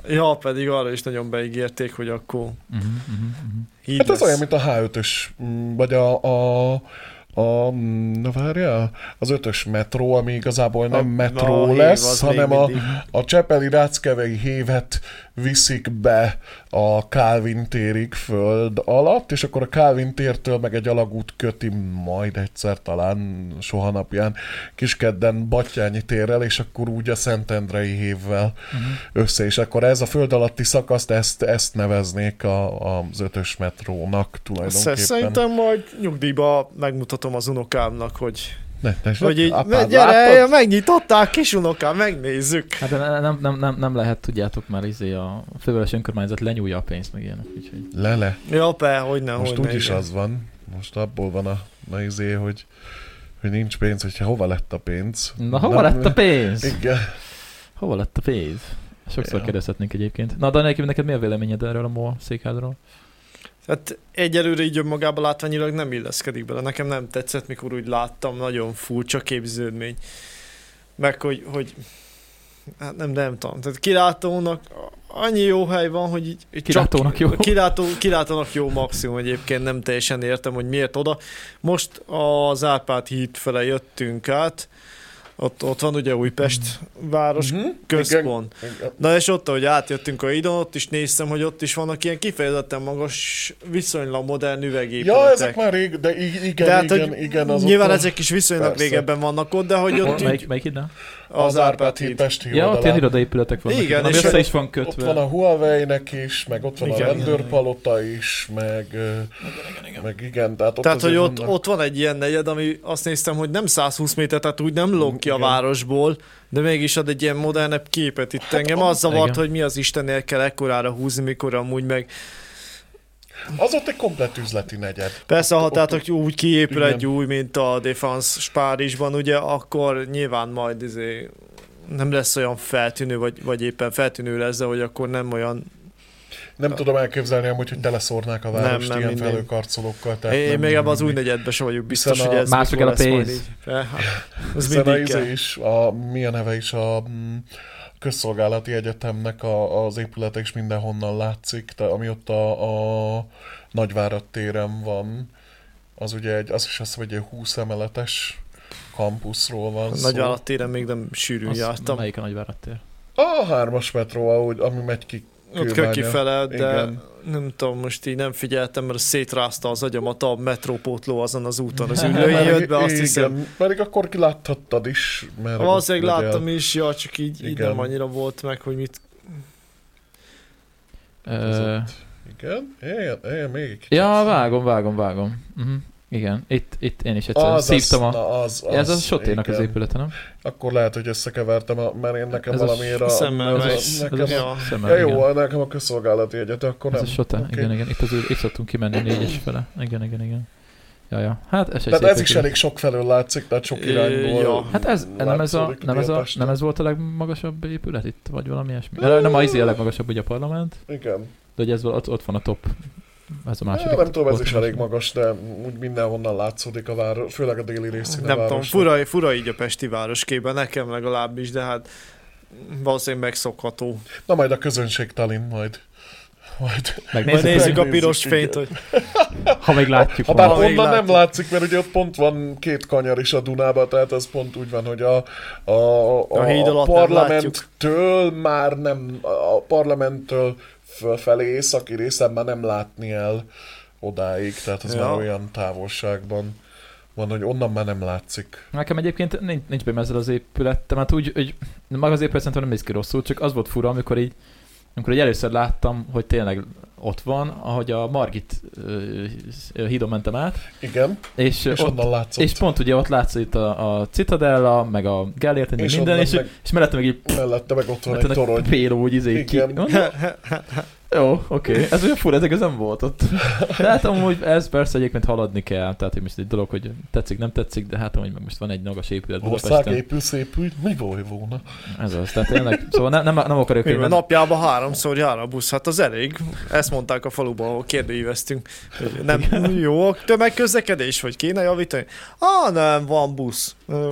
S2: Ja, pedig arra is nagyon beígérték, hogy akkor
S1: Uh-huh, uh-huh, uh-huh.
S2: így
S3: Mhm, Hát ez
S2: lesz.
S3: olyan, mint a H5-ös, mm, vagy a, a, a mm, na várjál, az ötös metró, ami igazából nem a, metró
S2: na, a
S3: a
S2: hív
S3: lesz,
S2: az
S3: hanem
S2: még
S3: a,
S2: mindig.
S3: a Csepeli Ráckevei hévet viszik be a Calvin térig föld alatt, és akkor a Calvin tértől meg egy alagút köti majd egyszer talán soha napján Kiskedden Battyányi térrel, és akkor úgy a Szentendrei hévvel
S2: Mhm.
S3: össze, és akkor ez a föld alatti szakaszt, ezt, ezt neveznék a, az ötös metrónak
S2: Sze-
S3: tulajdonképpen.
S2: Szóval Szerintem majd nyugdíjba megmutatom az unokámnak, hogy,
S3: Ne, ne,
S2: hogy így,
S3: apád,
S2: ne, gyere,
S3: látod?
S2: megnyitották, kis unokám, megnézzük.
S1: Hát de ne- nem, nem, nem, nem, lehet, tudjátok már, izé a főváros önkormányzat lenyúlja a pénzt, meg ilyenek. Úgyhogy.
S3: Lele,
S2: Ja, pe, hogy ne,
S3: most
S2: hogy ne,
S3: úgyis
S2: igen.
S3: az van, most abból van a, na izé, hogy, hogy nincs pénz, hogyha hova lett a pénz.
S1: Na, hova lett a pénz?
S3: Igen.
S1: Hova lett a pénz? Sokszor
S3: Ja.
S1: ja. kérdezhetnénk egyébként. Na, de nekem, neked mi a véleményed erről a MOL székházról?
S2: Hát egyelőre így önmagában látványilag nem illeszkedik bele. Nekem nem tetszett, mikor úgy láttam, nagyon furcsa képződmény. Meg hogy, hogy hát nem, nem tudom. Tehát kilátónak annyi jó hely van, hogy így, így
S1: Kilátónak jó.
S2: csak, Kilátó, kilátónak jó maximum egyébként, nem teljesen értem, hogy miért oda. Most az Árpád híd fele jöttünk át, ott, ott van ugye Újpest város
S3: Mhm.
S2: központ.
S3: Igen.
S2: Na és ott, ahogy átjöttünk a hídon, ott is néztem, hogy ott is vannak ilyen kifejezetten magas, viszonylag modern üvegépületek.
S3: Ja, ezek már rég, de i- igen,
S2: de
S3: de
S2: hát,
S3: igen,
S2: hogy
S3: igen, azok
S2: nyilván
S3: a-
S2: ezek is viszonylag
S3: Persze.
S2: régebben vannak ott, de hogy ott így
S1: Melyik, melyik hídnál?
S2: az Árpád híd.
S3: Pesti
S1: Ja, ott ilyen
S3: oldalán.
S1: irodaépületek vannak.
S2: Igen,
S1: Igen, ami
S2: és
S1: össze
S2: ott-
S1: is van
S3: Ott
S1: kötve.
S3: van a Huawei-nek is, meg ott van
S2: Igen,
S3: a
S2: igen,
S3: rendőrpalota is, meg, igen, igen, igen. meg igen, tehát ott
S2: Tehát, hogy
S3: azért
S2: ott,
S3: vannak-
S2: ott van egy ilyen negyed, ami azt néztem, hogy nem 120 méter, tehát úgy nem lóg ki a városból, de mégis ad egy ilyen modernebb képet
S3: Hát
S2: itt. Engem az zavart,
S1: igen.
S2: hogy mi az Istennél kell ekkorára húzni, mikor amúgy meg
S3: Az ott egy komplet üzleti negyed.
S2: Persze, ha tehát hogy úgy kiépül
S3: igen.
S2: egy új, mint a Défense Párizsban, ugye, akkor nyilván majd izé nem lesz olyan feltűnő, vagy, vagy éppen feltűnő lesz, de hogy akkor nem olyan...
S3: Nem tudom elképzelni amúgy, hogy teleszórnák a várost
S2: nem
S3: nem, ilyen
S2: minden.
S3: felőkarcolókkal. Tehát
S2: Tehát én
S3: nem,
S2: még ebben az új
S3: mindig.
S2: negyedben sem vagyok biztos,
S3: Hiszen a-
S2: hogy ez
S1: Mások
S2: mikor
S1: el a
S2: lesz majd
S1: pénz.
S2: így. Eh, hát, Ez
S3: Hiszen a
S2: mindig kell.
S3: izé is, a, mi a neve is a mm, közszolgálati egyetemnek a, az épülete is mindenhonnan látszik, tehát ami ott a, a Nagyvárad téren van, az ugye egy, az is azt mondja, hogy egy 20 emeletes kampuszról van szó.
S2: Nagy téren még nem sűrűn
S1: Azt,
S2: jártam.
S1: melyik a nagyvárat tér?
S3: A hármas metró, ahogy, ami megy ki
S2: Ott kell
S3: kőbánya.
S2: kifele, de
S3: Igen.
S2: nem tudom, most így nem figyeltem, mert szétrázta az agyamat a metrópótló azon az úton. Az ülői jött be, azt
S3: Igen,
S2: hiszem,
S3: Pedig akkor kiláthattad is. Mert
S2: Valószínűleg
S3: ott ugye-
S2: láttam is, ja, csak így, így
S3: Igen.
S2: nem annyira volt meg, hogy mit...
S3: Ez
S1: Ö,
S3: ott. Igen, igen, igen, még egy kicsit.
S1: Ja, vágom, vágom, vágom. Uh-huh. Igen, itt, itt én is egyszer
S3: az,
S1: szívtam
S3: az,
S1: a...
S3: na, az, az,
S1: Ez a Soténak az
S3: igen.
S1: épülete, nem?
S3: Akkor lehet, hogy összekevertem, a, mert én nekem
S1: Ez a
S3: valamiért a...
S2: szemmel
S3: ez a-
S2: vesz.
S3: nekem
S1: Ez
S3: a-
S2: Ja.
S1: Szemmel,
S3: Ja
S1: igen.
S3: jó, nekem a közszolgálati egyet, akkor
S1: Ez
S3: nem.
S1: a Sota,
S3: Oké.
S1: igen, igen. Itt, az, ül- itt szoktunk kimenni négyes fele. Igen, igen, igen. Ja, ja. Hát ez egy
S3: Tehát
S1: szép
S3: ez is
S1: épület.
S3: elég sok felől látszik, tehát sok
S2: Ö,
S3: irányból.
S2: ja.
S1: Hát ez, nem ez, a,
S3: látszódik
S1: nem, ez a,
S3: Budapesten.
S1: nem ez volt a legmagasabb épület itt, vagy valami ilyesmi? Nem, nem az a legmagasabb, ugye a parlament,
S3: Igen.
S1: de hogy ez val- ott, ott van a top. Ez a második.
S3: Hát, nem tudom, ez
S1: volt
S3: is
S1: a
S3: elég
S1: második.
S3: magas, de úgy mindenhonnan látszódik a város, főleg a déli részén a
S2: nem tudom,
S3: városnak.
S2: fura, fura így a Pesti városkében, nekem legalábbis, de hát valószínűleg megszokható.
S3: Na majd a közönség talin, majd. majd.
S2: Majd
S1: Megnézzük,
S2: nézzük a
S3: megnézzük,
S2: piros
S3: igen.
S2: fényt, hogy
S1: ha még látjuk.
S3: Ha bár
S1: valamit.
S2: Valamelyik
S3: onnan nem
S2: látjuk.
S3: látszik, mert ugye ott pont van két kanyar is a Dunába, tehát ez pont úgy van, hogy a, a, a,
S2: A híd alatt nem
S3: parlamenttől már nem, a parlamenttől fölfelé északi részen már nem látni el odáig, tehát ez
S2: Ja.
S3: ja. már olyan távolságban van, hogy onnan már nem látszik.
S1: Nekem egyébként nincs, nincs bajom ezzel az épülettem, hát úgy, hogy maga az épület szerintem nem néz ki rosszul, csak az volt fura, amikor így amikor így először láttam, hogy tényleg ott van, ahogy a Margit ö, ö, hídon mentem át,
S3: Igen,
S1: és,
S3: és
S1: ott,
S3: onnan látszott.
S1: és pont ugye ott látsz itt a, a Citadella, meg a Gellért, meg
S3: És
S1: minden,
S3: onnan
S1: és,
S3: meg-
S1: és mellette meg így
S3: mellette meg ott van
S1: hát
S3: egy torony.
S1: ennek péló, úgy izé ki.
S3: Igen.
S1: Mondom, Jó, oké. Okay. Ez olyan fura, ez igazán volt ott. De hát amúgy ez persze egyébként haladni kell. Tehát hogy most egy dolog, hogy tetszik, nem tetszik, de hát amúgy meg most van egy magas épület
S3: Ország
S1: Budapesten.
S3: épül, szépül, mi volt volna?
S1: Ez az, tehát tényleg. Szóval ne, nem, nem akarok én
S2: Mivel
S1: menni.
S2: napjában háromszor jár a busz, hát az elég. Ezt mondták a faluban, ahol kérdőíveztünk. hogy Nem jó a tömegközlekedés, vagy kéne javítani? Ah, nem, van busz. Ö,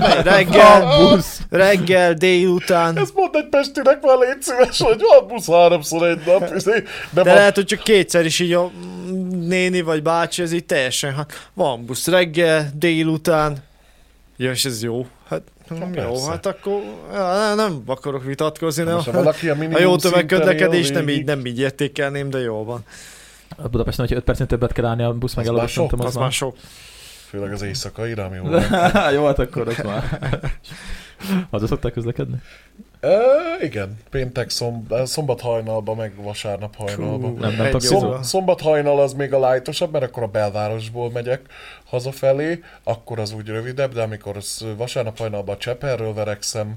S2: megy reggel,
S1: busz.
S2: reggel, délután.
S3: Ez mondd egy Pestinek már légy szíves, hogy van busz háromszor egy nap, izé, de,
S2: De
S3: van,
S2: lehet, hogy csak kétszer is így a néni vagy bácsi, ez így teljesen, hát van busz reggel, délután. Ja, és ez jó. Hát, jó,
S3: persze.
S2: hát akkor ja, nem akarok vitatkozni, nem.
S3: Most, ha valaki a
S2: A
S3: minimum
S2: jó
S3: szinten
S2: tömegközlekedés
S3: él
S2: nem így,
S3: végig,
S2: nem így értékelném, de jó van.
S1: A Budapesten, hogyha 5 percnél többet kell állni a busz meg
S3: már sok,
S1: szerintem
S2: Az
S1: az
S2: már
S1: már.
S2: sok.
S3: Főleg az éjszakaira, ami jó. lenne.
S1: Jó, hát akkor az már. Haza szokták közlekedni?
S3: Ö, igen, péntek, szomb, ö, szombat hajnalba, meg vasárnap hajnalba.
S1: nem
S2: Egy
S1: tudok
S2: jó.
S1: szóval.
S3: Szombat hajnal az még a lájtosabb, mert akkor a belvárosból megyek hazafelé, akkor az úgy rövidebb, de amikor az vasárnap hajnalban a Cseperről verekszem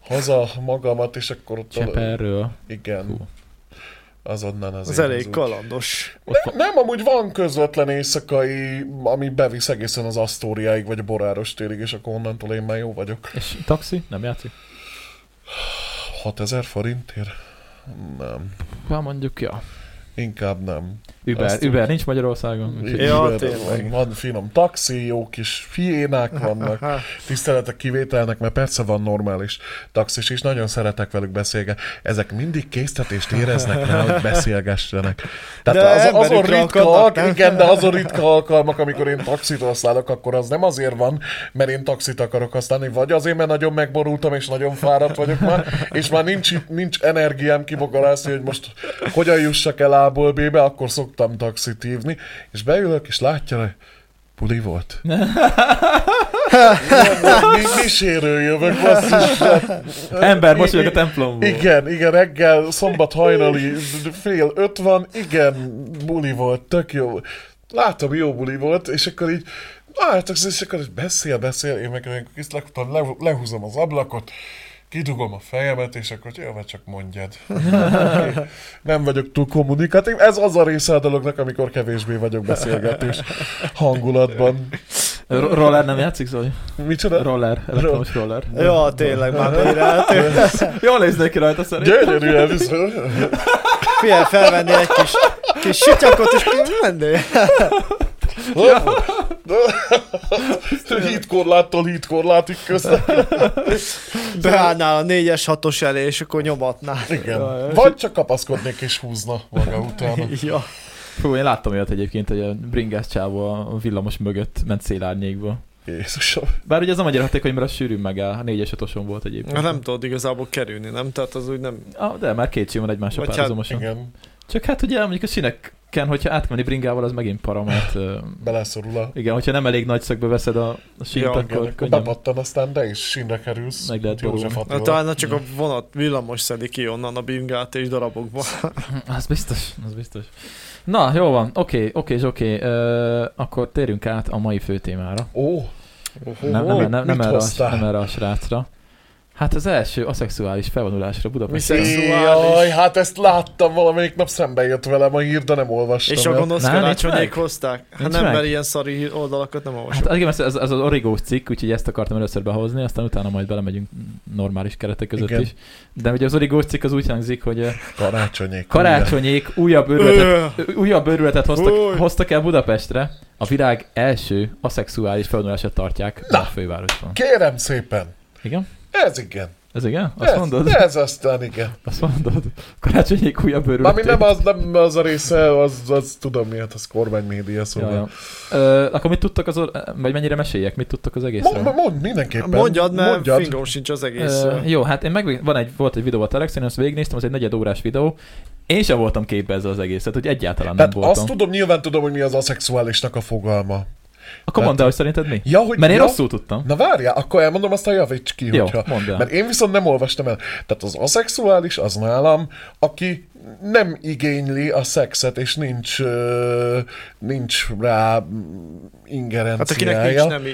S3: haza magamat, és akkor ott... a-
S1: Cseperről. Hú.
S3: Igen. Azonnal az
S2: Az elég kalandos.
S1: Ott van.
S3: Nem, amúgy van közvetlen éjszakai, ami bevisz egészen az Asztóriáig, vagy a Boráros térig, és akkor onnantól én már jó vagyok.
S1: És taxi? Nem játszik?
S3: 6000 forintért? Nem.
S1: Hát mondjuk, ja.
S3: Inkább nem.
S1: Uber,
S3: Azt tudom.
S1: Uber nincs Magyarországon. úgyhogy-
S2: Ja,
S3: Uber-
S2: tényleg.
S3: Van finom taxi, jó kis hiénák vannak,
S2: Hát.
S3: tiszteletek kivételnek, mert persze van normális taxis is, nagyon szeretek velük beszélgetni. Ezek mindig késztetést éreznek rá, hogy beszélgessenek.
S2: De
S3: Tehát az, azon
S2: emberükre
S3: ritka,
S2: akadnak, nem?
S3: alk- igen, de azon ritka alkalmak, amikor én taxit használok, akkor az nem azért van, mert én taxit akarok használni, vagy azért, mert nagyon megborultam, és nagyon fáradt vagyok már, és már nincs, itt- nincs energiám kibogarászni, hogy most hogyan jussak el A-ból B-be, akkor szoktam taxit hívni, és beülök, és látja, hogy puli volt. Mi, mi, mi sérő jövök, basszus.
S1: Ember, most vagyok a
S3: I-
S1: templomból.
S3: Igen, igen, reggel, szombat hajnali, fél öt van, igen, buli volt, tök jó. Látom, jó buli volt, és akkor így, álltok, és akkor így beszél, beszél, én meg olyan kis laktam, le, lehúzom az ablakot, kidugom a fejemet, és akkor jó, mert csak mondjad. Oké. Nem vagyok túl kommunikatív. Ez az a része a dolognak, amikor kevésbé vagyok beszélgetés hangulatban.
S1: Ro- Roller nem játszik, Zoli?
S3: Micsoda?
S1: Roller, elektromos roller.
S2: Ja, tényleg, már Hát, mennyire eltűnt.
S1: Jól néznek ki rajta szerintem.
S3: Gyönyörűen viszont.
S2: Figyelj, felvennél egy kis, kis sütyakot, és kimennél.
S3: Hídkorláttól hídkorlátig közte.
S2: Beállnál a 4-es, 6-os elé, és akkor nyomatnál.
S3: Igen. Vagy csak kapaszkodnék és húzna maga utána.
S2: Ja.
S1: Fú, én láttam olyat egyébként, hogy a bringás csávó a villamos mögött ment szélárnyékba.
S3: Jézusom.
S1: Bár ugye ez nem annyira hatékony, mert a sűrűn megáll. A négyes ötöson volt egyébként.
S2: Hát nem tudod igazából kerülni, nem? Tehát az úgy nem...
S1: Ah, de már két sim van egymásra
S2: Vagy hát-
S1: párhuzamosan.
S3: Igen.
S1: Csak hát ugye mondjuk a sinekken, hogyha átmenni bringával, az megint para, mert ö,
S3: Beleszorul a...
S1: igen, hogyha nem elég nagy szögbe veszed a, a sínt,
S2: Ja, igen,
S1: akkor
S3: Akkor
S1: könnyen
S3: bepattan, aztán de is sínre kerülsz.
S1: Meg lehet
S3: Mint József
S1: borulni.
S2: Na,
S3: Attila.
S2: talán csak a vonat villamos szedik ki onnan a bingát és darabokba.
S1: Szóval- Az biztos, az biztos. Na, jó van, oké, oké, és oké, Ö, akkor térjünk át a mai fő témára.
S3: Ó,
S1: nem, nem, nem, nem,
S3: mit
S1: erre a,
S3: hoztál?
S1: nem erre a srácra. Hát az első a szexuális felvonulásra Budapesten.
S2: Mi szexuális.
S3: Jaj, hát ezt láttam, valamelyik nap szembe jött velem a hír, de nem olvastam
S2: És a
S3: el.
S2: gonosz
S1: Na, nincs meg.
S2: karácsonyék hozták. Hát
S1: Nincs
S2: nem,
S1: meg.
S2: mert ilyen szari hír- oldalakat nem olvasok.
S1: Hát az, igen, ez, ez az origó cikk, úgyhogy ezt akartam először behozni, aztán utána majd belemegyünk normális keretek között
S3: Igen.
S1: is. De ugye az origó cikk az úgy hangzik, hogy ö,
S3: Karácsonyék.
S1: karácsonyék újabb örületet,
S2: Ö,
S1: ö, újabb örületet
S2: Új.
S1: hoztak, hoztak el Budapestre. A világ első aszexuális felvonulását tartják
S3: Na.
S1: a fővárosban.
S3: Kérem szépen.
S1: Igen?
S3: Ez igen.
S1: Ez igen? Azt
S3: Ez,
S1: mondod?
S3: ez aztán igen.
S1: Azt mondod? Karácsonyék újabb
S3: Ami
S1: örületét.
S3: nem az, nem az a része, az, az tudom miért, az kormány média
S1: Ja,
S3: szóval.
S1: ja. Ö, akkor mit tudtak az, or- vagy mennyire meséljek, mit tudtak az egészről?
S3: Mond, mond, mindenképpen.
S2: Hát, Mondjad, mert
S3: Mondjad.
S2: fingom sincs az egész.
S1: Ö, jó, hát én meg, van egy, volt egy videó a Telexen, én azt végignéztem, az egy negyed órás videó. Én sem voltam képbe ezzel az egészet, hogy egyáltalán
S3: Tehát
S1: nem voltam.
S3: Hát azt tudom, nyilván tudom, hogy mi az aszexuálisnak a fogalma.
S1: Akkor mondd el, hogy szerinted mi?
S3: Hát- Ja, hogy
S1: Mert én
S3: ja,
S1: rosszul tudtam.
S3: Na várjál, akkor elmondom, aztán javíts ki,
S1: Jó,
S3: hogyha.
S1: mondd el.
S3: Mert én viszont nem olvastam el. Tehát az aszexuális az nálam, aki nem igényli a szexet, és nincs, ö, nincs rá ingerenciája.
S2: Hát akinek nincs nemi,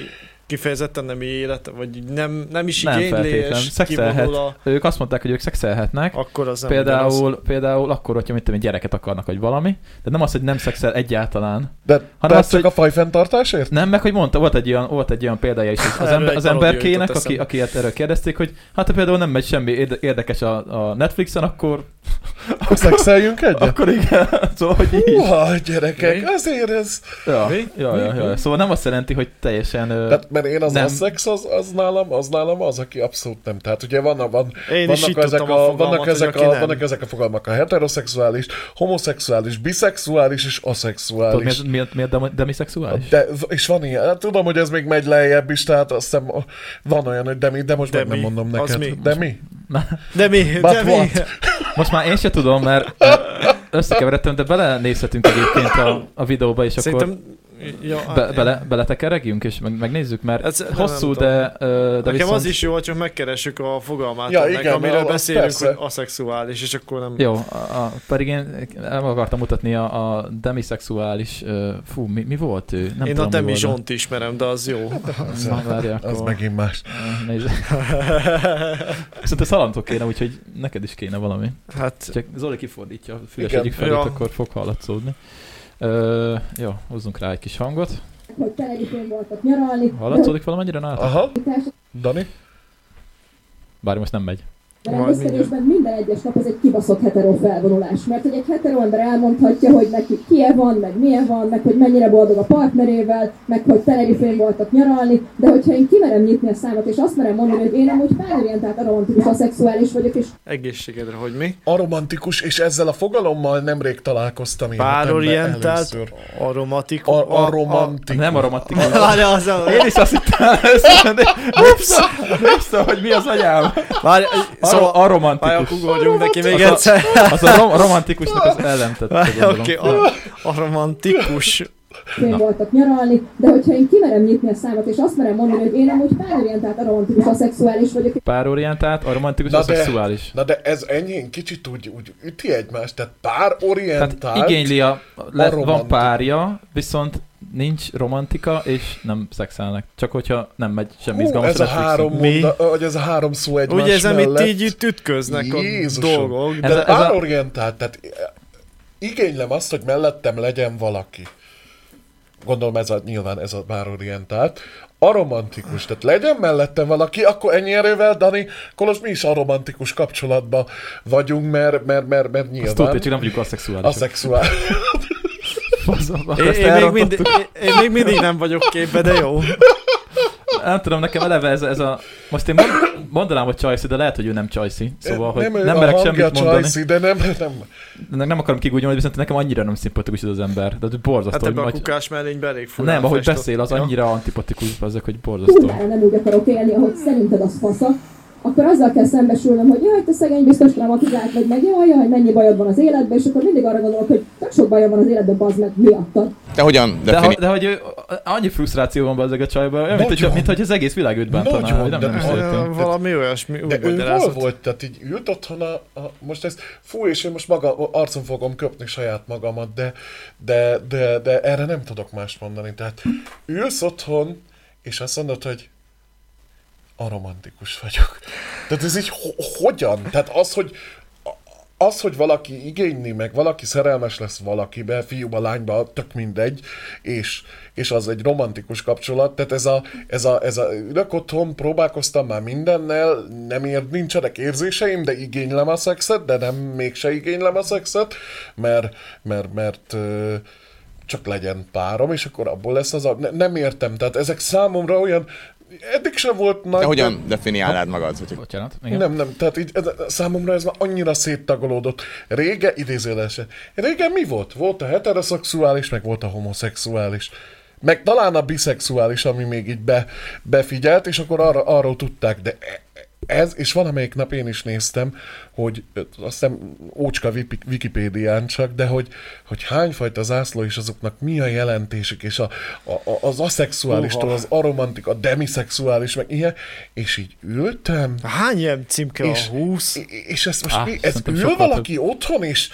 S2: kifejezetten nemi élete, vagy így nem, nem is
S1: Nem
S2: igényli,
S1: feltétlen.
S2: és
S1: Szexelhet.
S2: kivonul a...
S1: Ők azt mondták, hogy ők szexelhetnek,
S2: Akkor az nem ugyanaz.
S1: Például, például akkor, hogyha mit tudom, én, gyereket akarnak, vagy valami, de nem az, hogy nem szexel egyáltalán.
S3: De tehát
S1: azt,
S3: csak
S1: hogy-
S3: a fajfenntartásért?
S1: Nem, meg hogy mondta, volt egy olyan, volt egy olyan példája is az, az,
S2: Erről
S1: ember,
S2: egy
S1: az
S2: paródia
S1: emberkének,
S2: jutott
S1: aki, aki erről kérdezték, hogy hát ha például nem megy semmi érde- érdekes a, a Netflixen, akkor,
S3: Szexeljünk egyet?
S1: akkor igen. Szóval, hogy így.
S3: Uha, gyerekek, azért ez...
S1: Ja,
S2: hát- Mi? Hát,
S1: ja, ja, ja. Szóval nem azt jelenti, hogy teljesen... ö,
S3: Tehát, mert én az
S1: nem.
S3: nem. szex, az, az, nálam, az nálam az, aki abszolút nem. Tehát ugye van, van,
S2: Én is így
S3: vannak, ezek
S2: tudtam a
S3: a,
S2: fogalmat,
S3: vannak,
S2: hogy
S3: ezek
S2: aki
S3: a,
S2: nem.
S3: vannak ezek a fogalmak, a heteroszexuális, homoszexuális, biszexuális és
S1: Tudod,
S3: aszexuális.
S1: miért, miért, miért demo- demiszexuális?
S3: De, és van ilyen, hát tudom, hogy ez még megy lejjebb is, tehát azt hiszem a- van olyan, hogy de mi, de most de
S2: De
S3: meg nem
S2: mi?
S3: mondom
S2: Az
S3: neked.
S2: mi?
S3: De mi?
S2: De mi?
S3: But
S2: de mi?
S3: what?
S1: Most már én se tudom, mert ö, összekeveredtem, de belenézhetünk egyébként a, a videóba, és akkor...
S2: Szerintem... Ja,
S1: Be, bele, beletekeregjünk, és meg, megnézzük, mert
S2: Ez-
S1: Ez,
S2: nem
S1: hosszú,
S2: tudom.
S1: de, ö, de
S2: Nekem
S1: viszont...
S2: az is jó, ha csak megkeressük a fogalmát,
S3: Ja,
S2: ja, ennek,
S3: igen,
S2: amiről
S3: a-
S2: beszélünk,
S3: persze.
S2: hogy aszexuális, és akkor nem...
S1: Jó, a, a, pedig én el akartam mutatni a, a demiszexuális... ö, Fú, mi, mi volt ő? Nem
S2: Én
S1: tudom,
S2: a
S1: mi
S2: Demi
S1: volt, de-
S2: Zsont ismerem, de az jó.
S3: Az,
S1: Na, várj, akkor...
S3: az megint más.
S1: Nézd. Viszont a szalantok kéne, úgyhogy neked is kéne valami.
S2: Hát,
S1: Csak Zoli kifordítja a füles
S3: Igen.
S1: egyik felét,
S2: Ja.
S1: akkor fog hallatszódni. Ö, jó, hozzunk rá egy kis hangot.
S9: hogy Felegyikén voltak nyaralni,
S1: Hallatszódik valamennyire
S2: Ah.
S1: nálatok?
S3: Aha, Dani?
S1: Bár most nem megy.
S9: de
S2: Majd
S9: részben minden egyes nap ez egy kibaszott hetero felvonulás, mert hogy egy hetero ember elmondhatja, hogy neki kie van, meg milyen van, meg hogy mennyire boldog a partnerével, meg hogy Tenerifén voltak nyaralni, de hogyha én kimerem nyitni a számot, és azt merem mondani, hogy én amúgy felorientált aromantikus aszexuális vagyok, és
S2: egészségedre, hogy
S3: hát
S2: mi?
S3: Aromantikus, és ezzel a fogalommal nemrég találkoztam életemben
S2: Párorientált,
S3: először.
S2: aromatikus...
S3: Ar- aromantikus.
S1: Hát Nem aromatikus.
S2: Várj, az a...
S1: Én is azt hittem, össze- néztem, néztem, hogy mi az anyám.
S2: Várj,
S1: Szóval
S2: szóval...
S1: a romantikus.
S2: Várj, akkor ugorjunk neki még
S1: Az a-
S2: egyszer.
S1: Az a rom- romantikusnak az ellentett.
S2: Várj,
S1: gondolom.
S2: Oké, a- aromantikus.
S9: Tenerifén voltak nyaralni, de hogyha én kimerem nyitni a számot, és azt merem mondani, hogy én amúgy felorientált aromantikus aszexuális vagyok,
S1: Párorientált, a romantikus,
S3: Na
S1: a
S3: de-
S1: szexuális.
S3: Na de ez enyhén kicsit úgy, úgy üti egymást, tehát
S1: Tehát
S3: párorientált.
S1: igényli a, le, van
S3: romantik-
S1: párja, viszont nincs romantika, és nem szexelnek. Csak hogyha nem megy semmi
S3: Hú,
S1: izgalmas
S3: ez a három
S2: Mi?
S3: monda, hogy ez a három szó egymás
S2: Úgy érzem, itt
S3: mellett.
S2: így itt ütköznek a
S3: Jézusom.
S2: dolgok,
S3: De
S1: Ez
S3: ez
S2: de
S1: a-
S3: a,
S1: ez a-
S3: párorientált, tehát eh, igénylem azt, hogy mellettem legyen valaki. Gondolom ez a, nyilván ez a párorientált. Aromantikus, tehát legyen mellettem valaki, akkor ennyi erővel, Dani, kolos mi is aromantikus kapcsolatban vagyunk, mert, mert, mert, mert
S1: Azt tudod,
S3: nyilván
S1: hogy csak nem vagyunk
S3: a
S1: aszexuálisok.
S3: szexuális.
S1: Faszom, akkor
S2: én,
S1: Hát ezt
S2: én, még
S1: elrontottuk.
S2: mindig, én, én még mindig nem vagyok képbe, de jó.
S1: Nem tudom, nekem eleve ez, ez a... Most én mond- mondanám, hogy Csajci, de lehet, hogy ő nem Csajci. Szóval, hogy
S3: ő
S1: nem,
S3: a
S1: merek
S3: hangja
S1: semmit mondani.
S3: Csajci, de nem, nem.
S1: Nem, nem akarom kigúgyolni, viszont nekem annyira nem szimpatikus ez az ember. De borzasztó,
S2: Hát ebben a
S1: hogy majd...
S2: kukás mellényben elég furán
S1: Nem, ahogy
S2: festett.
S1: beszél, az
S2: Ja.
S1: annyira antipatikus, ezek, hogy borzasztó.
S9: kurvára nem úgy akarok élni, ahogy szerinted az fasza, akkor azzal kell szembesülnöm, hogy jaj, te szegény, biztos traumatizált vagy meg, jaj, jaj, mennyi bajod van az életben, és akkor mindig arra gondolok, hogy tök sok bajod van az életben, bazd meg, miattad.
S10: Te hogyan
S1: De, ha,
S10: defini-
S1: de hogy ő, annyi frusztráció van ezek a csajban, olyan, mint, hogy,
S3: Nagyon.
S1: mint hogy az egész világ őt bántaná,
S3: Nagyon,
S1: hogy nem,
S3: de
S1: nem is
S3: nagyon.
S1: értem.
S2: Valami olyasmi, úgy
S3: De ő hol
S2: magyarázott.
S3: volt? Tehát így ült otthon a, a, most ez, fú, és én most maga, arcon fogom köpni saját magamat, de, de, de, de erre nem tudok mást mondani. Tehát ülsz otthon, és azt mondod, hogy aromantikus vagyok. Tehát ez így ho- hogyan? Tehát az, hogy az, hogy valaki igényli meg, valaki szerelmes lesz valakibe, fiúba, lányba, tök mindegy, és, és az egy romantikus kapcsolat, tehát ez a, ez a, ez a ülök otthon, próbálkoztam már mindennel, nem ér, nincsenek érzéseim, de igénylem a szexet, de nem, mégse igénylem a szexet, mert, mert, mert ö, csak legyen párom, és akkor abból lesz az a... Ne, nem értem, tehát ezek számomra olyan... Eddig sem volt nagy...
S10: te hogyan definiálnád magad? Hogy
S1: Bocsánat, igen.
S3: Nem, nem, tehát így, ez, számomra ez már annyira széttagolódott. Rége, idézélesen, régen mi volt? Volt a heteroszexuális, meg volt a homoszexuális. Meg talán a biszexuális, ami még így be, befigyelt, és akkor arra, arról tudták, de e- ez, és valamelyik nap én is néztem, hogy ö, azt hiszem ócska Wipi- Wikipédián csak, de hogy, hogy hányfajta zászló és azoknak mi a jelentésük, és a, a, a- az aszexuálistól, az aromantik, a demiszexuális, meg ilyen, és így ültem.
S2: Hány ilyen címke
S3: és,
S2: van? 20?
S3: És ezt most
S2: Á,
S3: ah, mi, ez
S2: szerintem
S3: ül
S2: sokkal
S3: valaki otthon, és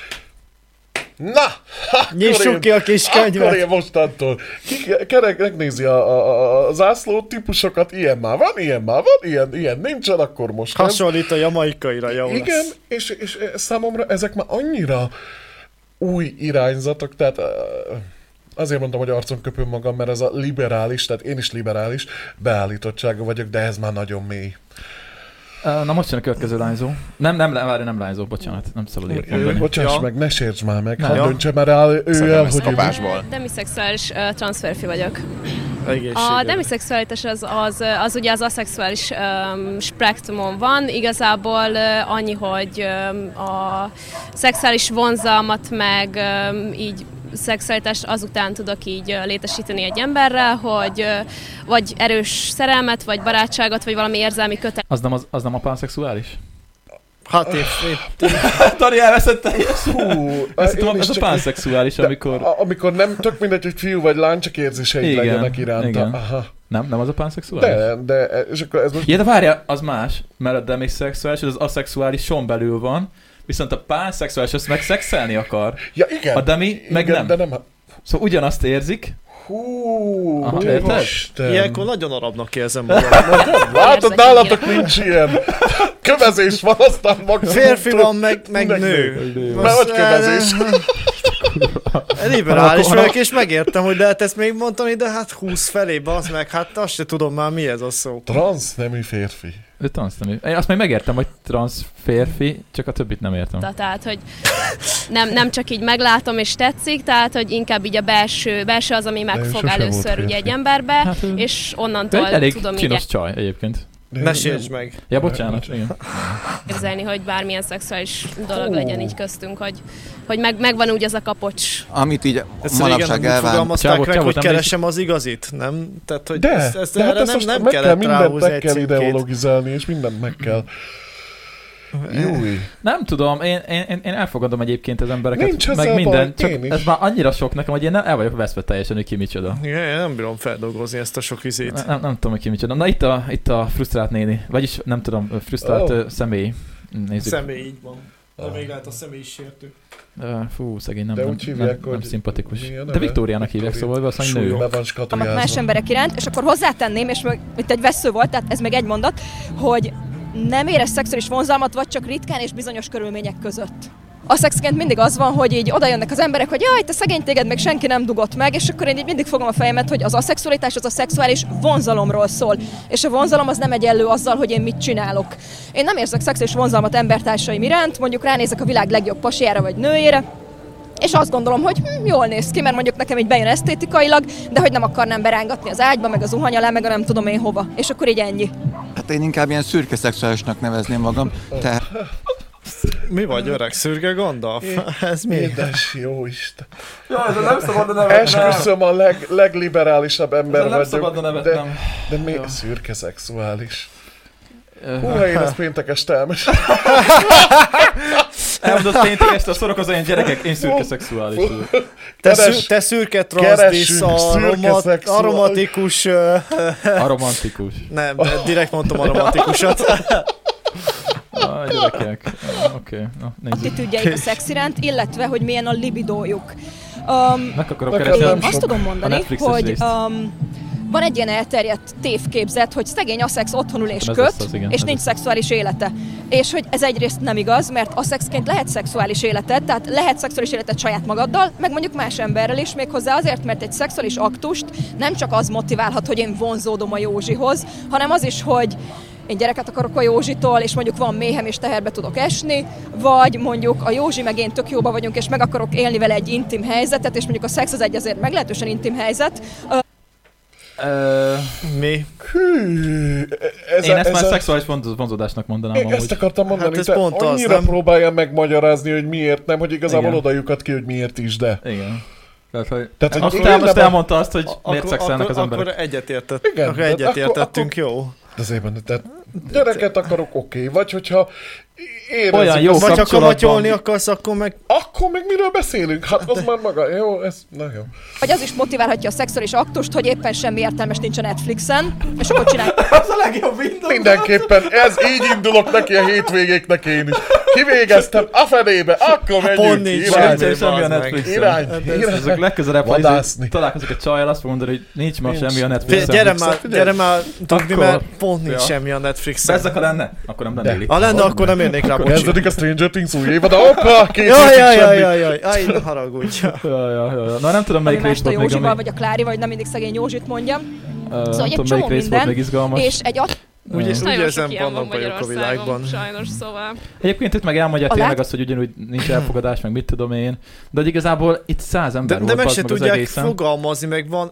S3: Na! akkor
S2: Nyissuk
S3: én-
S2: ki a kis
S3: Akkor
S2: könyvet.
S3: én mostantól. Ki, kerek, megnézi a, a, a, a zászló típusokat, ilyen már van, ilyen már van, ilyen, ilyen nincsen, akkor most nem.
S2: Hasonlít a jamaikaira, jó
S3: Igen,
S2: lesz.
S3: és, és eh, számomra ezek már annyira új irányzatok, tehát ö, azért mondtam, hogy arcon köpöm magam, mert ez a liberális, tehát én is liberális beállítottsága vagyok, de ez már nagyon mély.
S1: Ö, Na most jön a következő lányzó. Nem, nem, várj, nem lányzó, bocsánat, nem szabad ilyet mondani.
S3: Bocsáss meg, ne sérts már meg,
S1: Nem.
S3: hadd
S1: Ja.
S3: döntse már el ő
S1: Szerintem
S3: el,
S1: ez
S3: hogy
S1: kapásból.
S11: Demiszexuális uh, transferfi vagyok. A
S3: Egészséged.
S11: demiszexualitás az, az, ö, az ugye az aszexuális um, spektrumon van, igazából uh, annyi, hogy um, a szexuális vonzalmat meg um, így szexualitást azután tudok így ö, létesíteni egy emberrel, hogy ö, vagy erős szerelmet, vagy barátságot, vagy valami érzelmi kötet.
S1: Az nem, az, az nem a pánszexuális?
S2: Hát én...
S1: Tani elveszett teljesen. Azt
S3: én
S1: tudom,
S3: is
S1: ez a
S3: csak-
S1: pánszexuális, amikor...
S3: A- amikor nem, tök mindegy, hogy fiú vagy lány, csak érzéseid igen, legyenek iránta.
S1: igen.
S3: Aha.
S1: Nem, nem az a pánszexuális?
S3: De, de, és akkor ez most...
S1: Ja, de várja, az más, mert a demiszexuális, az az aszexuális son belül van, viszont a pánszexuális azt meg szexelni akar.
S3: Ja, igen.
S1: A demi meg
S3: Igen,
S1: nem.
S3: de nem.
S1: Szóval ugyanazt érzik.
S3: Hú,
S1: Aha,
S2: Hú,
S1: érted?
S2: Isten. Ilyenkor nagyon arabnak érzem magam.
S3: Látod, nálatok nincs ilyen. Kövezés van, aztán maximum.
S2: Férfi van, meg, meg
S3: Meg
S2: nő.
S3: nő.
S2: Azt-
S3: Mert hogy kövezés.
S2: Liberális
S3: Hanem-
S2: vagyok, és megértem, hogy lehet ezt még mondani, de hát 20 felébe az meg, hát azt se tudom már mi ez a szó.
S3: Transz nemű férfi.
S1: Ő transz nem. Én azt még megértem, hogy transz férfi, csak a többit nem értem.
S11: Tehát, hogy nem, nem csak így meglátom és tetszik, tehát, hogy inkább így a belső, belső az, ami
S1: ő
S11: megfog
S1: sose volt
S11: először ugye
S1: férfi.
S11: egy emberbe, és
S1: Ő
S11: onnantól
S1: egy elég
S11: tudom
S1: csinos
S11: így
S1: csaj egyébként.
S2: Ne sértsd meg.
S1: Ja, bocsánat, igen.
S11: érzelni, hogy bármilyen szexuális dolog legyen így köztünk, hogy, hogy meg, megvan úgy az a kapocs.
S10: Amit így
S2: Ezt régen
S10: manapság
S2: úgy
S10: elván...
S2: fogalmazták meg, hogy keresem az igazit, nem? Tehát, hogy
S3: De,
S2: ezt, ezt
S3: de hát
S2: erre
S3: ezt
S2: nem,
S3: most
S2: nem
S3: meg kell
S2: kellett
S3: mindent
S2: ráhúzni
S3: meg
S2: egy
S3: kell
S2: címkét.
S3: ideologizálni, és mindent meg kell.
S2: Eh.
S3: Júj.
S1: Nem tudom, én, én, én- én elfogadom egyébként az embereket,
S2: Nincs ezzel
S1: meg
S2: baj,
S1: minden,
S2: én
S1: csak
S2: is.
S1: ez már annyira sok nekem, hogy én nem, el vagyok veszve teljesen, hogy ki micsoda.
S2: Igen, én nem bírom feldolgozni ezt a sok izét.
S1: Nem, nem, nem tudom, hogy ki micsoda. Na itt a, itt a frusztrált néni, vagyis nem tudom, frusztrált
S2: Ó.
S1: oh. személy. Nézzük.
S2: Személy így van. De még lehet a személy is sértő.
S1: Ö, Fú, szegény, nem,
S3: De
S1: nem,
S3: úgy
S1: nem,
S3: hívják,
S1: nem,
S3: hogy
S1: szimpatikus.
S3: mi
S1: De
S3: a neve?
S1: Viktóriának hívják, szóval valószínűleg nő.
S3: Súlyok. Be van
S12: vannak más emberek iránt, és akkor hozzátenném, és meg, itt egy vesző volt, tehát ez még egy mondat, hogy nem érez szexuális vonzalmat, vagy csak ritkán és bizonyos körülmények között. A szexként mindig az van, hogy így oda jönnek az emberek, hogy jaj, te szegény téged meg senki nem dugott meg, és akkor én így mindig fogom a fejemet, hogy az aszexualitás az a szexuális vonzalomról szól. És a vonzalom az nem egyenlő azzal, hogy én mit csinálok. Én nem érzek szexuális vonzalmat embertársaim iránt, mondjuk ránézek a világ legjobb pasiára vagy nőjére, és azt gondolom, hogy hm, jól néz ki, mert mondjuk nekem így bejön esztétikailag, de hogy nem akarnám berángatni az ágyba, meg az uhany alá, meg a nem tudom én hova. És akkor így ennyi.
S10: Hát én inkább ilyen szürke szexuálisnak nevezném magam. Te...
S2: Mi vagy öreg szürge Gandalf? Ez mi?
S3: Édes jó Isten.
S2: Jaj, ez nem szabadna nevetnem.
S3: Esküszöm a leg, legliberálisabb ember
S1: Ezzel nem
S3: vagyok.
S1: szabadna
S3: de,
S1: nevetnem.
S3: de mi szürke szexuális. Húha, én ezt péntek este elmes.
S1: Elmondott péntek este a szorok az olyan gyerekek, én szürke szexuális. vagyok.
S2: Te, szür, te szürke transzdisz,
S1: keresünk szürke
S2: aromat,
S1: szexuális-
S2: aromatikus... ö,
S1: Aromantikus.
S2: Nem, de direkt mondtam aromatikusat.
S1: Aj, gyerekek. Ah, Oké, na nézzük.
S12: Attitűdjeik a szex iránt, illetve hogy milyen a libidójuk. Um,
S1: Meg akarom
S12: Nekem
S1: keresni.
S12: Én
S1: nem
S12: azt
S1: sok.
S12: tudom
S1: A
S12: mondani,
S1: Netflixes
S12: hogy
S1: részt.
S12: um, van egy ilyen elterjedt tévképzet, hogy szegény aszex otthonul és
S1: Ez
S12: köt,
S1: lesz az, igen,
S12: és
S1: ez
S12: nincs szexuális élete. És hogy ez egyrészt nem igaz, mertaszexként lehet szexuális életed, tehát lehet szexuális életed saját magaddal, meg mondjuk más emberrel is, méghozzá azért, mert egy szexuális aktust nem csak az motiválhat, hogy én vonzódom a Józsihoz, hanem az is, hogy én gyereket akarok a Józsitól, és mondjuk van méhem, és teherbe tudok esni, vagy mondjuk a Józsi meg én tök jóba vagyunk, és meg akarok élni vele egy intim helyzetet, és mondjuk a szex az egy azért meglehetősen intim helyzet. Ö,
S2: Mi?
S3: Hű, ez
S1: Én
S3: a-
S1: ezt már
S3: ez a-
S1: szexuális vonz- vonzódásnak mondanám
S3: Én ezt akartam mondani,
S1: Hát ez
S3: te
S1: pont az,
S3: annyira
S1: nem?
S3: próbáljam megmagyarázni, hogy miért nem, hogy igazából
S1: Igen.
S3: oda lyukad ki, hogy miért is, de.
S1: Igen. Tehát, hogy...
S3: Tehát,
S1: Azt
S3: én
S1: el-
S3: nem-
S1: azt elmondta azt, hogy
S3: A-
S1: miért szexelnek az emberek.
S2: Akkor egyetértett. Igen,
S3: Igen,
S2: akkor
S3: tehát akkor-
S2: egyetértettünk,
S3: akkor-
S2: jó.
S3: De azért, tehát Gyereket akarok, oké. Okay. Vagy hogyha érezzük...
S1: Olyan jó
S3: azt-
S2: Vagy ha
S1: kapcsolatban-
S2: kamatyolni akarsz, akkor meg...
S3: Akkor meg miről beszélünk? Hát az már maga. Jó, ez... Na jó.
S12: Vagy az is motiválhatja a szexuális aktust, hogy éppen semmi értelmes nincs a Netflixen, és akkor csinálj.
S1: Az a legjobb videó.
S3: Mindenképpen ez így indulok neki a hétvégéknek én is. Kivégeztem a fenébe, akkor
S1: Hát
S3: megyünk.
S1: pont nincs
S3: irány,
S1: semmi, semmi a Netflixen.
S3: Irány,
S1: Hát ez-
S3: irány.
S1: Azok legközelebb, ha
S3: Vadászni.
S1: izé- találkozok egy csajjal, azt fogom mondani, hogy nincs ma
S2: Nincs.
S1: semmi a Netflixen.
S2: Gyere már- gyere már tudni,
S1: Akkor-
S2: mert pont nincs semmi a Netflixen.
S1: Bezzek, ha lenne, akkor nem lennél itt.
S2: Ha lenne, akkor nem érnék rá, bocsi.
S3: Kezdődik a Stranger Things új évad, de hoppá, két
S2: Jaj,
S3: hétig
S2: jaj, jaj,
S3: semmi.
S2: jaj, jaj, jaj, ne haragudj.
S1: Jaj, jaj, jaj. Na nem tudom, melyik
S12: Ami
S1: rész
S12: mást
S1: volt még,
S12: a
S1: ami...
S12: Józsival, vagy a Klárival, vagy nem mindig szegény Józsit mondjam.
S1: Ö,
S12: Szóval
S1: nem
S12: egy
S1: tudom,
S12: csomó
S1: melyik rész volt
S12: minden,
S1: még izgalmas.
S12: és egy at-
S1: Úgy-
S2: Ugye,
S1: Nagyon
S2: úgy
S11: Nagyon
S2: érzem,
S11: sok ilyen van
S2: vannak vagyok a világban.
S11: Magyarországon, sajnos, szóval.
S1: Egyébként itt meg elmondja
S11: A
S1: tényleg
S11: lát-
S1: azt, hogy ugyanúgy nincs elfogadás, meg mit tudom én. De hogy igazából itt száz ember
S2: De,
S1: volt,
S2: de meg
S1: bazd
S2: se
S1: az
S2: tudják
S1: egészen.
S2: fogalmazni, meg van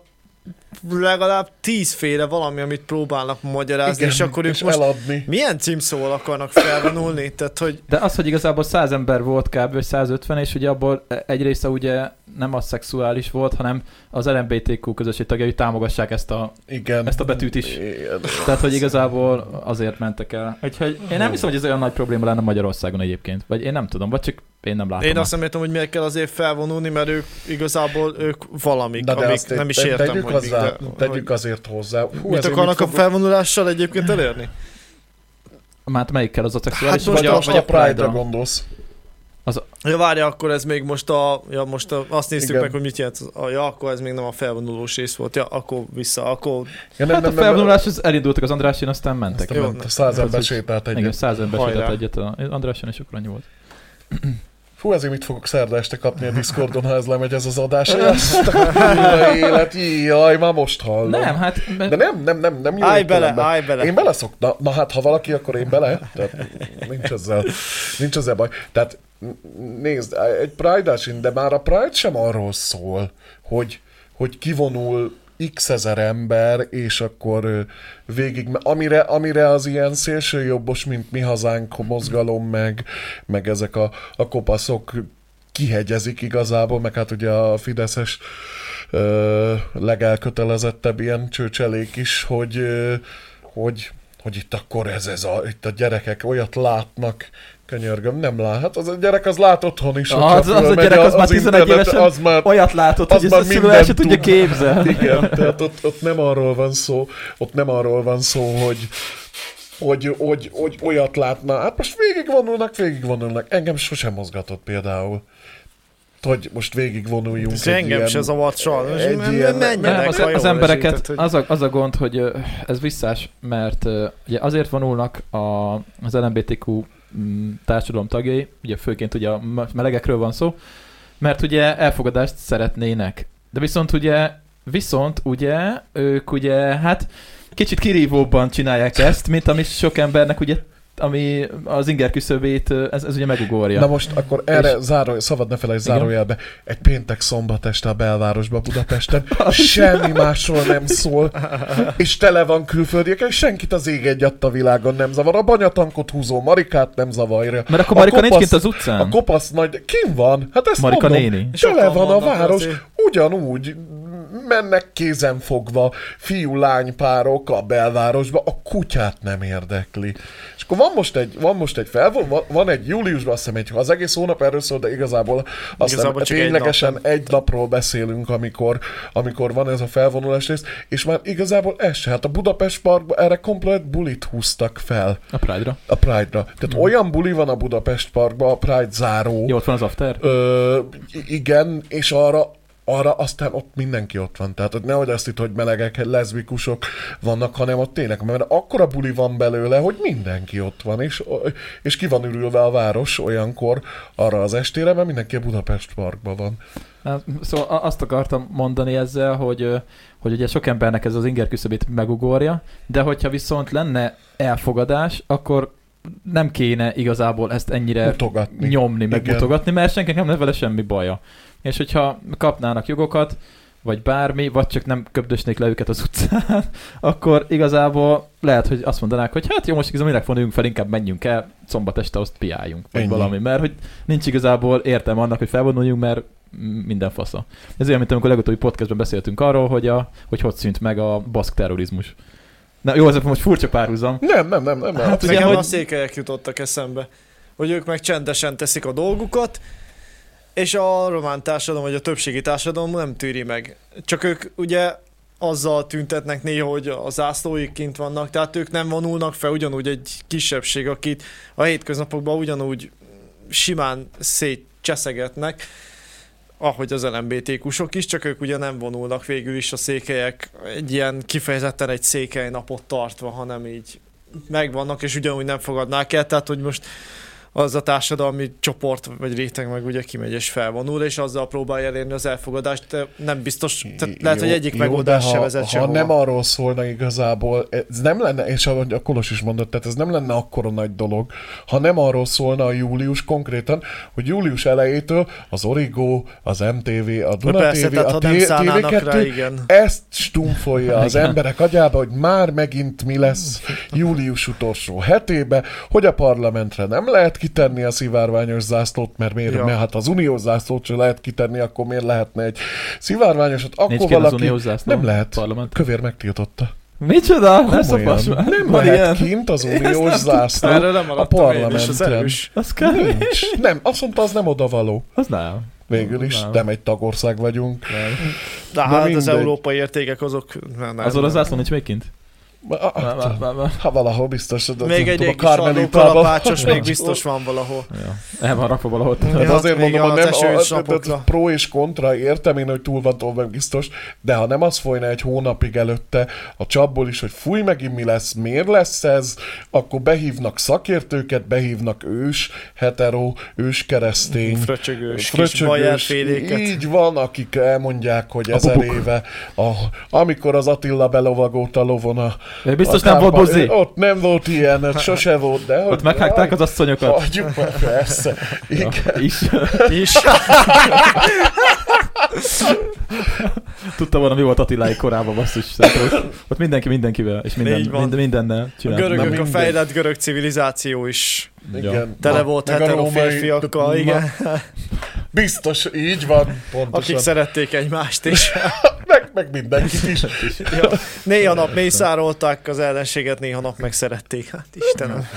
S2: legalább tízféle valami, amit próbálnak magyarázni,
S3: Igen,
S2: és akkor ők
S3: és
S2: most
S3: eladni.
S2: milyen címszóval akarnak felvonulni? Tehát, hogy
S1: De az, hogy igazából 100 ember volt kb. vagy 150, és ugye abból egy része ugye nem az szexuális volt, hanem az LMBTQ közösség tagjai támogassák ezt a,
S3: Igen.
S1: ezt a betűt is.
S3: Igen.
S1: Tehát, hogy igazából azért mentek el. Úgyhogy én nem hiszem, hogy ez olyan nagy probléma lenne Magyarországon egyébként. Vagy én nem tudom, vagy csak én nem látom.
S2: én azt nem értem, hogy miért kell azért felvonulni, mert ők igazából ők valamik,
S3: Na de
S2: amik
S3: azt
S2: nem is
S3: te-
S2: értem,
S3: tegyük
S2: hogy
S3: hozzá,
S2: mik, de,
S3: Tegyük
S2: hogy
S3: azért hozzá. Hú,
S2: mit
S3: ezért
S2: akarnak a
S3: fog-
S2: felvonulással egyébként elérni?
S1: Már melyikkel az a szexuális,
S2: Hát
S1: vagy, a,
S2: most
S1: vagy a
S2: a
S1: Pride-ra?
S3: gondolsz.
S1: Az,
S2: Ja, várja, akkor ez még most a... Ja, most a, azt néztük
S3: Igen.
S2: meg, hogy mit jelent. az- ah, Ja, akkor ez még nem a felvonulós rész volt. Ja, akkor vissza, akkor...
S3: Ja,
S1: hát a felvonulás, az elindultak az Andrásin, aztán mentek.
S3: Aztán ment, száz
S1: Tehát,
S3: ember
S1: hogy-
S3: sétált egyet.
S1: Igen, száz ember
S3: Hajrá.
S1: sétált egyet a- Andrásin, és akkor annyi volt.
S3: Fú, ezért mit fogok szerda este kapni a Discordon, ha ez lemegy ez az adás. Ezt a kurva élet, jaj, már most hallom.
S1: Nem, hát...
S3: De nem, nem, nem, nem jó
S2: Állj
S3: értelemben.
S2: bele, állj bele.
S3: Én beleszok. Na, na hát, ha valaki, akkor én bele. Tehát nincs ezzel, nincs ezzel baj. Tehát n- nézd, egy pride de már a Pride sem arról szól, hogy, hogy kivonul x ezer ember, és akkor ö, végig, amire, amire az ilyen szélsőjobbos, mint mi hazánk mozgalom, meg, meg ezek a, a kopaszok kihegyezik igazából, meg hát ugye a fideszes ö, legelkötelezettebb ilyen csőcselék is, hogy, ö, hogy, hogy itt akkor ez, ez a, itt a gyerekek olyat látnak, könyörgöm, nem lát. Hát az a gyerek az lát otthon is. hogyha
S1: Ah, Az, az a
S3: fölmegy
S1: gyerek az, már
S3: internet,
S1: 11 évesen az már, olyat látott, hogy ezt a szülő el
S3: mindent
S1: se tudja
S3: tud.
S1: képzelni.
S3: Hát Igen, tehát ott, ott, nem arról van szó, ott nem arról van szó, hogy hogy, hogy, hogy olyat látna. Hát most végigvonulnak, végigvonulnak. Engem sosem mozgatott például. Hogy most végigvonuljunk
S2: Ez engem se zavart sajnos. Men- menjenek,
S1: Nem, az,
S2: ha jól
S1: az embereket,
S2: esik, tehát, hogy-
S1: az a, az a gond, hogy ö, ez visszás, mert ö, ugye azért vonulnak a, az LMBTQ mm, társadalom tagjai, ugye főként ugye a me- melegekről van szó, mert ugye elfogadást szeretnének. De viszont ugye, viszont ugye, ők ugye, hát kicsit kirívóbban csinálják ezt, mint amit sok embernek ugye, ami az inger küszöbét, ö, ez, ez ugye megugorja.
S3: Na most akkor erre és... záró, szabad ne felejtsd
S1: Igen.
S3: zárójelbe. Egy péntek szombat este a belvárosban, Budapesten semmi másról nem szól, és tele van külföldiek, és senkit az ég egy adta világon nem zavar. A banyatankot húzó Marikát nem zavarja.
S1: Mert akkor
S3: A
S1: Marika nincs kint az utcán?
S3: A kopasz nagy, kim van? Hát ezt
S1: Marika
S3: mondom.
S1: néni.
S3: Tele
S2: Sokan
S3: van a
S2: vannak
S3: város,
S2: azért.
S3: ugyanúgy mennek kézen fogva fiú-lány párok a belvárosba, a kutyát nem érdekli. És akkor van most egy, van most egy felvon, van- van egy júliusban, azt hiszem egy, az egész hónap erről szól, de igazából azt hiszem,
S2: Igazából csak egy
S3: ténylegesen egy, egy napról beszélünk, amikor, amikor van ez a felvonulás rész, és már igazából ez se. Hát a Budapest Parkban erre komplet bulit húztak fel.
S1: A Pride-ra.
S3: A Pride-ra. Tehát hmm. olyan buli van a Budapest Parkban, a Pride záró.
S1: Jó, ott van az after?
S3: Ö, i- igen, és arra arra aztán ott mindenki ott van. Tehát ott nehogy azt itt, hogy melegek, leszbikusok vannak, hanem ott tényleg, mert akkora buli van belőle, hogy mindenki ott van, és, és ki van ürülve a város olyankor arra az estére, mert mindenki a Budapest Parkban van.
S1: Hát, Szóval a- azt akartam mondani ezzel, hogy, ö, hogy ugye sok embernek ez az inger küszöbét megugorja, de hogyha viszont lenne elfogadás, akkor nem kéne igazából ezt ennyire
S3: Mutogatni.
S1: nyomni, meg
S3: Igen.
S1: mutogatni, mert senkinek nem lenne vele semmi baja. És hogyha kapnának jogokat, vagy bármi, vagy csak nem köbdösnék le őket az utcán, akkor igazából lehet, hogy azt mondanák, hogy hát jó, most igazából minek vonuljunk fel, inkább menjünk el, szombat este azt piáljunk, vagy
S3: Ennyi.
S1: valami, mert hogy nincs igazából értelme annak, hogy felvonuljunk, mert m- minden fasza. Ez olyan, mint amikor a legutóbbi podcastben beszéltünk arról, hogy, a, hogy hogy szűnt meg a baszk terrorizmus. Na jó, ez most furcsa párhuzam.
S3: Nem, nem, nem, nem.
S2: Hát
S1: Hát ugye,
S2: Nekem
S1: hogy-
S2: a székelyek jutottak eszembe, hogy ők meg csendesen teszik a dolgukat, és a román társadalom, vagy a többségi társadalom nem tűri meg. Csak ők ugye azzal tüntetnek néha, hogy a zászlóik kint vannak, tehát ők nem vonulnak fel, ugyanúgy egy kisebbség, akit a hétköznapokban ugyanúgy simán szétcseszegetnek, ahogy az LMBTQ-sok is, csak ők ugye nem vonulnak végül is a székelyek egy ilyen kifejezetten egy székely napot tartva, hanem így megvannak, és ugyanúgy nem fogadnák el, tehát hogy most az a társadalmi csoport vagy réteg meg ugye kimegy és felvonul, és azzal próbálja elérni az elfogadást, de nem biztos, tehát lehet,
S3: Jó-
S2: hogy egyik
S3: jó,
S2: megoldás
S3: de
S2: se
S3: ha,
S2: vezet
S3: Ha
S2: sehova.
S3: nem arról szólna igazából, ez nem lenne, és ahogy a Kolos is mondott, tehát ez nem lenne akkora nagy dolog, ha nem arról szólna a július konkrétan, hogy július elejétől az Origo, az MTV, a Duna
S2: persze,
S3: TV,
S2: tehát
S3: a
S2: ha nem szállnának
S3: TV2,
S2: rá, igen.
S3: ezt stumfolja az
S2: Igen.
S3: emberek agyába, hogy már megint mi lesz július utolsó hetébe, hogy a parlamentre nem lehet kitenni a szivárványos zászlót, mert miért,
S2: Ja.
S3: mert hát az uniós zászlót sem lehet kitenni, akkor miért lehetne egy szivárványosat, akkor
S1: Nincs
S3: akkor
S1: kint az
S3: valaki...
S1: uniós zászló
S3: nem lehet. Parlament. Kövér megtiltotta.
S1: Micsoda? Ne
S3: Komolyan.
S1: szopass már.
S3: Nem
S1: Van
S3: lehet
S1: ilyen?
S3: kint az
S1: Én ezt
S3: uniós
S1: nem
S3: zászló
S1: tudtam. Erről nem
S3: a
S1: maradtam én is, az
S3: parlamenten.
S1: erős. Az kell.
S3: Nincs. Nem, azt mondta, az nem odavaló.
S1: Az nem.
S3: Végül is,
S1: Nem.
S3: nem, egy tagország vagyunk.
S1: Nem.
S2: De
S3: Na
S2: hát az
S3: mindegy.
S2: európai értékek azok... Nem, nem,
S1: Azon az
S2: nem.
S1: zászló nincs még kint?
S3: Ah,
S1: Már- már- már- már.
S3: Ha valahol biztos, de
S2: Még egy
S3: tudom, a
S2: égi sarló
S3: Karmelitában.
S2: kalapácsos még biztos van valahol.
S1: El van rakva valahol.
S3: Hát
S2: Ja,
S3: azért
S2: még
S3: mondom, hogy
S2: az
S3: nem a,
S2: esős
S3: a,
S2: napokra.
S3: a, a pro és kontra, értem én, hogy túl van tolva biztos, de ha nem az folyna egy hónapig előtte a csapból is, hogy fúj megint mi lesz, miért lesz ez, akkor behívnak szakértőket, behívnak ős, hetero, ős keresztény,
S2: Fröcsögős, kis bajerféléket.
S3: így van, akik elmondják, hogy ezer
S2: pupuk.
S3: éve, a, amikor az Attila belovagolt a lovon a
S1: De biztos
S3: a
S1: nem volt
S3: támpa-
S1: bozé?
S3: Ott nem volt ilyen, ott sose volt, de hogy
S1: Ott meghágták
S3: jaj,
S1: az asszonyokat.
S3: Hagyjuk már, persze. Igen.
S1: Is.
S2: Is.
S1: Tudtam volna, mi volt Attilái korában, basszus. Tehát ott, ott mindenki mindenkivel, és minden,
S2: Így van.
S1: minden, mindennel
S2: A
S1: csinált.
S2: görögök, a
S1: mindegy.
S2: fejlett görög civilizáció is
S1: Igen.
S2: tele
S1: Na,
S2: volt
S1: meg a
S2: hetero
S1: római-
S2: férfiakkal,
S1: na.
S2: igen.
S3: Biztos, így van.
S2: Akik szerették egymást is.
S3: meg, meg mindenkit is.
S2: ja. Néha nap mészárolták az ellenséget, néha nap meg szerették. Hát Istenem.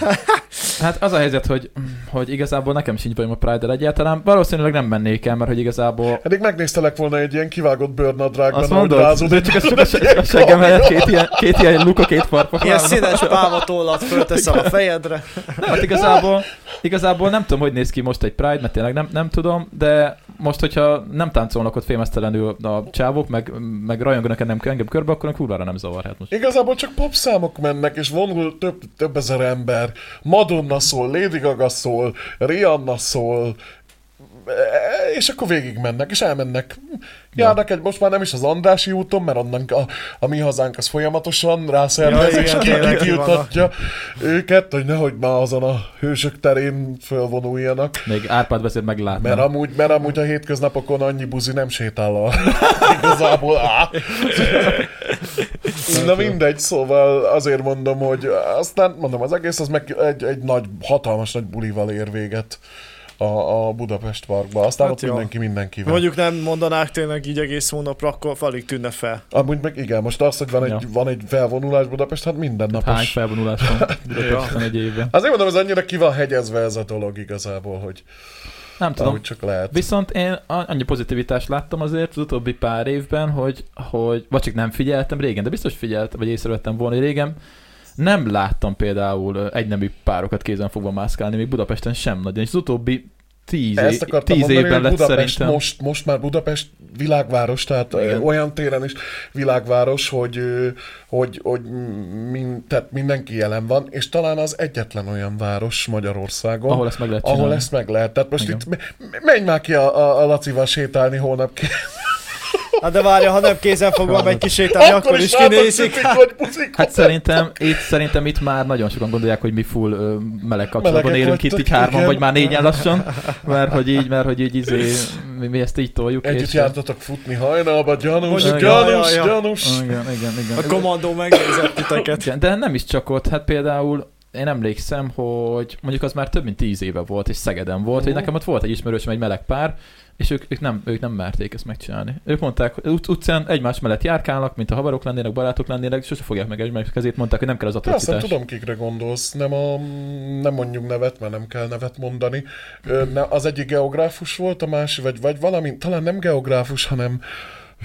S1: Hát az a helyzet, hogy, hogy igazából nekem sincs bajom a Pride-el egyáltalán. Valószínűleg nem mennék el, mert hogy igazából...
S3: Eddig megnéztelek volna egy ilyen kivágott bőrnadrágban,
S1: Azt
S3: ahogy
S1: mondod?
S3: rázódik.
S1: De csak, a- csak a, se- a seggem helyett két ilyen, két ilyen luka, két farpa.
S2: Ilyen színes pávatollat fölteszel a fejedre.
S1: Nem, hát igazából, igazából nem tudom, hogy néz ki most egy Pride, mert tényleg nem, nem tudom, de most, hogyha nem táncolnak ott fémesztelenül a csávók, meg, meg rajonganak engem, engem körbe, akkor kurvára nem zavarhat most.
S3: Igazából csak popszámok mennek, és vonul több, több ezer ember. Madonna szól, Lady Gaga szól, Rihanna szól, e- és akkor végig mennek, és elmennek. Járnak egy, most már nem is az Andrási úton, mert onnan a, a mi hazánk az folyamatosan rászervez,
S2: Ja,
S3: és
S2: igen, tényleg,
S3: kitiltatja őket, hogy nehogy már azon a hősök terén fölvonuljanak.
S1: Még Árpád vezér meglátna.
S3: Mert amúgy, mert amúgy a hétköznapokon annyi buzi nem sétál a... Igazából, á. Na mindegy, szóval azért mondom, hogy aztán mondom, az egész az meg egy, egy nagy, hatalmas nagy bulival ér véget a, a Budapest Parkba. Aztán
S2: Hát
S3: hát
S2: jó.
S3: ott mindenki mindenkivel.
S2: Mondjuk nem mondanák tényleg így egész hónapra, akkor alig tűnne fel.
S3: Amúgy meg igen, most az, hogy van egy,
S1: Ja.
S3: van egy felvonulás Budapest, hát mindennapos.
S1: Hány felvonulás van Budapesten egy évben.
S3: Azért mondom, ez annyira ki van hegyezve ez a dolog igazából, hogy
S1: Nem tudom.
S3: ahogy csak lehet.
S1: Viszont én a- annyi pozitivitást láttam azért az utóbbi pár évben, hogy, hogy vagy csak nem figyeltem régen, de biztos figyeltem, vagy észrevettem volna, hogy régen nem láttam például ö, egynemű párokat kézen fogva mászkálni, még Budapesten sem nagyon, és az utóbbi tíz, é-
S3: Ezt akartam
S1: Izé, tíz
S3: mondani,
S1: évben
S3: hogy
S1: lett
S3: Budapest
S1: szerintem.
S3: most, most már Budapest világváros, tehát Igen. olyan téren is világváros, hogy, ö, hogy, hogy min, tehát mindenki jelen van, és talán az egyetlen olyan város Magyarországon,
S1: Ahol ezt meg lehet
S3: ahol
S1: csinálni.
S3: ezt meg lehet. Tehát most
S1: Igen.
S3: Igen. itt me- menj már ki a, a, a Lacival sétálni holnap ki.
S2: Hát de várja, ha nem kézen fogva megy kisétálni, akkor, akkor is
S3: látod,
S2: kinézik.
S3: cipik vagy buzik.
S1: Hát szerintem itt, szerintem itt már nagyon sokan gondolják, hogy mi full ö, meleg kapcsolatban
S3: Melegek
S1: élünk itt,
S3: vagytok,
S1: így hárman,
S3: igen.
S1: vagy már négyen lassan, mert hogy így, mert hogy így izé, mi, mi ezt így toljuk.
S3: Együtt jártatok futni hajnalba, gyanús,
S1: Mondjuk,
S3: gyanús,
S2: jaj, jaj, jaj.
S3: gyanús.
S1: Igen, igen, igen.
S2: A kommandó megnézett titeket.
S1: Igen, de nem is csak ott, hát például én emlékszem, hogy mondjuk az már több mint tíz éve volt, és Szegeden volt, hogy nekem ott volt egy ismerősöm, egy meleg pár, és ők, ők, nem, ők nem merték ezt megcsinálni. Ők mondták, hogy ut- utcán egymás mellett járkálnak, mint a haverok lennének, barátok lennének, és sose fogják meg egymás kezét, mondták, hogy nem kell az
S3: Persze,
S1: atrocitás.
S3: tudom, kikre gondolsz. Nem, a, nem mondjuk nevet, mert nem kell nevet mondani. Ö, Ne, az egyik geográfus volt, a másik, vagy, vagy valami, talán nem geográfus, hanem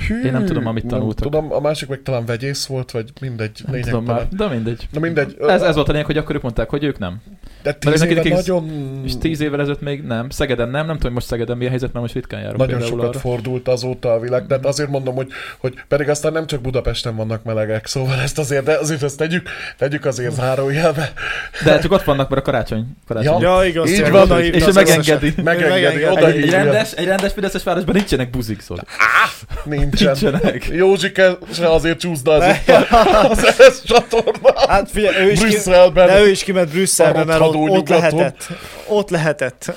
S3: Hű,
S1: Én nem tudom, amit
S3: nem
S1: tanultak.
S3: Tudom, a másik meg talán vegyész volt, vagy mindegy,
S1: Nem tudom már, de mindegy.
S3: Na mindegy. Ö,
S1: Ez, ez volt a lényeg, hogy akkor ők mondták, hogy ők nem.
S3: De
S1: Mert
S3: tíz
S1: ők nekik
S3: éve
S1: is-
S3: nagyon-
S1: És tíz évvel ezelőtt még nem. Szegeden nem, nem tudom, hogy most Szegeden mi a helyzet, mert most ritkán járok
S3: Nagyon
S1: például
S3: sokat
S1: arra.
S3: fordult azóta a világ, tehát azért mondom, hogy, hogy pedig aztán nem csak Budapesten vannak melegek, szóval ezt azért, de azért ezt tegyük, tegyük azért zárójelbe.
S1: De hát csak ott vannak, mert a karácsony. karácsony.
S3: Ja, Ja, igaz,
S1: így
S3: tényleg,
S1: van,
S3: odahívta
S1: és ő
S3: az
S1: megengedi.
S3: összeset. Megengedi,
S1: Egy-
S3: odahívja.
S1: Egy rendes, egy rendes fideszes városban nincsenek buzik, szóval.
S3: Nincsen.
S1: Nincsenek.
S3: Józsike se azért csúszda az itt a- az ESZ csatorna.
S2: Hát figyelj, ő is, ki,
S3: Brüsszelben.
S2: de ő is kiment Brüsszelbe, mert ott,
S3: Parotthadó
S2: ott
S3: nyugaton.
S2: lehetett. Ott lehetett.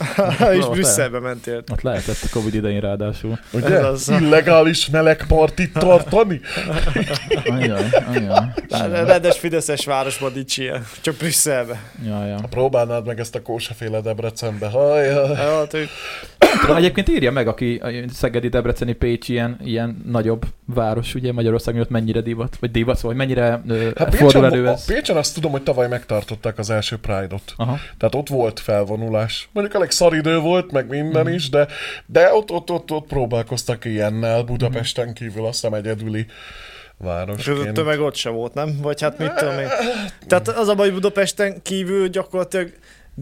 S2: és Brüsszelbe mentél.
S1: Ott lehetett a Covid idején ráadásul.
S3: Ugye?
S2: Ez az.
S3: Illegális melegpartit tartani?
S1: Ajaj, ajaj.
S2: Rendes Fideszes városban nincs ilyen. Csak Brüsszelbe.
S1: Ja, ja.
S3: Próbálnád meg ezt a kóseféle Debrecenbe. Hát Hajjaj.
S1: Tudom, egyébként írja meg, aki a Szegedi, Debreceni, Pécs ilyen, ilyen nagyobb város, ugye Magyarország miatt mennyire divat, vagy divat, szóval hogy mennyire ö,
S3: Hát
S1: fordul
S3: Pécsen,
S1: elő
S3: a
S1: ez.
S3: Pécsen azt tudom, hogy tavaly megtartották az első Pride-ot.
S1: Aha.
S3: Tehát ott volt felvonulás. Mondjuk elég szar idő volt, meg minden
S2: Hmm.
S3: mm. is, de, de ott, ott, ott, ott próbálkoztak ilyennel Budapesten kívül, azt hiszem egyedüli
S2: Tudod,
S3: városként.
S2: tömeg ott se volt, nem? Vagy hát mit tudom én. Tehát az a baj, Budapesten kívül gyakorlatilag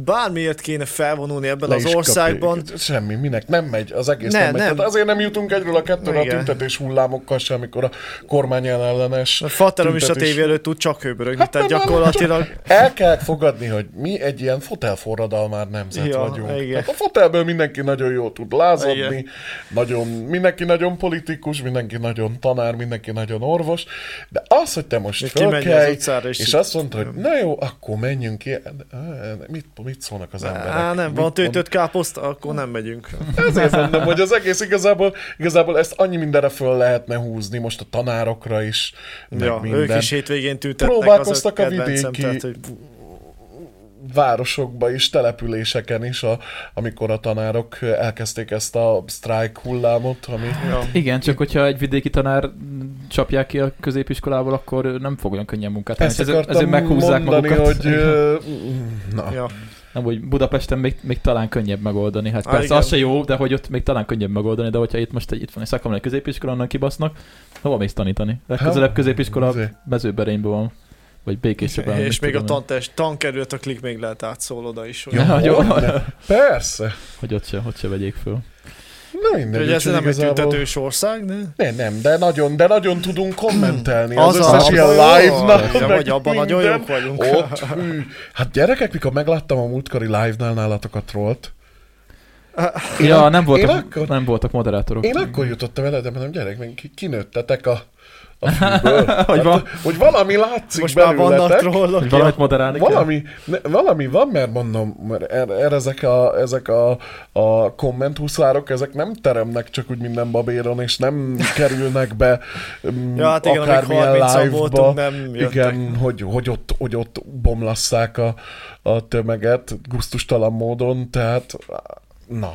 S2: bármiért kéne felvonulni ebben
S3: Le
S2: az
S3: is
S2: országban.
S3: kapják. Semmi, minek, nem megy, az egész
S2: Ne,
S3: ne, nem megy.
S2: nem.
S3: Tehát azért nem jutunk egyről a kettőre a
S2: Igen.
S3: tüntetés hullámokkal sem, amikor a kormány ellenes
S2: A Faterom is a
S3: tüntetés- Hát
S2: tévé előtt tud csak hőbörögni, tehát gyakorlatilag
S3: El kell fogadni, hogy mi egy ilyen fotelforradalmár nemzet
S2: Ja,
S3: vagyunk.
S2: igen.
S3: Tehát a fotelből mindenki nagyon jól tud lázadni,
S2: Igen.
S3: nagyon, mindenki nagyon politikus, mindenki nagyon tanár, mindenki nagyon orvos, de az, hogy te most
S2: kimenj az
S3: fölkelj,
S2: utcára, és
S3: és
S2: így-
S3: azt mondta, hogy na jó, akkor menjünk ki. Mit, mit szólnak az emberek?
S2: Á, nem,
S3: Mit
S2: van
S3: mond-
S2: töltött káposzta, akkor nem megyünk.
S3: Ezért mondom, hogy az egész igazából, igazából ezt annyi mindenre föl lehetne húzni, most a tanárokra is, meg
S2: Ja,
S3: minden.
S2: ők is hétvégén tüntetnek,
S3: Próbálkoztak
S2: az
S3: a
S2: kedvencem,
S3: vidéki
S2: tehát, hogy-
S3: városokba is, településeken is, a, amikor a tanárok elkezdték ezt a sztrájk hullámot, ami...
S1: Igen, csak hogyha egy vidéki tanár csapják ki a középiskolából, akkor ő nem fog olyan könnyen munkát
S3: Ezt
S1: találni, és ezért,
S3: akartam
S1: ezért meghúzzák
S3: mondani,
S1: magukat.
S3: hogy... ö, Na.
S2: Ja.
S1: Nem, hogy Budapesten még, még talán könnyebb megoldani. Hát
S2: Á,
S1: persze,
S2: Ah, igen.
S1: az se jó, de hogy ott még talán könnyebb megoldani, de hogyha itt most egy, itt van egy szakamenő középiskola, onnan kibasznak, hova mész tanítani? Legközelebb középiskola mezőberényben van, vagy békésebben.
S2: Hát,
S1: mit
S2: És még a
S1: tudom én.
S2: tantest, tankerült a klik még lehet átszól oda is. hogy-
S1: Ja, jó.
S3: Persze.
S1: Hogy ott se, ott se vegyék föl.
S3: Na mindegy,
S2: Ugye ez
S3: úgyhogy
S2: nem egy
S3: igazából-
S2: tüntetős ország, ne?
S3: Nem, nem, de nagyon, de nagyon tudunk kommentelni. Az,
S2: Az
S3: az
S2: a-
S3: összes ilyen
S2: abban jó.
S3: live-nál.
S2: Ja,
S3: meg
S2: vagy abban nagyon
S3: minden.
S2: jók vagyunk.
S3: Ott, hű. Hát gyerekek, mikor megláttam a múltkori live-nál nálatok a trollt, Én
S1: ja,
S3: ak-
S1: nem voltak,
S3: én akkor-
S1: nem voltak moderátorok.
S3: Én akkor jutottam el, de mondom, gyerek, még ki- kinőttetek a, a fűből.
S1: Hogy van-
S3: hát, hogy valami látszik
S2: Most már vannak
S3: belőletek.
S2: trollok, Hogy
S1: valamit ja. moderálni kell.
S3: valami, ne, valami van, mert mondom, mert er, er, ezek, a, ezek a, a kommenthuszárok, ezek nem teremnek csak úgy minden babéron, és nem kerülnek be mm,
S2: Ja, hát igen, amik
S3: akármilyen
S2: 30-an
S3: live-ba.
S2: voltunk, nem jöttek.
S3: igen, hogy, hogy, ott, hogy ott bomlasszák a, a tömeget gusztustalan módon, tehát na,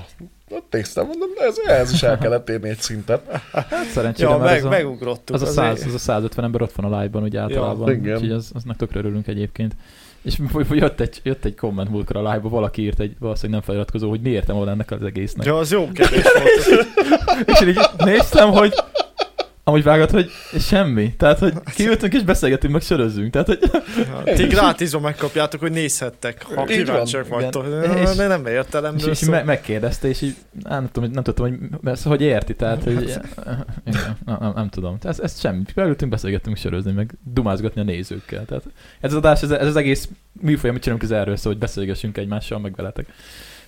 S3: ott néztem, mondom, de ez, ez is el kellett érni egy szintet.
S1: Hát Szerencsére
S2: Ja,
S1: már
S2: meg-
S1: az a,
S2: megugrottuk,
S1: Az a,
S2: az
S1: 100,
S2: ég.
S1: az a 150 ember ott van a live-ban ugye általában,
S3: Ja,
S1: ja,
S3: igen.
S1: úgyhogy az, aznak tökre örülünk egyébként. És b- b- jött egy, jött egy komment múltkor a live-ba, valaki írt egy valószínűleg nem feliratkozó, hogy mi értem volna ennek az egésznek.
S2: Ja, az jó kérdés volt.
S1: És én így néztem, hogy amúgy vágott, hogy semmi. Tehát, hogy kiültünk és beszélgetünk, meg sörözzünk. Tehát, hogy...
S2: Hát, Ti grátizon megkapjátok, hogy nézhettek, ha
S1: Így
S2: kíváncsiak
S1: van,
S2: vagytok.
S1: igen.
S2: Nem,
S1: És-
S2: nem értelemről
S1: És, és
S2: szól.
S1: me- megkérdezte, és így á, nem, tudom, hogy- nem tudtam, hogy, persze, hogy érti, tehát hogy, igen, nem, nem, nem, tudom. Ez, ez semmi. Beültünk, beszélgettünk sörözni, meg dumázgatni a nézőkkel. Tehát ez az adás, ez, ez az egész műfaj, amit csinálunk, ez erről szól, hogy beszélgessünk egymással, meg veletek.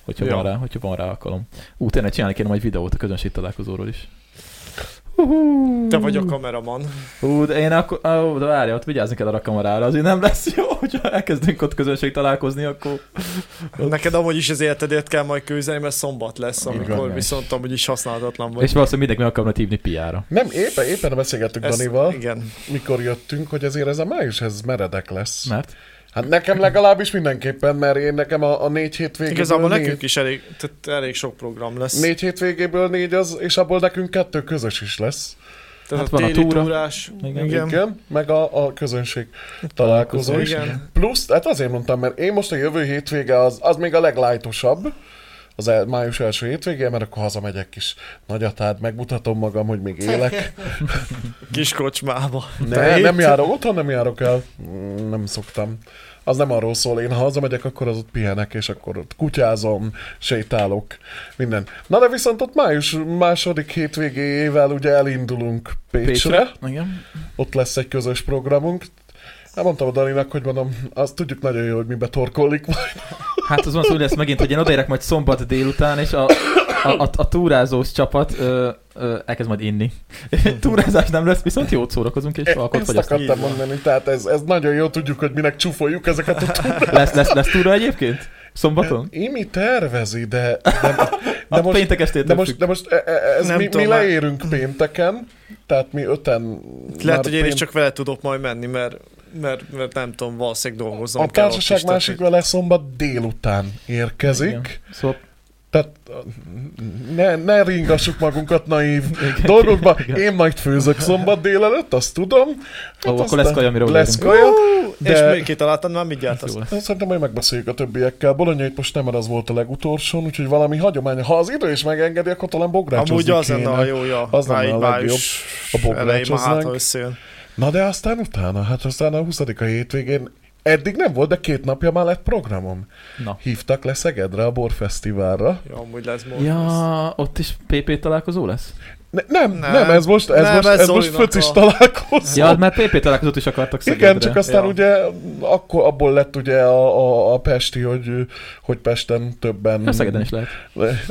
S1: Hogyha,
S2: Ja.
S1: van rá, hogyha van rá alkalom. Ú, tényleg csinálni kéne majd videót a közönség találkozóról is.
S2: Te vagy a kameraman.
S1: Ú, de én akkor, ó, de várj, ott vigyázni kell arra a kamerára, azért nem lesz jó, hogyha elkezdünk ott közönség találkozni, akkor...
S2: Neked amúgy is az életedért kell majd küzdeni, mert szombat lesz, amikor
S1: van.
S2: viszont amúgy is használhatatlan vagy.
S1: És valószínűleg mindenki meg akarna hívni piára.
S3: Nem, éppen, éppen beszélgettünk
S2: Ez-
S3: Danival,
S2: igen.
S3: mikor jöttünk, hogy ezért ez a május ez meredek lesz.
S1: Mert?
S3: Hát nekem legalábbis mindenképpen, mert én nekem a, a négy hétvégéből
S2: Igazából
S3: négy,
S2: nekünk is elég, tehát elég sok program lesz.
S3: négy hétvégéből négy az, és abból nekünk kettő közös is lesz.
S2: Tehát Hát a van a téli túra. túrás,
S3: igen.
S2: igen.
S3: igen. igen, meg a, a közönség találkozó is.
S2: találkozó, igen.
S3: Plusz, hát azért mondtam, mert én most a jövő hétvége az, az még a leglájtosabb, az el, május első hétvége, mert akkor hazamegyek kis nagyatád, megmutatom magam, hogy még élek.
S2: Kis kocsmába.
S3: Ne, nem járok, otthon nem járok el. Mm, Nem szoktam. Az nem arról szól, én ha hazamegyek, akkor az ott pihenek, és akkor ott kutyázom, sétálok, minden. Na de viszont ott május második hétvégéjével ugye elindulunk Pécsre. Pécsre?
S1: Igen.
S3: Ott lesz egy közös programunk. Elmondtam a Daninak, hogy mondom, azt tudjuk nagyon jó, hogy mibe torkolik majd.
S1: Hát az van szó, hogy lesz megint, hogy én odaérek majd szombat délután, és a, a, a, a túrázós csapat ö, ö, elkezd majd inni. Túrázás nem lesz, viszont jót szórakozunk, és alkot
S3: Ezt akartam mondani, tehát ez, ez nagyon jó, tudjuk, hogy minek csúfoljuk ezeket a túrákat.
S1: Lesz, lesz, lesz túra egyébként? Szombaton? Hát
S3: Imi tervezi, de... de, de most,
S1: péntek estétől
S3: de most, de most e- e- ez
S2: Nem
S3: mi,
S2: tudom,
S3: mi
S2: már-
S3: leérünk pénteken, tehát mi öten...
S2: Lehet,
S3: már
S2: hogy én is
S3: pént-
S2: csak vele tudok majd menni, mert, mert, mert nem tudom, valószínűleg dolgozom.
S3: A
S2: kell ott
S3: társaság
S2: is, tehát,
S3: másik vele szombat délután érkezik.
S2: Igen.
S1: Szóval...
S3: Tehát ne, ne ringassuk magunkat naív dolgokba. Én majd főzök szombat délelőtt, azt tudom. Hát
S1: akkor
S3: aztán
S1: lesz kaja, mire
S3: Lesz
S1: odaérünk.
S3: kaja.
S2: De... És még kitaláltam, már mit gyárt azt.
S3: Azt Szerintem majd megbeszéljük a többiekkel. Bolonyait most nem, mert az volt a legutolsón, úgyhogy valami hagyomány. Ha az idő is megengedi, akkor talán bográcsozni
S2: Amúgy az
S3: kéne.
S2: lenne a jó, ja.
S3: Az lenne
S2: Már így
S3: a legjobb.
S2: május
S3: A
S2: elején már hát, ha
S3: bográcsoznánk.
S2: összejön.
S3: Na de aztán utána, hát aztán a 20 a hétvégén Eddig nem volt, de két napja már lett programom.
S1: Na.
S3: Hívtak le Szegedre a borfesztiválra.
S2: Ja, amúgy lesz most.
S1: Ja, ott is PP találkozó lesz?
S3: Ne, nem, nem, nem, ez most, ez most, ez most föcis találkozó.
S1: Ja, mert PP találkozót is akartak Szegedre.
S3: Hát Igen, csak aztán
S1: ja.
S3: ja. ugye akkor abból lett ugye a, a, a Pesti, hogy, hogy Pesten többen...
S1: Ja, Szegeden is lehet.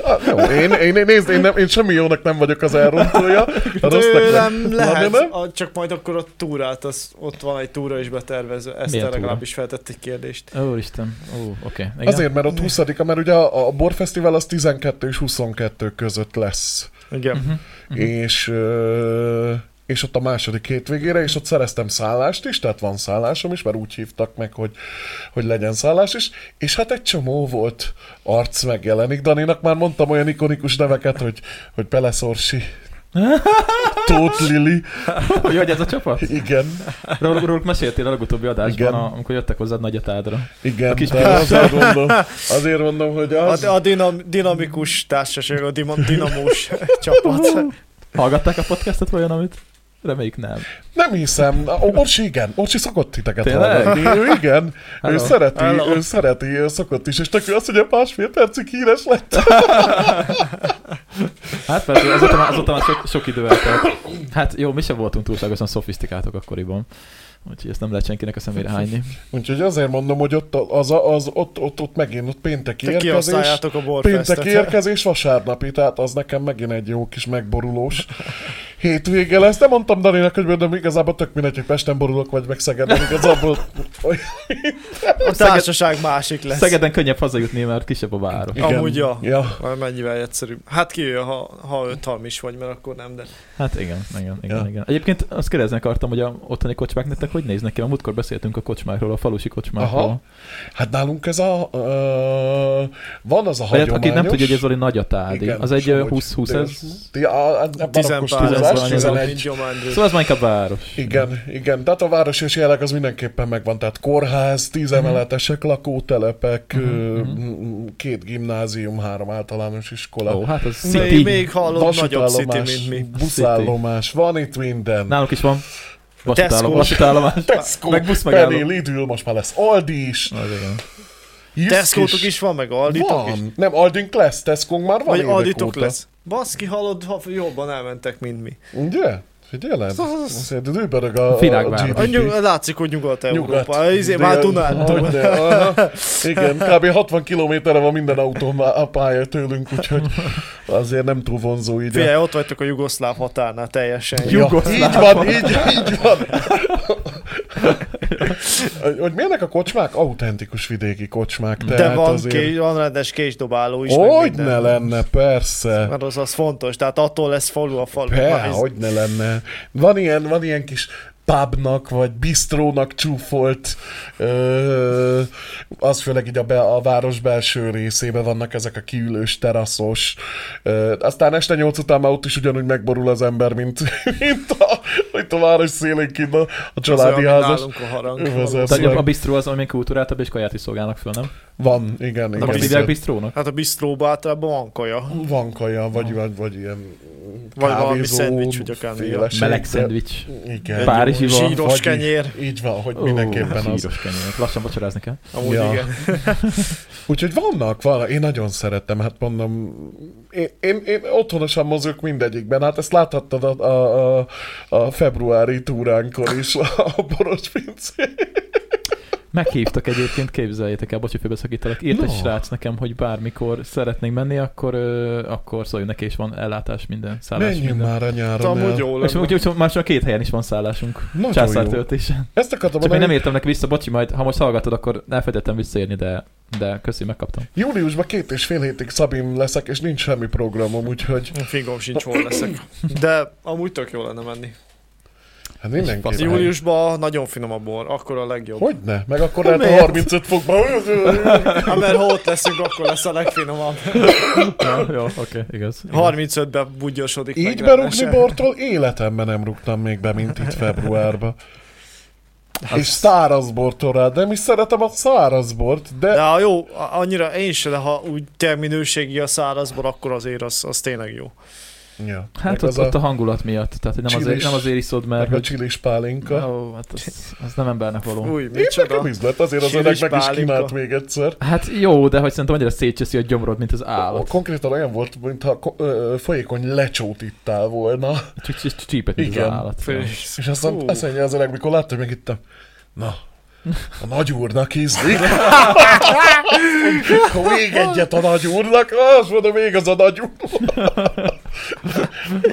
S3: Ah, jó, én, én, én, nézd, én, nem, én semmi jónak nem vagyok az elrontója. A rossznak
S2: Hát Tőlem
S3: Na,
S2: lehet,
S3: nem?
S2: a, csak majd akkor a túrát, az, ott van egy túra is betervezve. Ezt
S1: Milyen túra?
S2: legalábbis feltett egy kérdést.
S1: Ó, Isten. Ó, oké. Okay.
S3: Azért, mert ott 20 -a, mert ugye a, a borfesztivál az 12 és 22 között lesz.
S2: Igen.
S1: Uh-huh.
S3: És, ö, és ott a második hétvégére, és ott szereztem szállást is, tehát van szállásom is, mert úgy hívtak meg, hogy, hogy legyen szállás is, és hát egy csomó volt arc megjelenik. Daninak már mondtam olyan ikonikus neveket, hogy, hogy Peleszorsi, Tóth Lili.
S1: Hogy vagy ez a csapat?
S3: Igen.
S1: Róluk, róluk meséltél a legutóbbi adásban,
S3: Igen.
S1: a, amikor jöttek hozzád nagyatádra.
S3: Igen,
S1: a kis
S3: tehát azért
S1: piros-
S3: mondom, azért mondom, hogy az...
S2: A, a dinam, dinamikus társaság, a dinam, dinamós csapat.
S1: Hallgatták a podcastet vajon, amit? Reméljük nem.
S3: Nem hiszem. Na, Orsi igen. Orsi szokott titeket
S1: Tényleg?
S3: hallgatni. Ő igen.
S1: Hello.
S3: Ő szereti,
S1: Hello.
S3: ő szereti, ő szokott is. És neki azt, hogy a másfél percig híres lett.
S1: Hát persze, azóta már, azóta már sok, sok idő eltelt. Hát jó, mi sem voltunk túlságosan szofisztikáltak akkoriban. Úgyhogy ezt nem lehet senkinek a szemére hányni.
S3: Úgyhogy azért mondom, hogy ott, az, az, ott, ott, ott megint ott pénteki
S2: Te
S3: érkezés.
S2: kihasználjátok a borfesztet.
S3: Pénteki érkezés vasárnapi, tehát az nekem megint egy jó kis megborulós hétvége lesz. Nem mondtam Daninak, hogy mondom, igazából tök mindegy, hogy Pesten borulok, vagy meg Szegeden. Igazából
S2: A társaság másik lesz.
S1: Szegeden könnyebb hazajutni, mert kisebb a város.
S2: Igen. Amúgy ja.
S3: ja.
S2: Már mennyivel egyszerűbb. Hát kijön, ha, ha öt hamis vagy, mert akkor nem, de...
S1: Hát igen, igen, igen,
S2: Ja.
S1: ja. igen. Egyébként azt kérdezni akartam, hogy a otthoni kocsmák nektek hogy néznek ki? A múltkor beszéltünk a kocsmákról, a falusi kocsmákról.
S3: Aha.
S1: Aha.
S3: Hát nálunk ez a... Ö, van az a
S1: Vagy hát,
S3: hagyományos...
S1: aki nem tudja, hogy ez Zoli nagyatádi.
S3: Igen,
S1: Az egy
S3: és
S1: ö,
S3: hogy
S1: 20-20
S3: de-
S1: ez?
S3: de- a- hát a- a barokkos túlzás, 11.
S1: Szóval az már inkább város.
S3: Igen, igen. Tehát a városi jelleg az mindenképpen megvan. Tehát kórház,
S2: Mhm.
S3: tízemeletesek, lakótelepek, ö, m- két gimnázium, három általános iskola.
S1: Ó, hát az
S2: Még- city. még hallom, nagyobb city,
S3: vasútállomás,
S2: mint mi.
S3: Buszállomás, van itt minden.
S1: Náluk is van.
S3: Tesco,
S1: Vasútállomás. Vasútállomás.
S3: Tesco,
S1: Meg busz
S3: Penny, Lidl, most már lesz Aldi is. Jusszus.
S2: Tesco-tok is van, meg Alditok is.
S3: Van. Nem, Aldink lesz, tesco már van
S2: Vagy
S3: évek
S2: Alditok
S3: óta.
S2: lesz. Baszki, hallod, ha jobban elmentek, mint mi.
S3: Ugye? Figyelem.
S2: Az- az-
S3: Azért dőberög a, a,
S1: Virágváros.
S2: A nyug,
S3: GDP.
S2: látszik, hogy
S3: Nyugat.
S2: Nyugat-Európa. Izé,
S3: De-
S2: már Dunán.
S3: Hogyne, aha. Igen, kb. 60 kilométerre van minden autón már a pálya tőlünk, úgyhogy azért nem túl vonzó így.
S2: Figyelj, ott vagytok a jugoszláv határnál teljesen.
S3: Ja, így van, így, így van. Hogy milyenek a kocsmák? Autentikus vidéki kocsmák.
S2: De
S3: tehát
S2: van,
S3: hát azért-
S2: ké, van rendes késdobáló is. meg
S3: Hogy
S2: minden.
S3: ne lenne, persze.
S2: Mert az, az fontos, tehát attól lesz falu a falu.
S3: Pe,
S2: ez-
S3: hogy ne lenne. Van ilyen, van ilyen kis pubnak, vagy bistrónak csúfolt ö, az főleg így a, be, a város belső részében vannak ezek a kiülős, teraszos. Ö, aztán este nyolc után már ott is ugyanúgy megborul az ember, mint, mint, a, mint a város szélén kint a, a családi
S2: olyan, mint
S3: házas.
S2: nálunk a harang.
S3: övezetben.
S1: Tehát a bistró az, amin kultúráltabb és kaját is szolgálnak föl, nem?
S3: Van, igen. igen.
S1: Azt hívják bistrónak?
S2: Hát a bistróba általában van kaja.
S3: Van kaja, vagy, vagy, vagy ilyen
S2: Vagy valami
S3: kávézó
S2: szendvics, vagy akármi.
S3: féleség,
S1: Meleg
S3: de-
S1: szendvics.
S3: Igen.
S1: Párizsi van.
S2: Síros
S3: Vagy így-
S2: kenyér.
S3: Így van, hogy mindenképpen az.
S1: Síros hát kenyér. Lassan vacsorázni kell.
S2: Amúgy Ja. igen.
S3: Úgyhogy vannak, van, én nagyon szeretem, hát mondom, én, én, én otthonosan mozgok mindegyikben, hát ezt láthattad a, a, a, a februári túránkor is a boros pincén.
S1: Meghívtak egyébként, képzeljétek el, bocs, hogy félbeszakítalak. Írt no. egy
S3: No.
S1: srác nekem, hogy bármikor szeretnénk menni, akkor, ö, akkor szóljunk neki, és van ellátás minden, szállás
S3: Menjünk
S1: minden.
S3: már a nyáron Amúgy el. jó
S1: És
S3: lenne.
S1: úgy, úgy, már csak két helyen is van szállásunk.
S3: Nagyon
S1: Császártöltésen.
S3: jó. Ezt akartam
S1: Csak még nem
S3: mondani.
S1: értem neki vissza, bocsi, majd ha most hallgatod, akkor elfelejtettem visszaírni, de, de köszi, megkaptam.
S3: Júliusban két és fél hétig Szabin leszek, és nincs semmi programom, úgyhogy...
S2: Fingom sincs, hol leszek. De amúgy tök jó lenne menni.
S3: Hát mindenképpen.
S2: Júliusban nagyon finom a bor, akkor a legjobb.
S3: Hogyne? Meg akkor lehet a
S2: Miért?
S3: 35 fokban.
S2: Hát mert ha ott leszünk, akkor lesz a legfinomabb.
S1: Ja, jó, oké, okay, igaz.
S2: 35-be bugyosodik meg
S3: Így
S2: rendesen.
S3: berúgni bortól életemben nem rúgtam még be, mint itt februárban. És száraz bortól rá, de mi szeretem a száraz bort, de...
S2: De ha jó, a- annyira én se, de ha úgy te minőségi a szárazbor, akkor azért az, az tényleg jó.
S3: Ja.
S1: Hát ott,
S3: Meg az a-
S1: ott, a... hangulat miatt, tehát hogy nem, azért,
S3: Csillis-
S1: nem azért iszod, mert...
S3: meg a
S1: hogy-
S3: csillis pálinka.
S1: Ó, hát az, az nem embernek való.
S2: Új,
S3: Én nekem üzlet, azért az
S2: Csillis
S3: öreg meg is
S2: pálinka.
S3: kínált még egyszer.
S1: Hát jó, de hogy szerintem annyira szétcseszi a gyomrod, mint az állat.
S3: Konkrétan olyan volt, mintha ko- ö, folyékony lecsótittál volna.
S1: Csak csípet, mint az
S3: Igen.
S1: állat.
S3: És azt mondja, azt mondja az öreg, mikor láttam, hogy megittem, na, a nagyúrnak ízlik. Akkor még egyet a nagyúrnak, azt mondom, még az a nagyúr.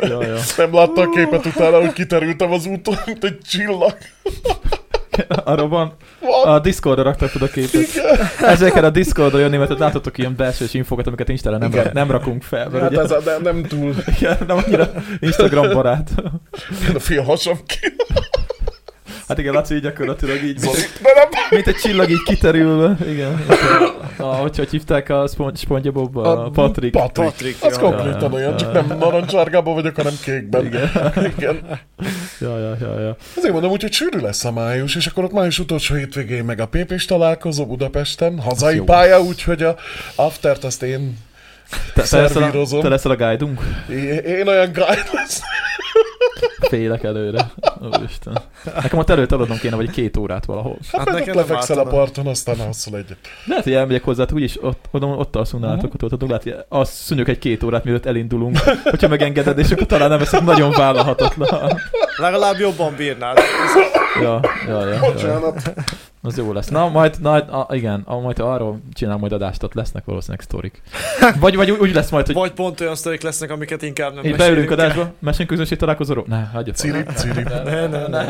S1: Ja, ja.
S3: Nem látta a képet utána, hogy kiterültem az úton, mint egy csillag.
S1: Arra van.
S3: Van.
S1: A Discordra raktak fel a képet.
S3: Igen.
S1: Ezért kell a Discordra jönni, mert ott láthatok ilyen belsős infokat, amiket Instára nem,
S3: Igen.
S1: rak, nem rakunk fel. Mert
S3: Hát
S1: ugye,
S3: ez a, nem, nem túl.
S1: Igen, nem annyira Instagram barát.
S3: A fél hasam ki.
S1: Hát igen, Laci így gyakorlatilag így,
S3: De nem.
S1: mint egy csillag így kiterülve. Igen. A, hogy, hogy hívták a spon- Spongya Bobba? A, Patrik.
S3: Patrik. Az konkrétan olyan, csak nem narancsárgában vagyok, hanem kékben.
S1: Igen.
S3: Igen.
S1: Ja, ja, ja, ja.
S3: Azért mondom úgy, hogy sűrű lesz a május, és akkor ott május utolsó hétvégén meg a PP-s találkozó Budapesten, hazai
S1: jó.
S3: pálya, úgyhogy a aftert azt én
S1: Te, te, leszel a,
S3: szervírozom.
S1: te leszel a guide-unk?
S3: É- Én olyan guide lesz.
S1: Félek előre. Úristen. Nekem ott előtt adnom kéne, vagy két órát valahol.
S3: Hát, hát meg ott
S2: neked nem
S3: lefekszel a
S2: ártana.
S3: parton, aztán alszol egyet.
S1: Lehet, hogy elmegyek hozzá, hát úgyis ott, ott, ott alszunk nálatok, ott, ott, ott lehet, hogy azt szűnjük egy két órát, mielőtt elindulunk, hogyha megengeded, és akkor talán nem veszek nagyon vállalhatatlan.
S2: Legalább jobban bírnád. Ez-
S1: Ja, ja, ja, ja.
S3: Bocsánat.
S1: Az jó lesz. Na, majd, na, a, igen, a, majd arról csinál majd adást, ott lesznek valószínűleg sztorik. Vagy, vagy úgy, úgy lesz majd, hogy
S2: Vagy pont olyan sztorik lesznek, amiket inkább nem
S1: így
S2: mesélünk
S1: beülünk
S2: el.
S1: adásba, mesélünk közönség találkozóról. Ne, hagyja.
S3: Ciri, ciri.
S2: Ne, ne, ne.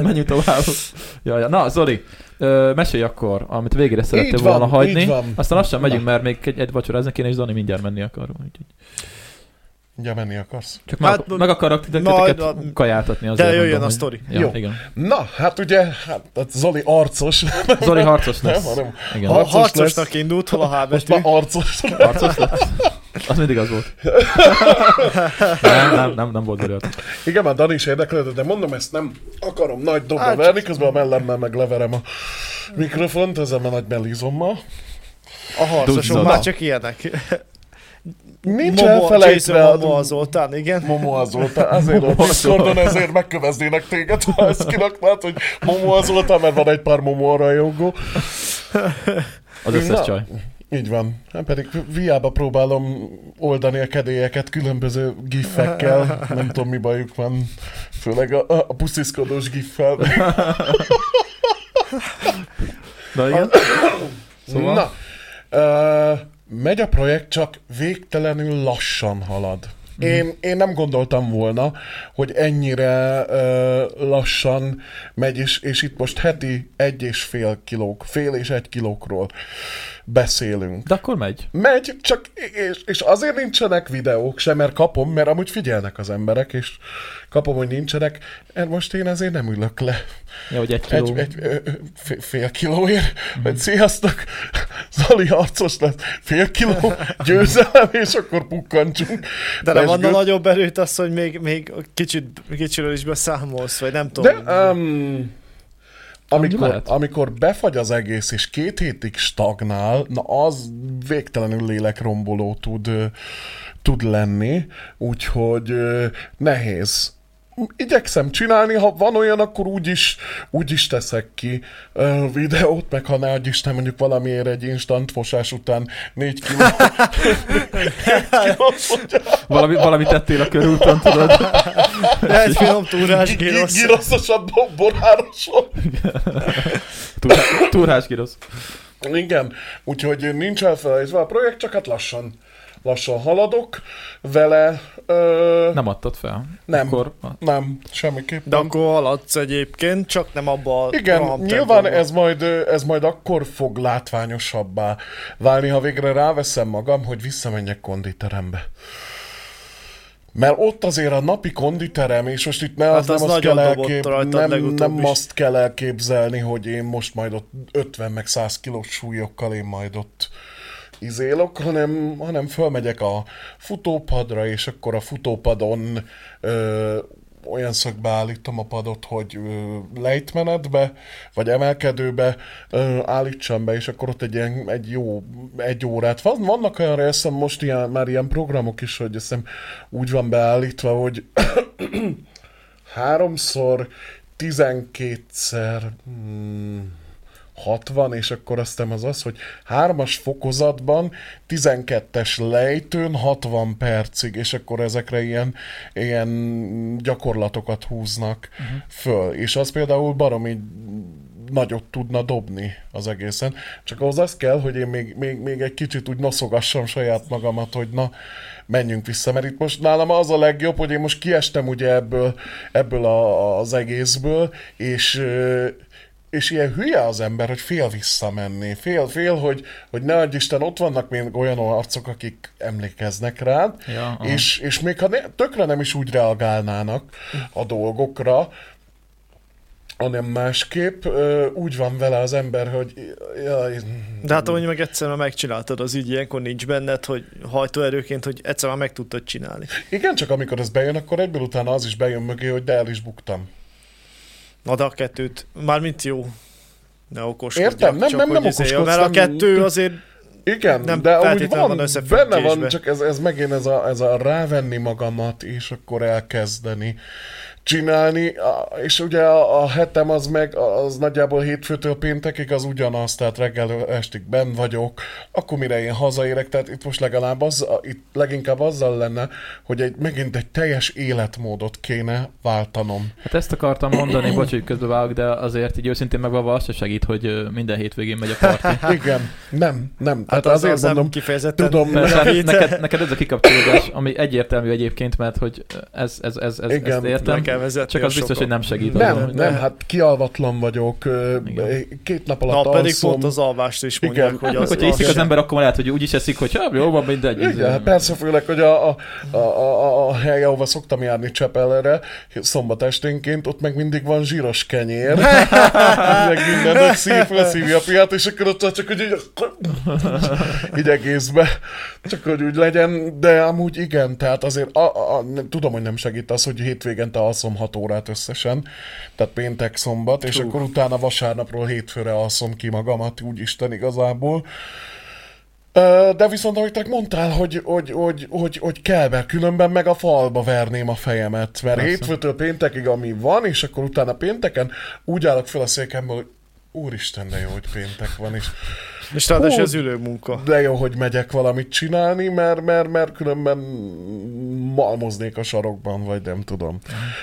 S1: Menjünk tovább. Ja, ja. Na, Zoli, ö, mesélj akkor, amit végére szerettél
S3: Így van,
S1: volna hagyni.
S3: így van.
S1: Aztán lassan megyünk, mert még egy, egy vacsorázni kéne, és Zani mindjárt menni akar. Úgyhogy.
S3: Ugye menni akarsz?
S1: Csak
S2: Hát,
S1: hát, meg, meg akarok
S2: majd
S1: titeket
S2: a-
S1: kajáltatni
S2: De
S1: azért.
S2: jöjjön
S1: mondom,
S2: a
S1: hogy-
S2: sztori.
S1: Ja,
S3: Jó.
S1: Igen.
S3: Na, hát ugye, hát hát Zoli arcos. hát
S1: Zoli harcos lesz.
S3: Nem, hanem
S1: Igen.
S2: Ha
S3: Harcos
S2: harcosnak indult, hol a H
S3: Most
S2: betű?
S3: már arcos.
S1: Harcos lett? Az mindig az volt. nem, nem, nem, nem volt belőle.
S3: Igen, már Dani is érdeklődött, de mondom, ezt nem akarom nagy dobra
S2: Hát.
S3: verni, közben a mellemmel meg leverem a mikrofont, ezzel a nagy melizommal.
S2: A harcosok
S1: Duzzad.
S2: már csak ilyenek.
S3: Nincs
S2: Momo,
S3: elfelejtve
S2: Jason Momoa
S3: a...
S2: Zoltán, igen.
S3: Momo azóta, azért a
S1: Momoa
S3: Discordon
S1: Zoltán.
S3: ezért megköveznének téged, ha ezt kiraknád, hogy Momo azóta, mert van egy pár Momo rajongó.
S1: Az összes
S3: Na.
S1: csaj.
S3: Így van. Hát pedig viába próbálom oldani a kedélyeket különböző gifekkel. Nem tudom, mi bajuk van. Főleg a, a pusziszkodós giffel.
S1: Na igen. Szóval?
S3: Na, ö, megy a projekt, csak végtelenül lassan halad. Én, én nem gondoltam volna, hogy ennyire ö, lassan megy, és, és itt most heti egy és fél kilók, fél és egy kilókról beszélünk.
S1: De akkor megy.
S3: Megy, csak és, és azért nincsenek videók sem, mert kapom, mert amúgy figyelnek az emberek, és kapom, hogy nincsenek. Mert most én ezért nem ülök le.
S1: Ja, hogy egy kiló.
S3: Egy, egy ö, ö, fél- fél kilóért, hogy sziasztok, Zali harcos lesz, fél kiló, győzelem, és akkor pukkantsunk.
S2: De nem adna
S3: Pesgő.
S2: nagyobb erőt az, hogy még, még kicsit, kicsiről is beszámolsz, vagy nem
S3: De,
S2: tudom.
S3: um, amikor,
S2: lehet.
S3: amikor befagy az egész, és két hétig stagnál, na az végtelenül lélekromboló tud, ö, tud lenni, úgyhogy ö, nehéz. Igyekszem csinálni, ha van olyan, akkor úgy is, úgy is teszek ki ö, videót, meg ha ne Isten mondjuk valamiért egy instant fosás után négy kiló.
S1: Valami, valami tettél a körúton, tudod?
S2: De egy finom túrás
S3: girosz. Giroszosabb borárosom.
S1: Túrá- Túrás girosz.
S3: Igen, úgyhogy nincs elfelejtve a projekt, csak hát lassan, lassan haladok vele. Ö,
S1: Nem adtad fel.
S3: nem,
S1: Akkor...
S3: nem, semmiképpen.
S2: De akkor haladsz egyébként, csak nem abba a
S3: Igen,
S2: roham
S3: nyilván
S2: tempóba.
S3: ez majd, ö, ez majd akkor fog látványosabbá válni, ha végre ráveszem magam, hogy visszamenjek konditerembe. Mert ott azért a napi konditerem, és most itt ne
S2: Hát
S3: az, nem,
S2: az
S3: azt
S2: nagyon
S3: kell
S2: dobott rajtad
S3: elkép... nem,
S2: legutóbb
S3: nem
S2: is.
S3: azt kell elképzelni, hogy én most majd ott 50 meg 100 kilós súlyokkal én majd ott izélok, hanem, hanem fölmegyek a futópadra, és akkor a futópadon ö, olyan szögbe állítom a padot, hogy ö, lejtmenetbe, vagy emelkedőbe ö, állítsam be, és akkor ott egy, ilyen, egy jó egy órát. Van, vannak olyan, azt hiszem most ilyen, már ilyen programok is, hogy azt hiszem úgy van beállítva, hogy háromszor, tizenkétszer, hmm, 60, és akkor aztán az az, hogy hármas fokozatban 12-es lejtőn 60 percig, és akkor ezekre ilyen, ilyen gyakorlatokat húznak uh-huh. föl. És az például baromi nagyot tudna dobni az egészen. Csak ahhoz az kell, hogy én még, még, még egy kicsit úgy noszogassam saját magamat, hogy na, menjünk vissza, mert itt most nálam az a legjobb, hogy én most kiestem ugye ebből, ebből a, az egészből, és ö, és ilyen hülye az ember, hogy fél visszamenni, fél, fél, hogy, hogy ne adj Isten, ott vannak még olyan arcok, akik emlékeznek rád,
S1: Ja, aha.
S3: és, és még ha ne, tökre nem is úgy reagálnának a dolgokra, hanem másképp ö, úgy van vele az ember, hogy jaj,
S2: De hát ahogy meg egyszer már megcsináltad az ügy, ilyenkor nincs benned, hogy hajtóerőként, hogy egyszer már meg tudtad csinálni.
S3: igen, csak amikor ez bejön, akkor egyből utána az is bejön mögé, hogy de el is buktam.
S2: Na de a kettőt, mármint jó. Ne okoskodjak,
S3: Értem, nem,
S2: csak
S3: nem, nem
S2: hogy izé,
S3: okoskodsz.
S2: Mert a
S3: nem- Hát
S2: kettő azért
S3: Igen,
S2: nem
S3: de amúgy
S2: feltétlenül
S3: van,
S2: van
S3: benne van,
S2: összefüggésbe.
S3: csak ez, ez megint ez a, ez a rávenni magamat, és akkor elkezdeni csinálni, A- és ugye a, a hetem az meg, az nagyjából hétfőtől péntekig az ugyanaz, tehát reggel estig ben vagyok, akkor mire én hazaérek, tehát itt most legalább az, itt leginkább azzal lenne, hogy egy, megint egy teljes életmódot kéne váltanom.
S1: Hát ezt akartam mondani, bocs, hogy közbe vágok, de azért így őszintén megvalva azt se segít, hogy ö, minden hétvégén megy a parti.
S3: Igen, nem, nem.
S2: Hát
S3: Tehát
S2: az-
S3: azért
S2: az nem
S3: mondom,
S2: kifejezetten
S3: tudom,
S1: Persze, hát
S2: Rövid.
S1: neked, neked ez a kikapcsolódás, ami egyértelmű egyébként, mert hogy ez, ez, ez, ez
S3: Igen,
S1: ezt értem,
S2: le kell vezetni
S1: csak az
S2: a
S1: biztos,
S2: sokat.
S1: hogy nem segít.
S3: Nem,
S1: azon,
S3: nem,
S1: hogy-
S3: nem, hát kialvatlan vagyok, ö, két nap alatt
S2: Na, pedig
S3: alszom.
S2: pont az alvást is mondják,
S3: Igen.
S2: hogy
S1: Hát,
S2: az,
S1: meg, hogyha iszik az ember, akkor lehet, hogy úgy is eszik, hogy hát, jó, van mindegy.
S3: Igen, hát persze, főleg, hogy a, a, a, a, a hely, ahova szoktam járni Csepelre, szombat esténként, ott meg mindig van zsíros kenyér, meg minden, hogy szív, leszívja a piát, és akkor ott csak, hogy így, így egészbe, csak hogy úgy legyen, de amúgy igen, tehát azért a, a, a, nem- tudom, hogy nem segít az, hogy hétvégente alszom 6 órát összesen, tehát péntek, szombat, és
S1: Hú.
S3: akkor utána vasárnapról hétfőre alszom ki magamat, úgy Isten igazából, Ö, De viszont, ahogy te mondtál, hogy, hogy, hogy, hogy, hogy kell, mert különben meg a falba verném a fejemet, mert
S1: Persze.
S3: hétfőtől péntekig, ami van, és akkor utána pénteken úgy állok fel a székemből, hogy úristen, de jó, hogy péntek van, és
S2: És ráadásul
S3: Hú,
S2: az ülő munka.
S3: de jó, hogy megyek valamit csinálni, mert, mert, mert különben malmoznék a sarokban, vagy nem tudom.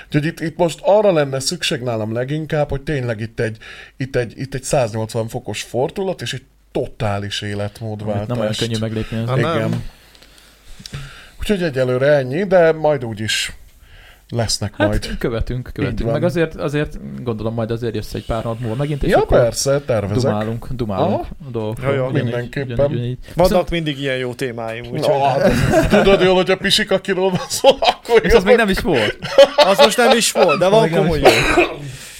S3: Úgyhogy itt, itt most arra lenne szükség nálam leginkább, hogy tényleg itt egy, itt egy, itt egy 180 fokos fordulat, és egy totális életmódváltás. Hát
S1: Nem olyan könnyű meglépni.
S2: Ha
S1: az.
S2: nem.
S3: Igen. Úgyhogy egyelőre ennyi, de majd úgyis lesznek
S1: Hát
S3: majd.
S1: követünk,
S3: Így
S1: követünk.
S3: van.
S1: Meg azért, azért gondolom majd azért jössz egy pár nap múlva megint, és
S3: Ja,
S1: akkor
S3: persze, tervezek.
S1: Dumálunk, dumálunk
S3: Aha.
S1: a dolgokról.
S3: Ja, ja,
S1: Ugyanígy-
S3: mindenképpen.
S1: ugyanígy- ugyanígy.
S2: Vannak mindig ilyen jó témáim, úgyhogy...
S3: Na, hát, tudod jól, hogy a pisik, akiről van szó, akkor
S1: És az még nem is volt.
S2: Az most nem is volt, de van
S1: Igen,
S2: komoly
S1: is.
S2: jó.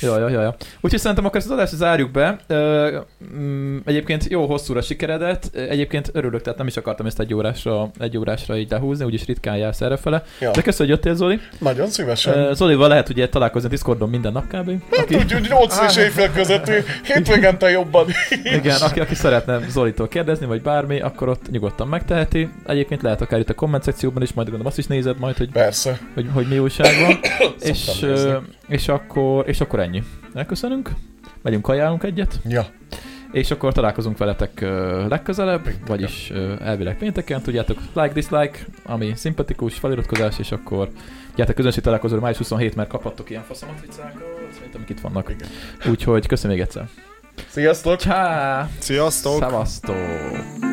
S1: Ja, ja, ja, ja. Úgyhogy szerintem akkor ezt az adást zárjuk be. Ö, mm, Egyébként jó hosszúra sikeredett. Egyébként örülök, tehát nem is akartam ezt egy órásra, egy órásra így lehúzni, úgyis ritkán jársz errefele.
S3: Ja.
S1: Ja. De köszönöm, hogy jöttél, Zoli.
S3: Nagyon szívesen.
S1: Ö, Zolival lehet ugye találkozni a Discordon minden nap kb. Aki,
S3: Úgyhogy 8 és éjfél között, hétvégente jobban is.
S1: igen, aki, aki szeretne Zolitól kérdezni, vagy bármi, akkor ott nyugodtan megteheti. Egyébként lehet akár itt a komment szekcióban is, majd gondolom azt is nézed majd, hogy,
S3: Persze.
S1: hogy, hogy mi újság van. és,
S3: Szoktam nézni.
S1: ö, és, akkor, és akkor ennyi. Elköszönünk, megyünk kajálunk egyet.
S3: Ja.
S1: És akkor találkozunk veletek ö, legközelebb, vagyis ö, elvileg pénteken. Tudjátok, like-dislike, ami szimpatikus feliratkozás, és akkor gyertek közönség találkozóra május 27, mert kaphattok ilyen faszomat viccákat, mint amik itt vannak. Úgyhogy köszönöm még egyszer.
S3: Sziasztok!
S1: Csá!
S2: Sziasztok!
S1: Szevasztok!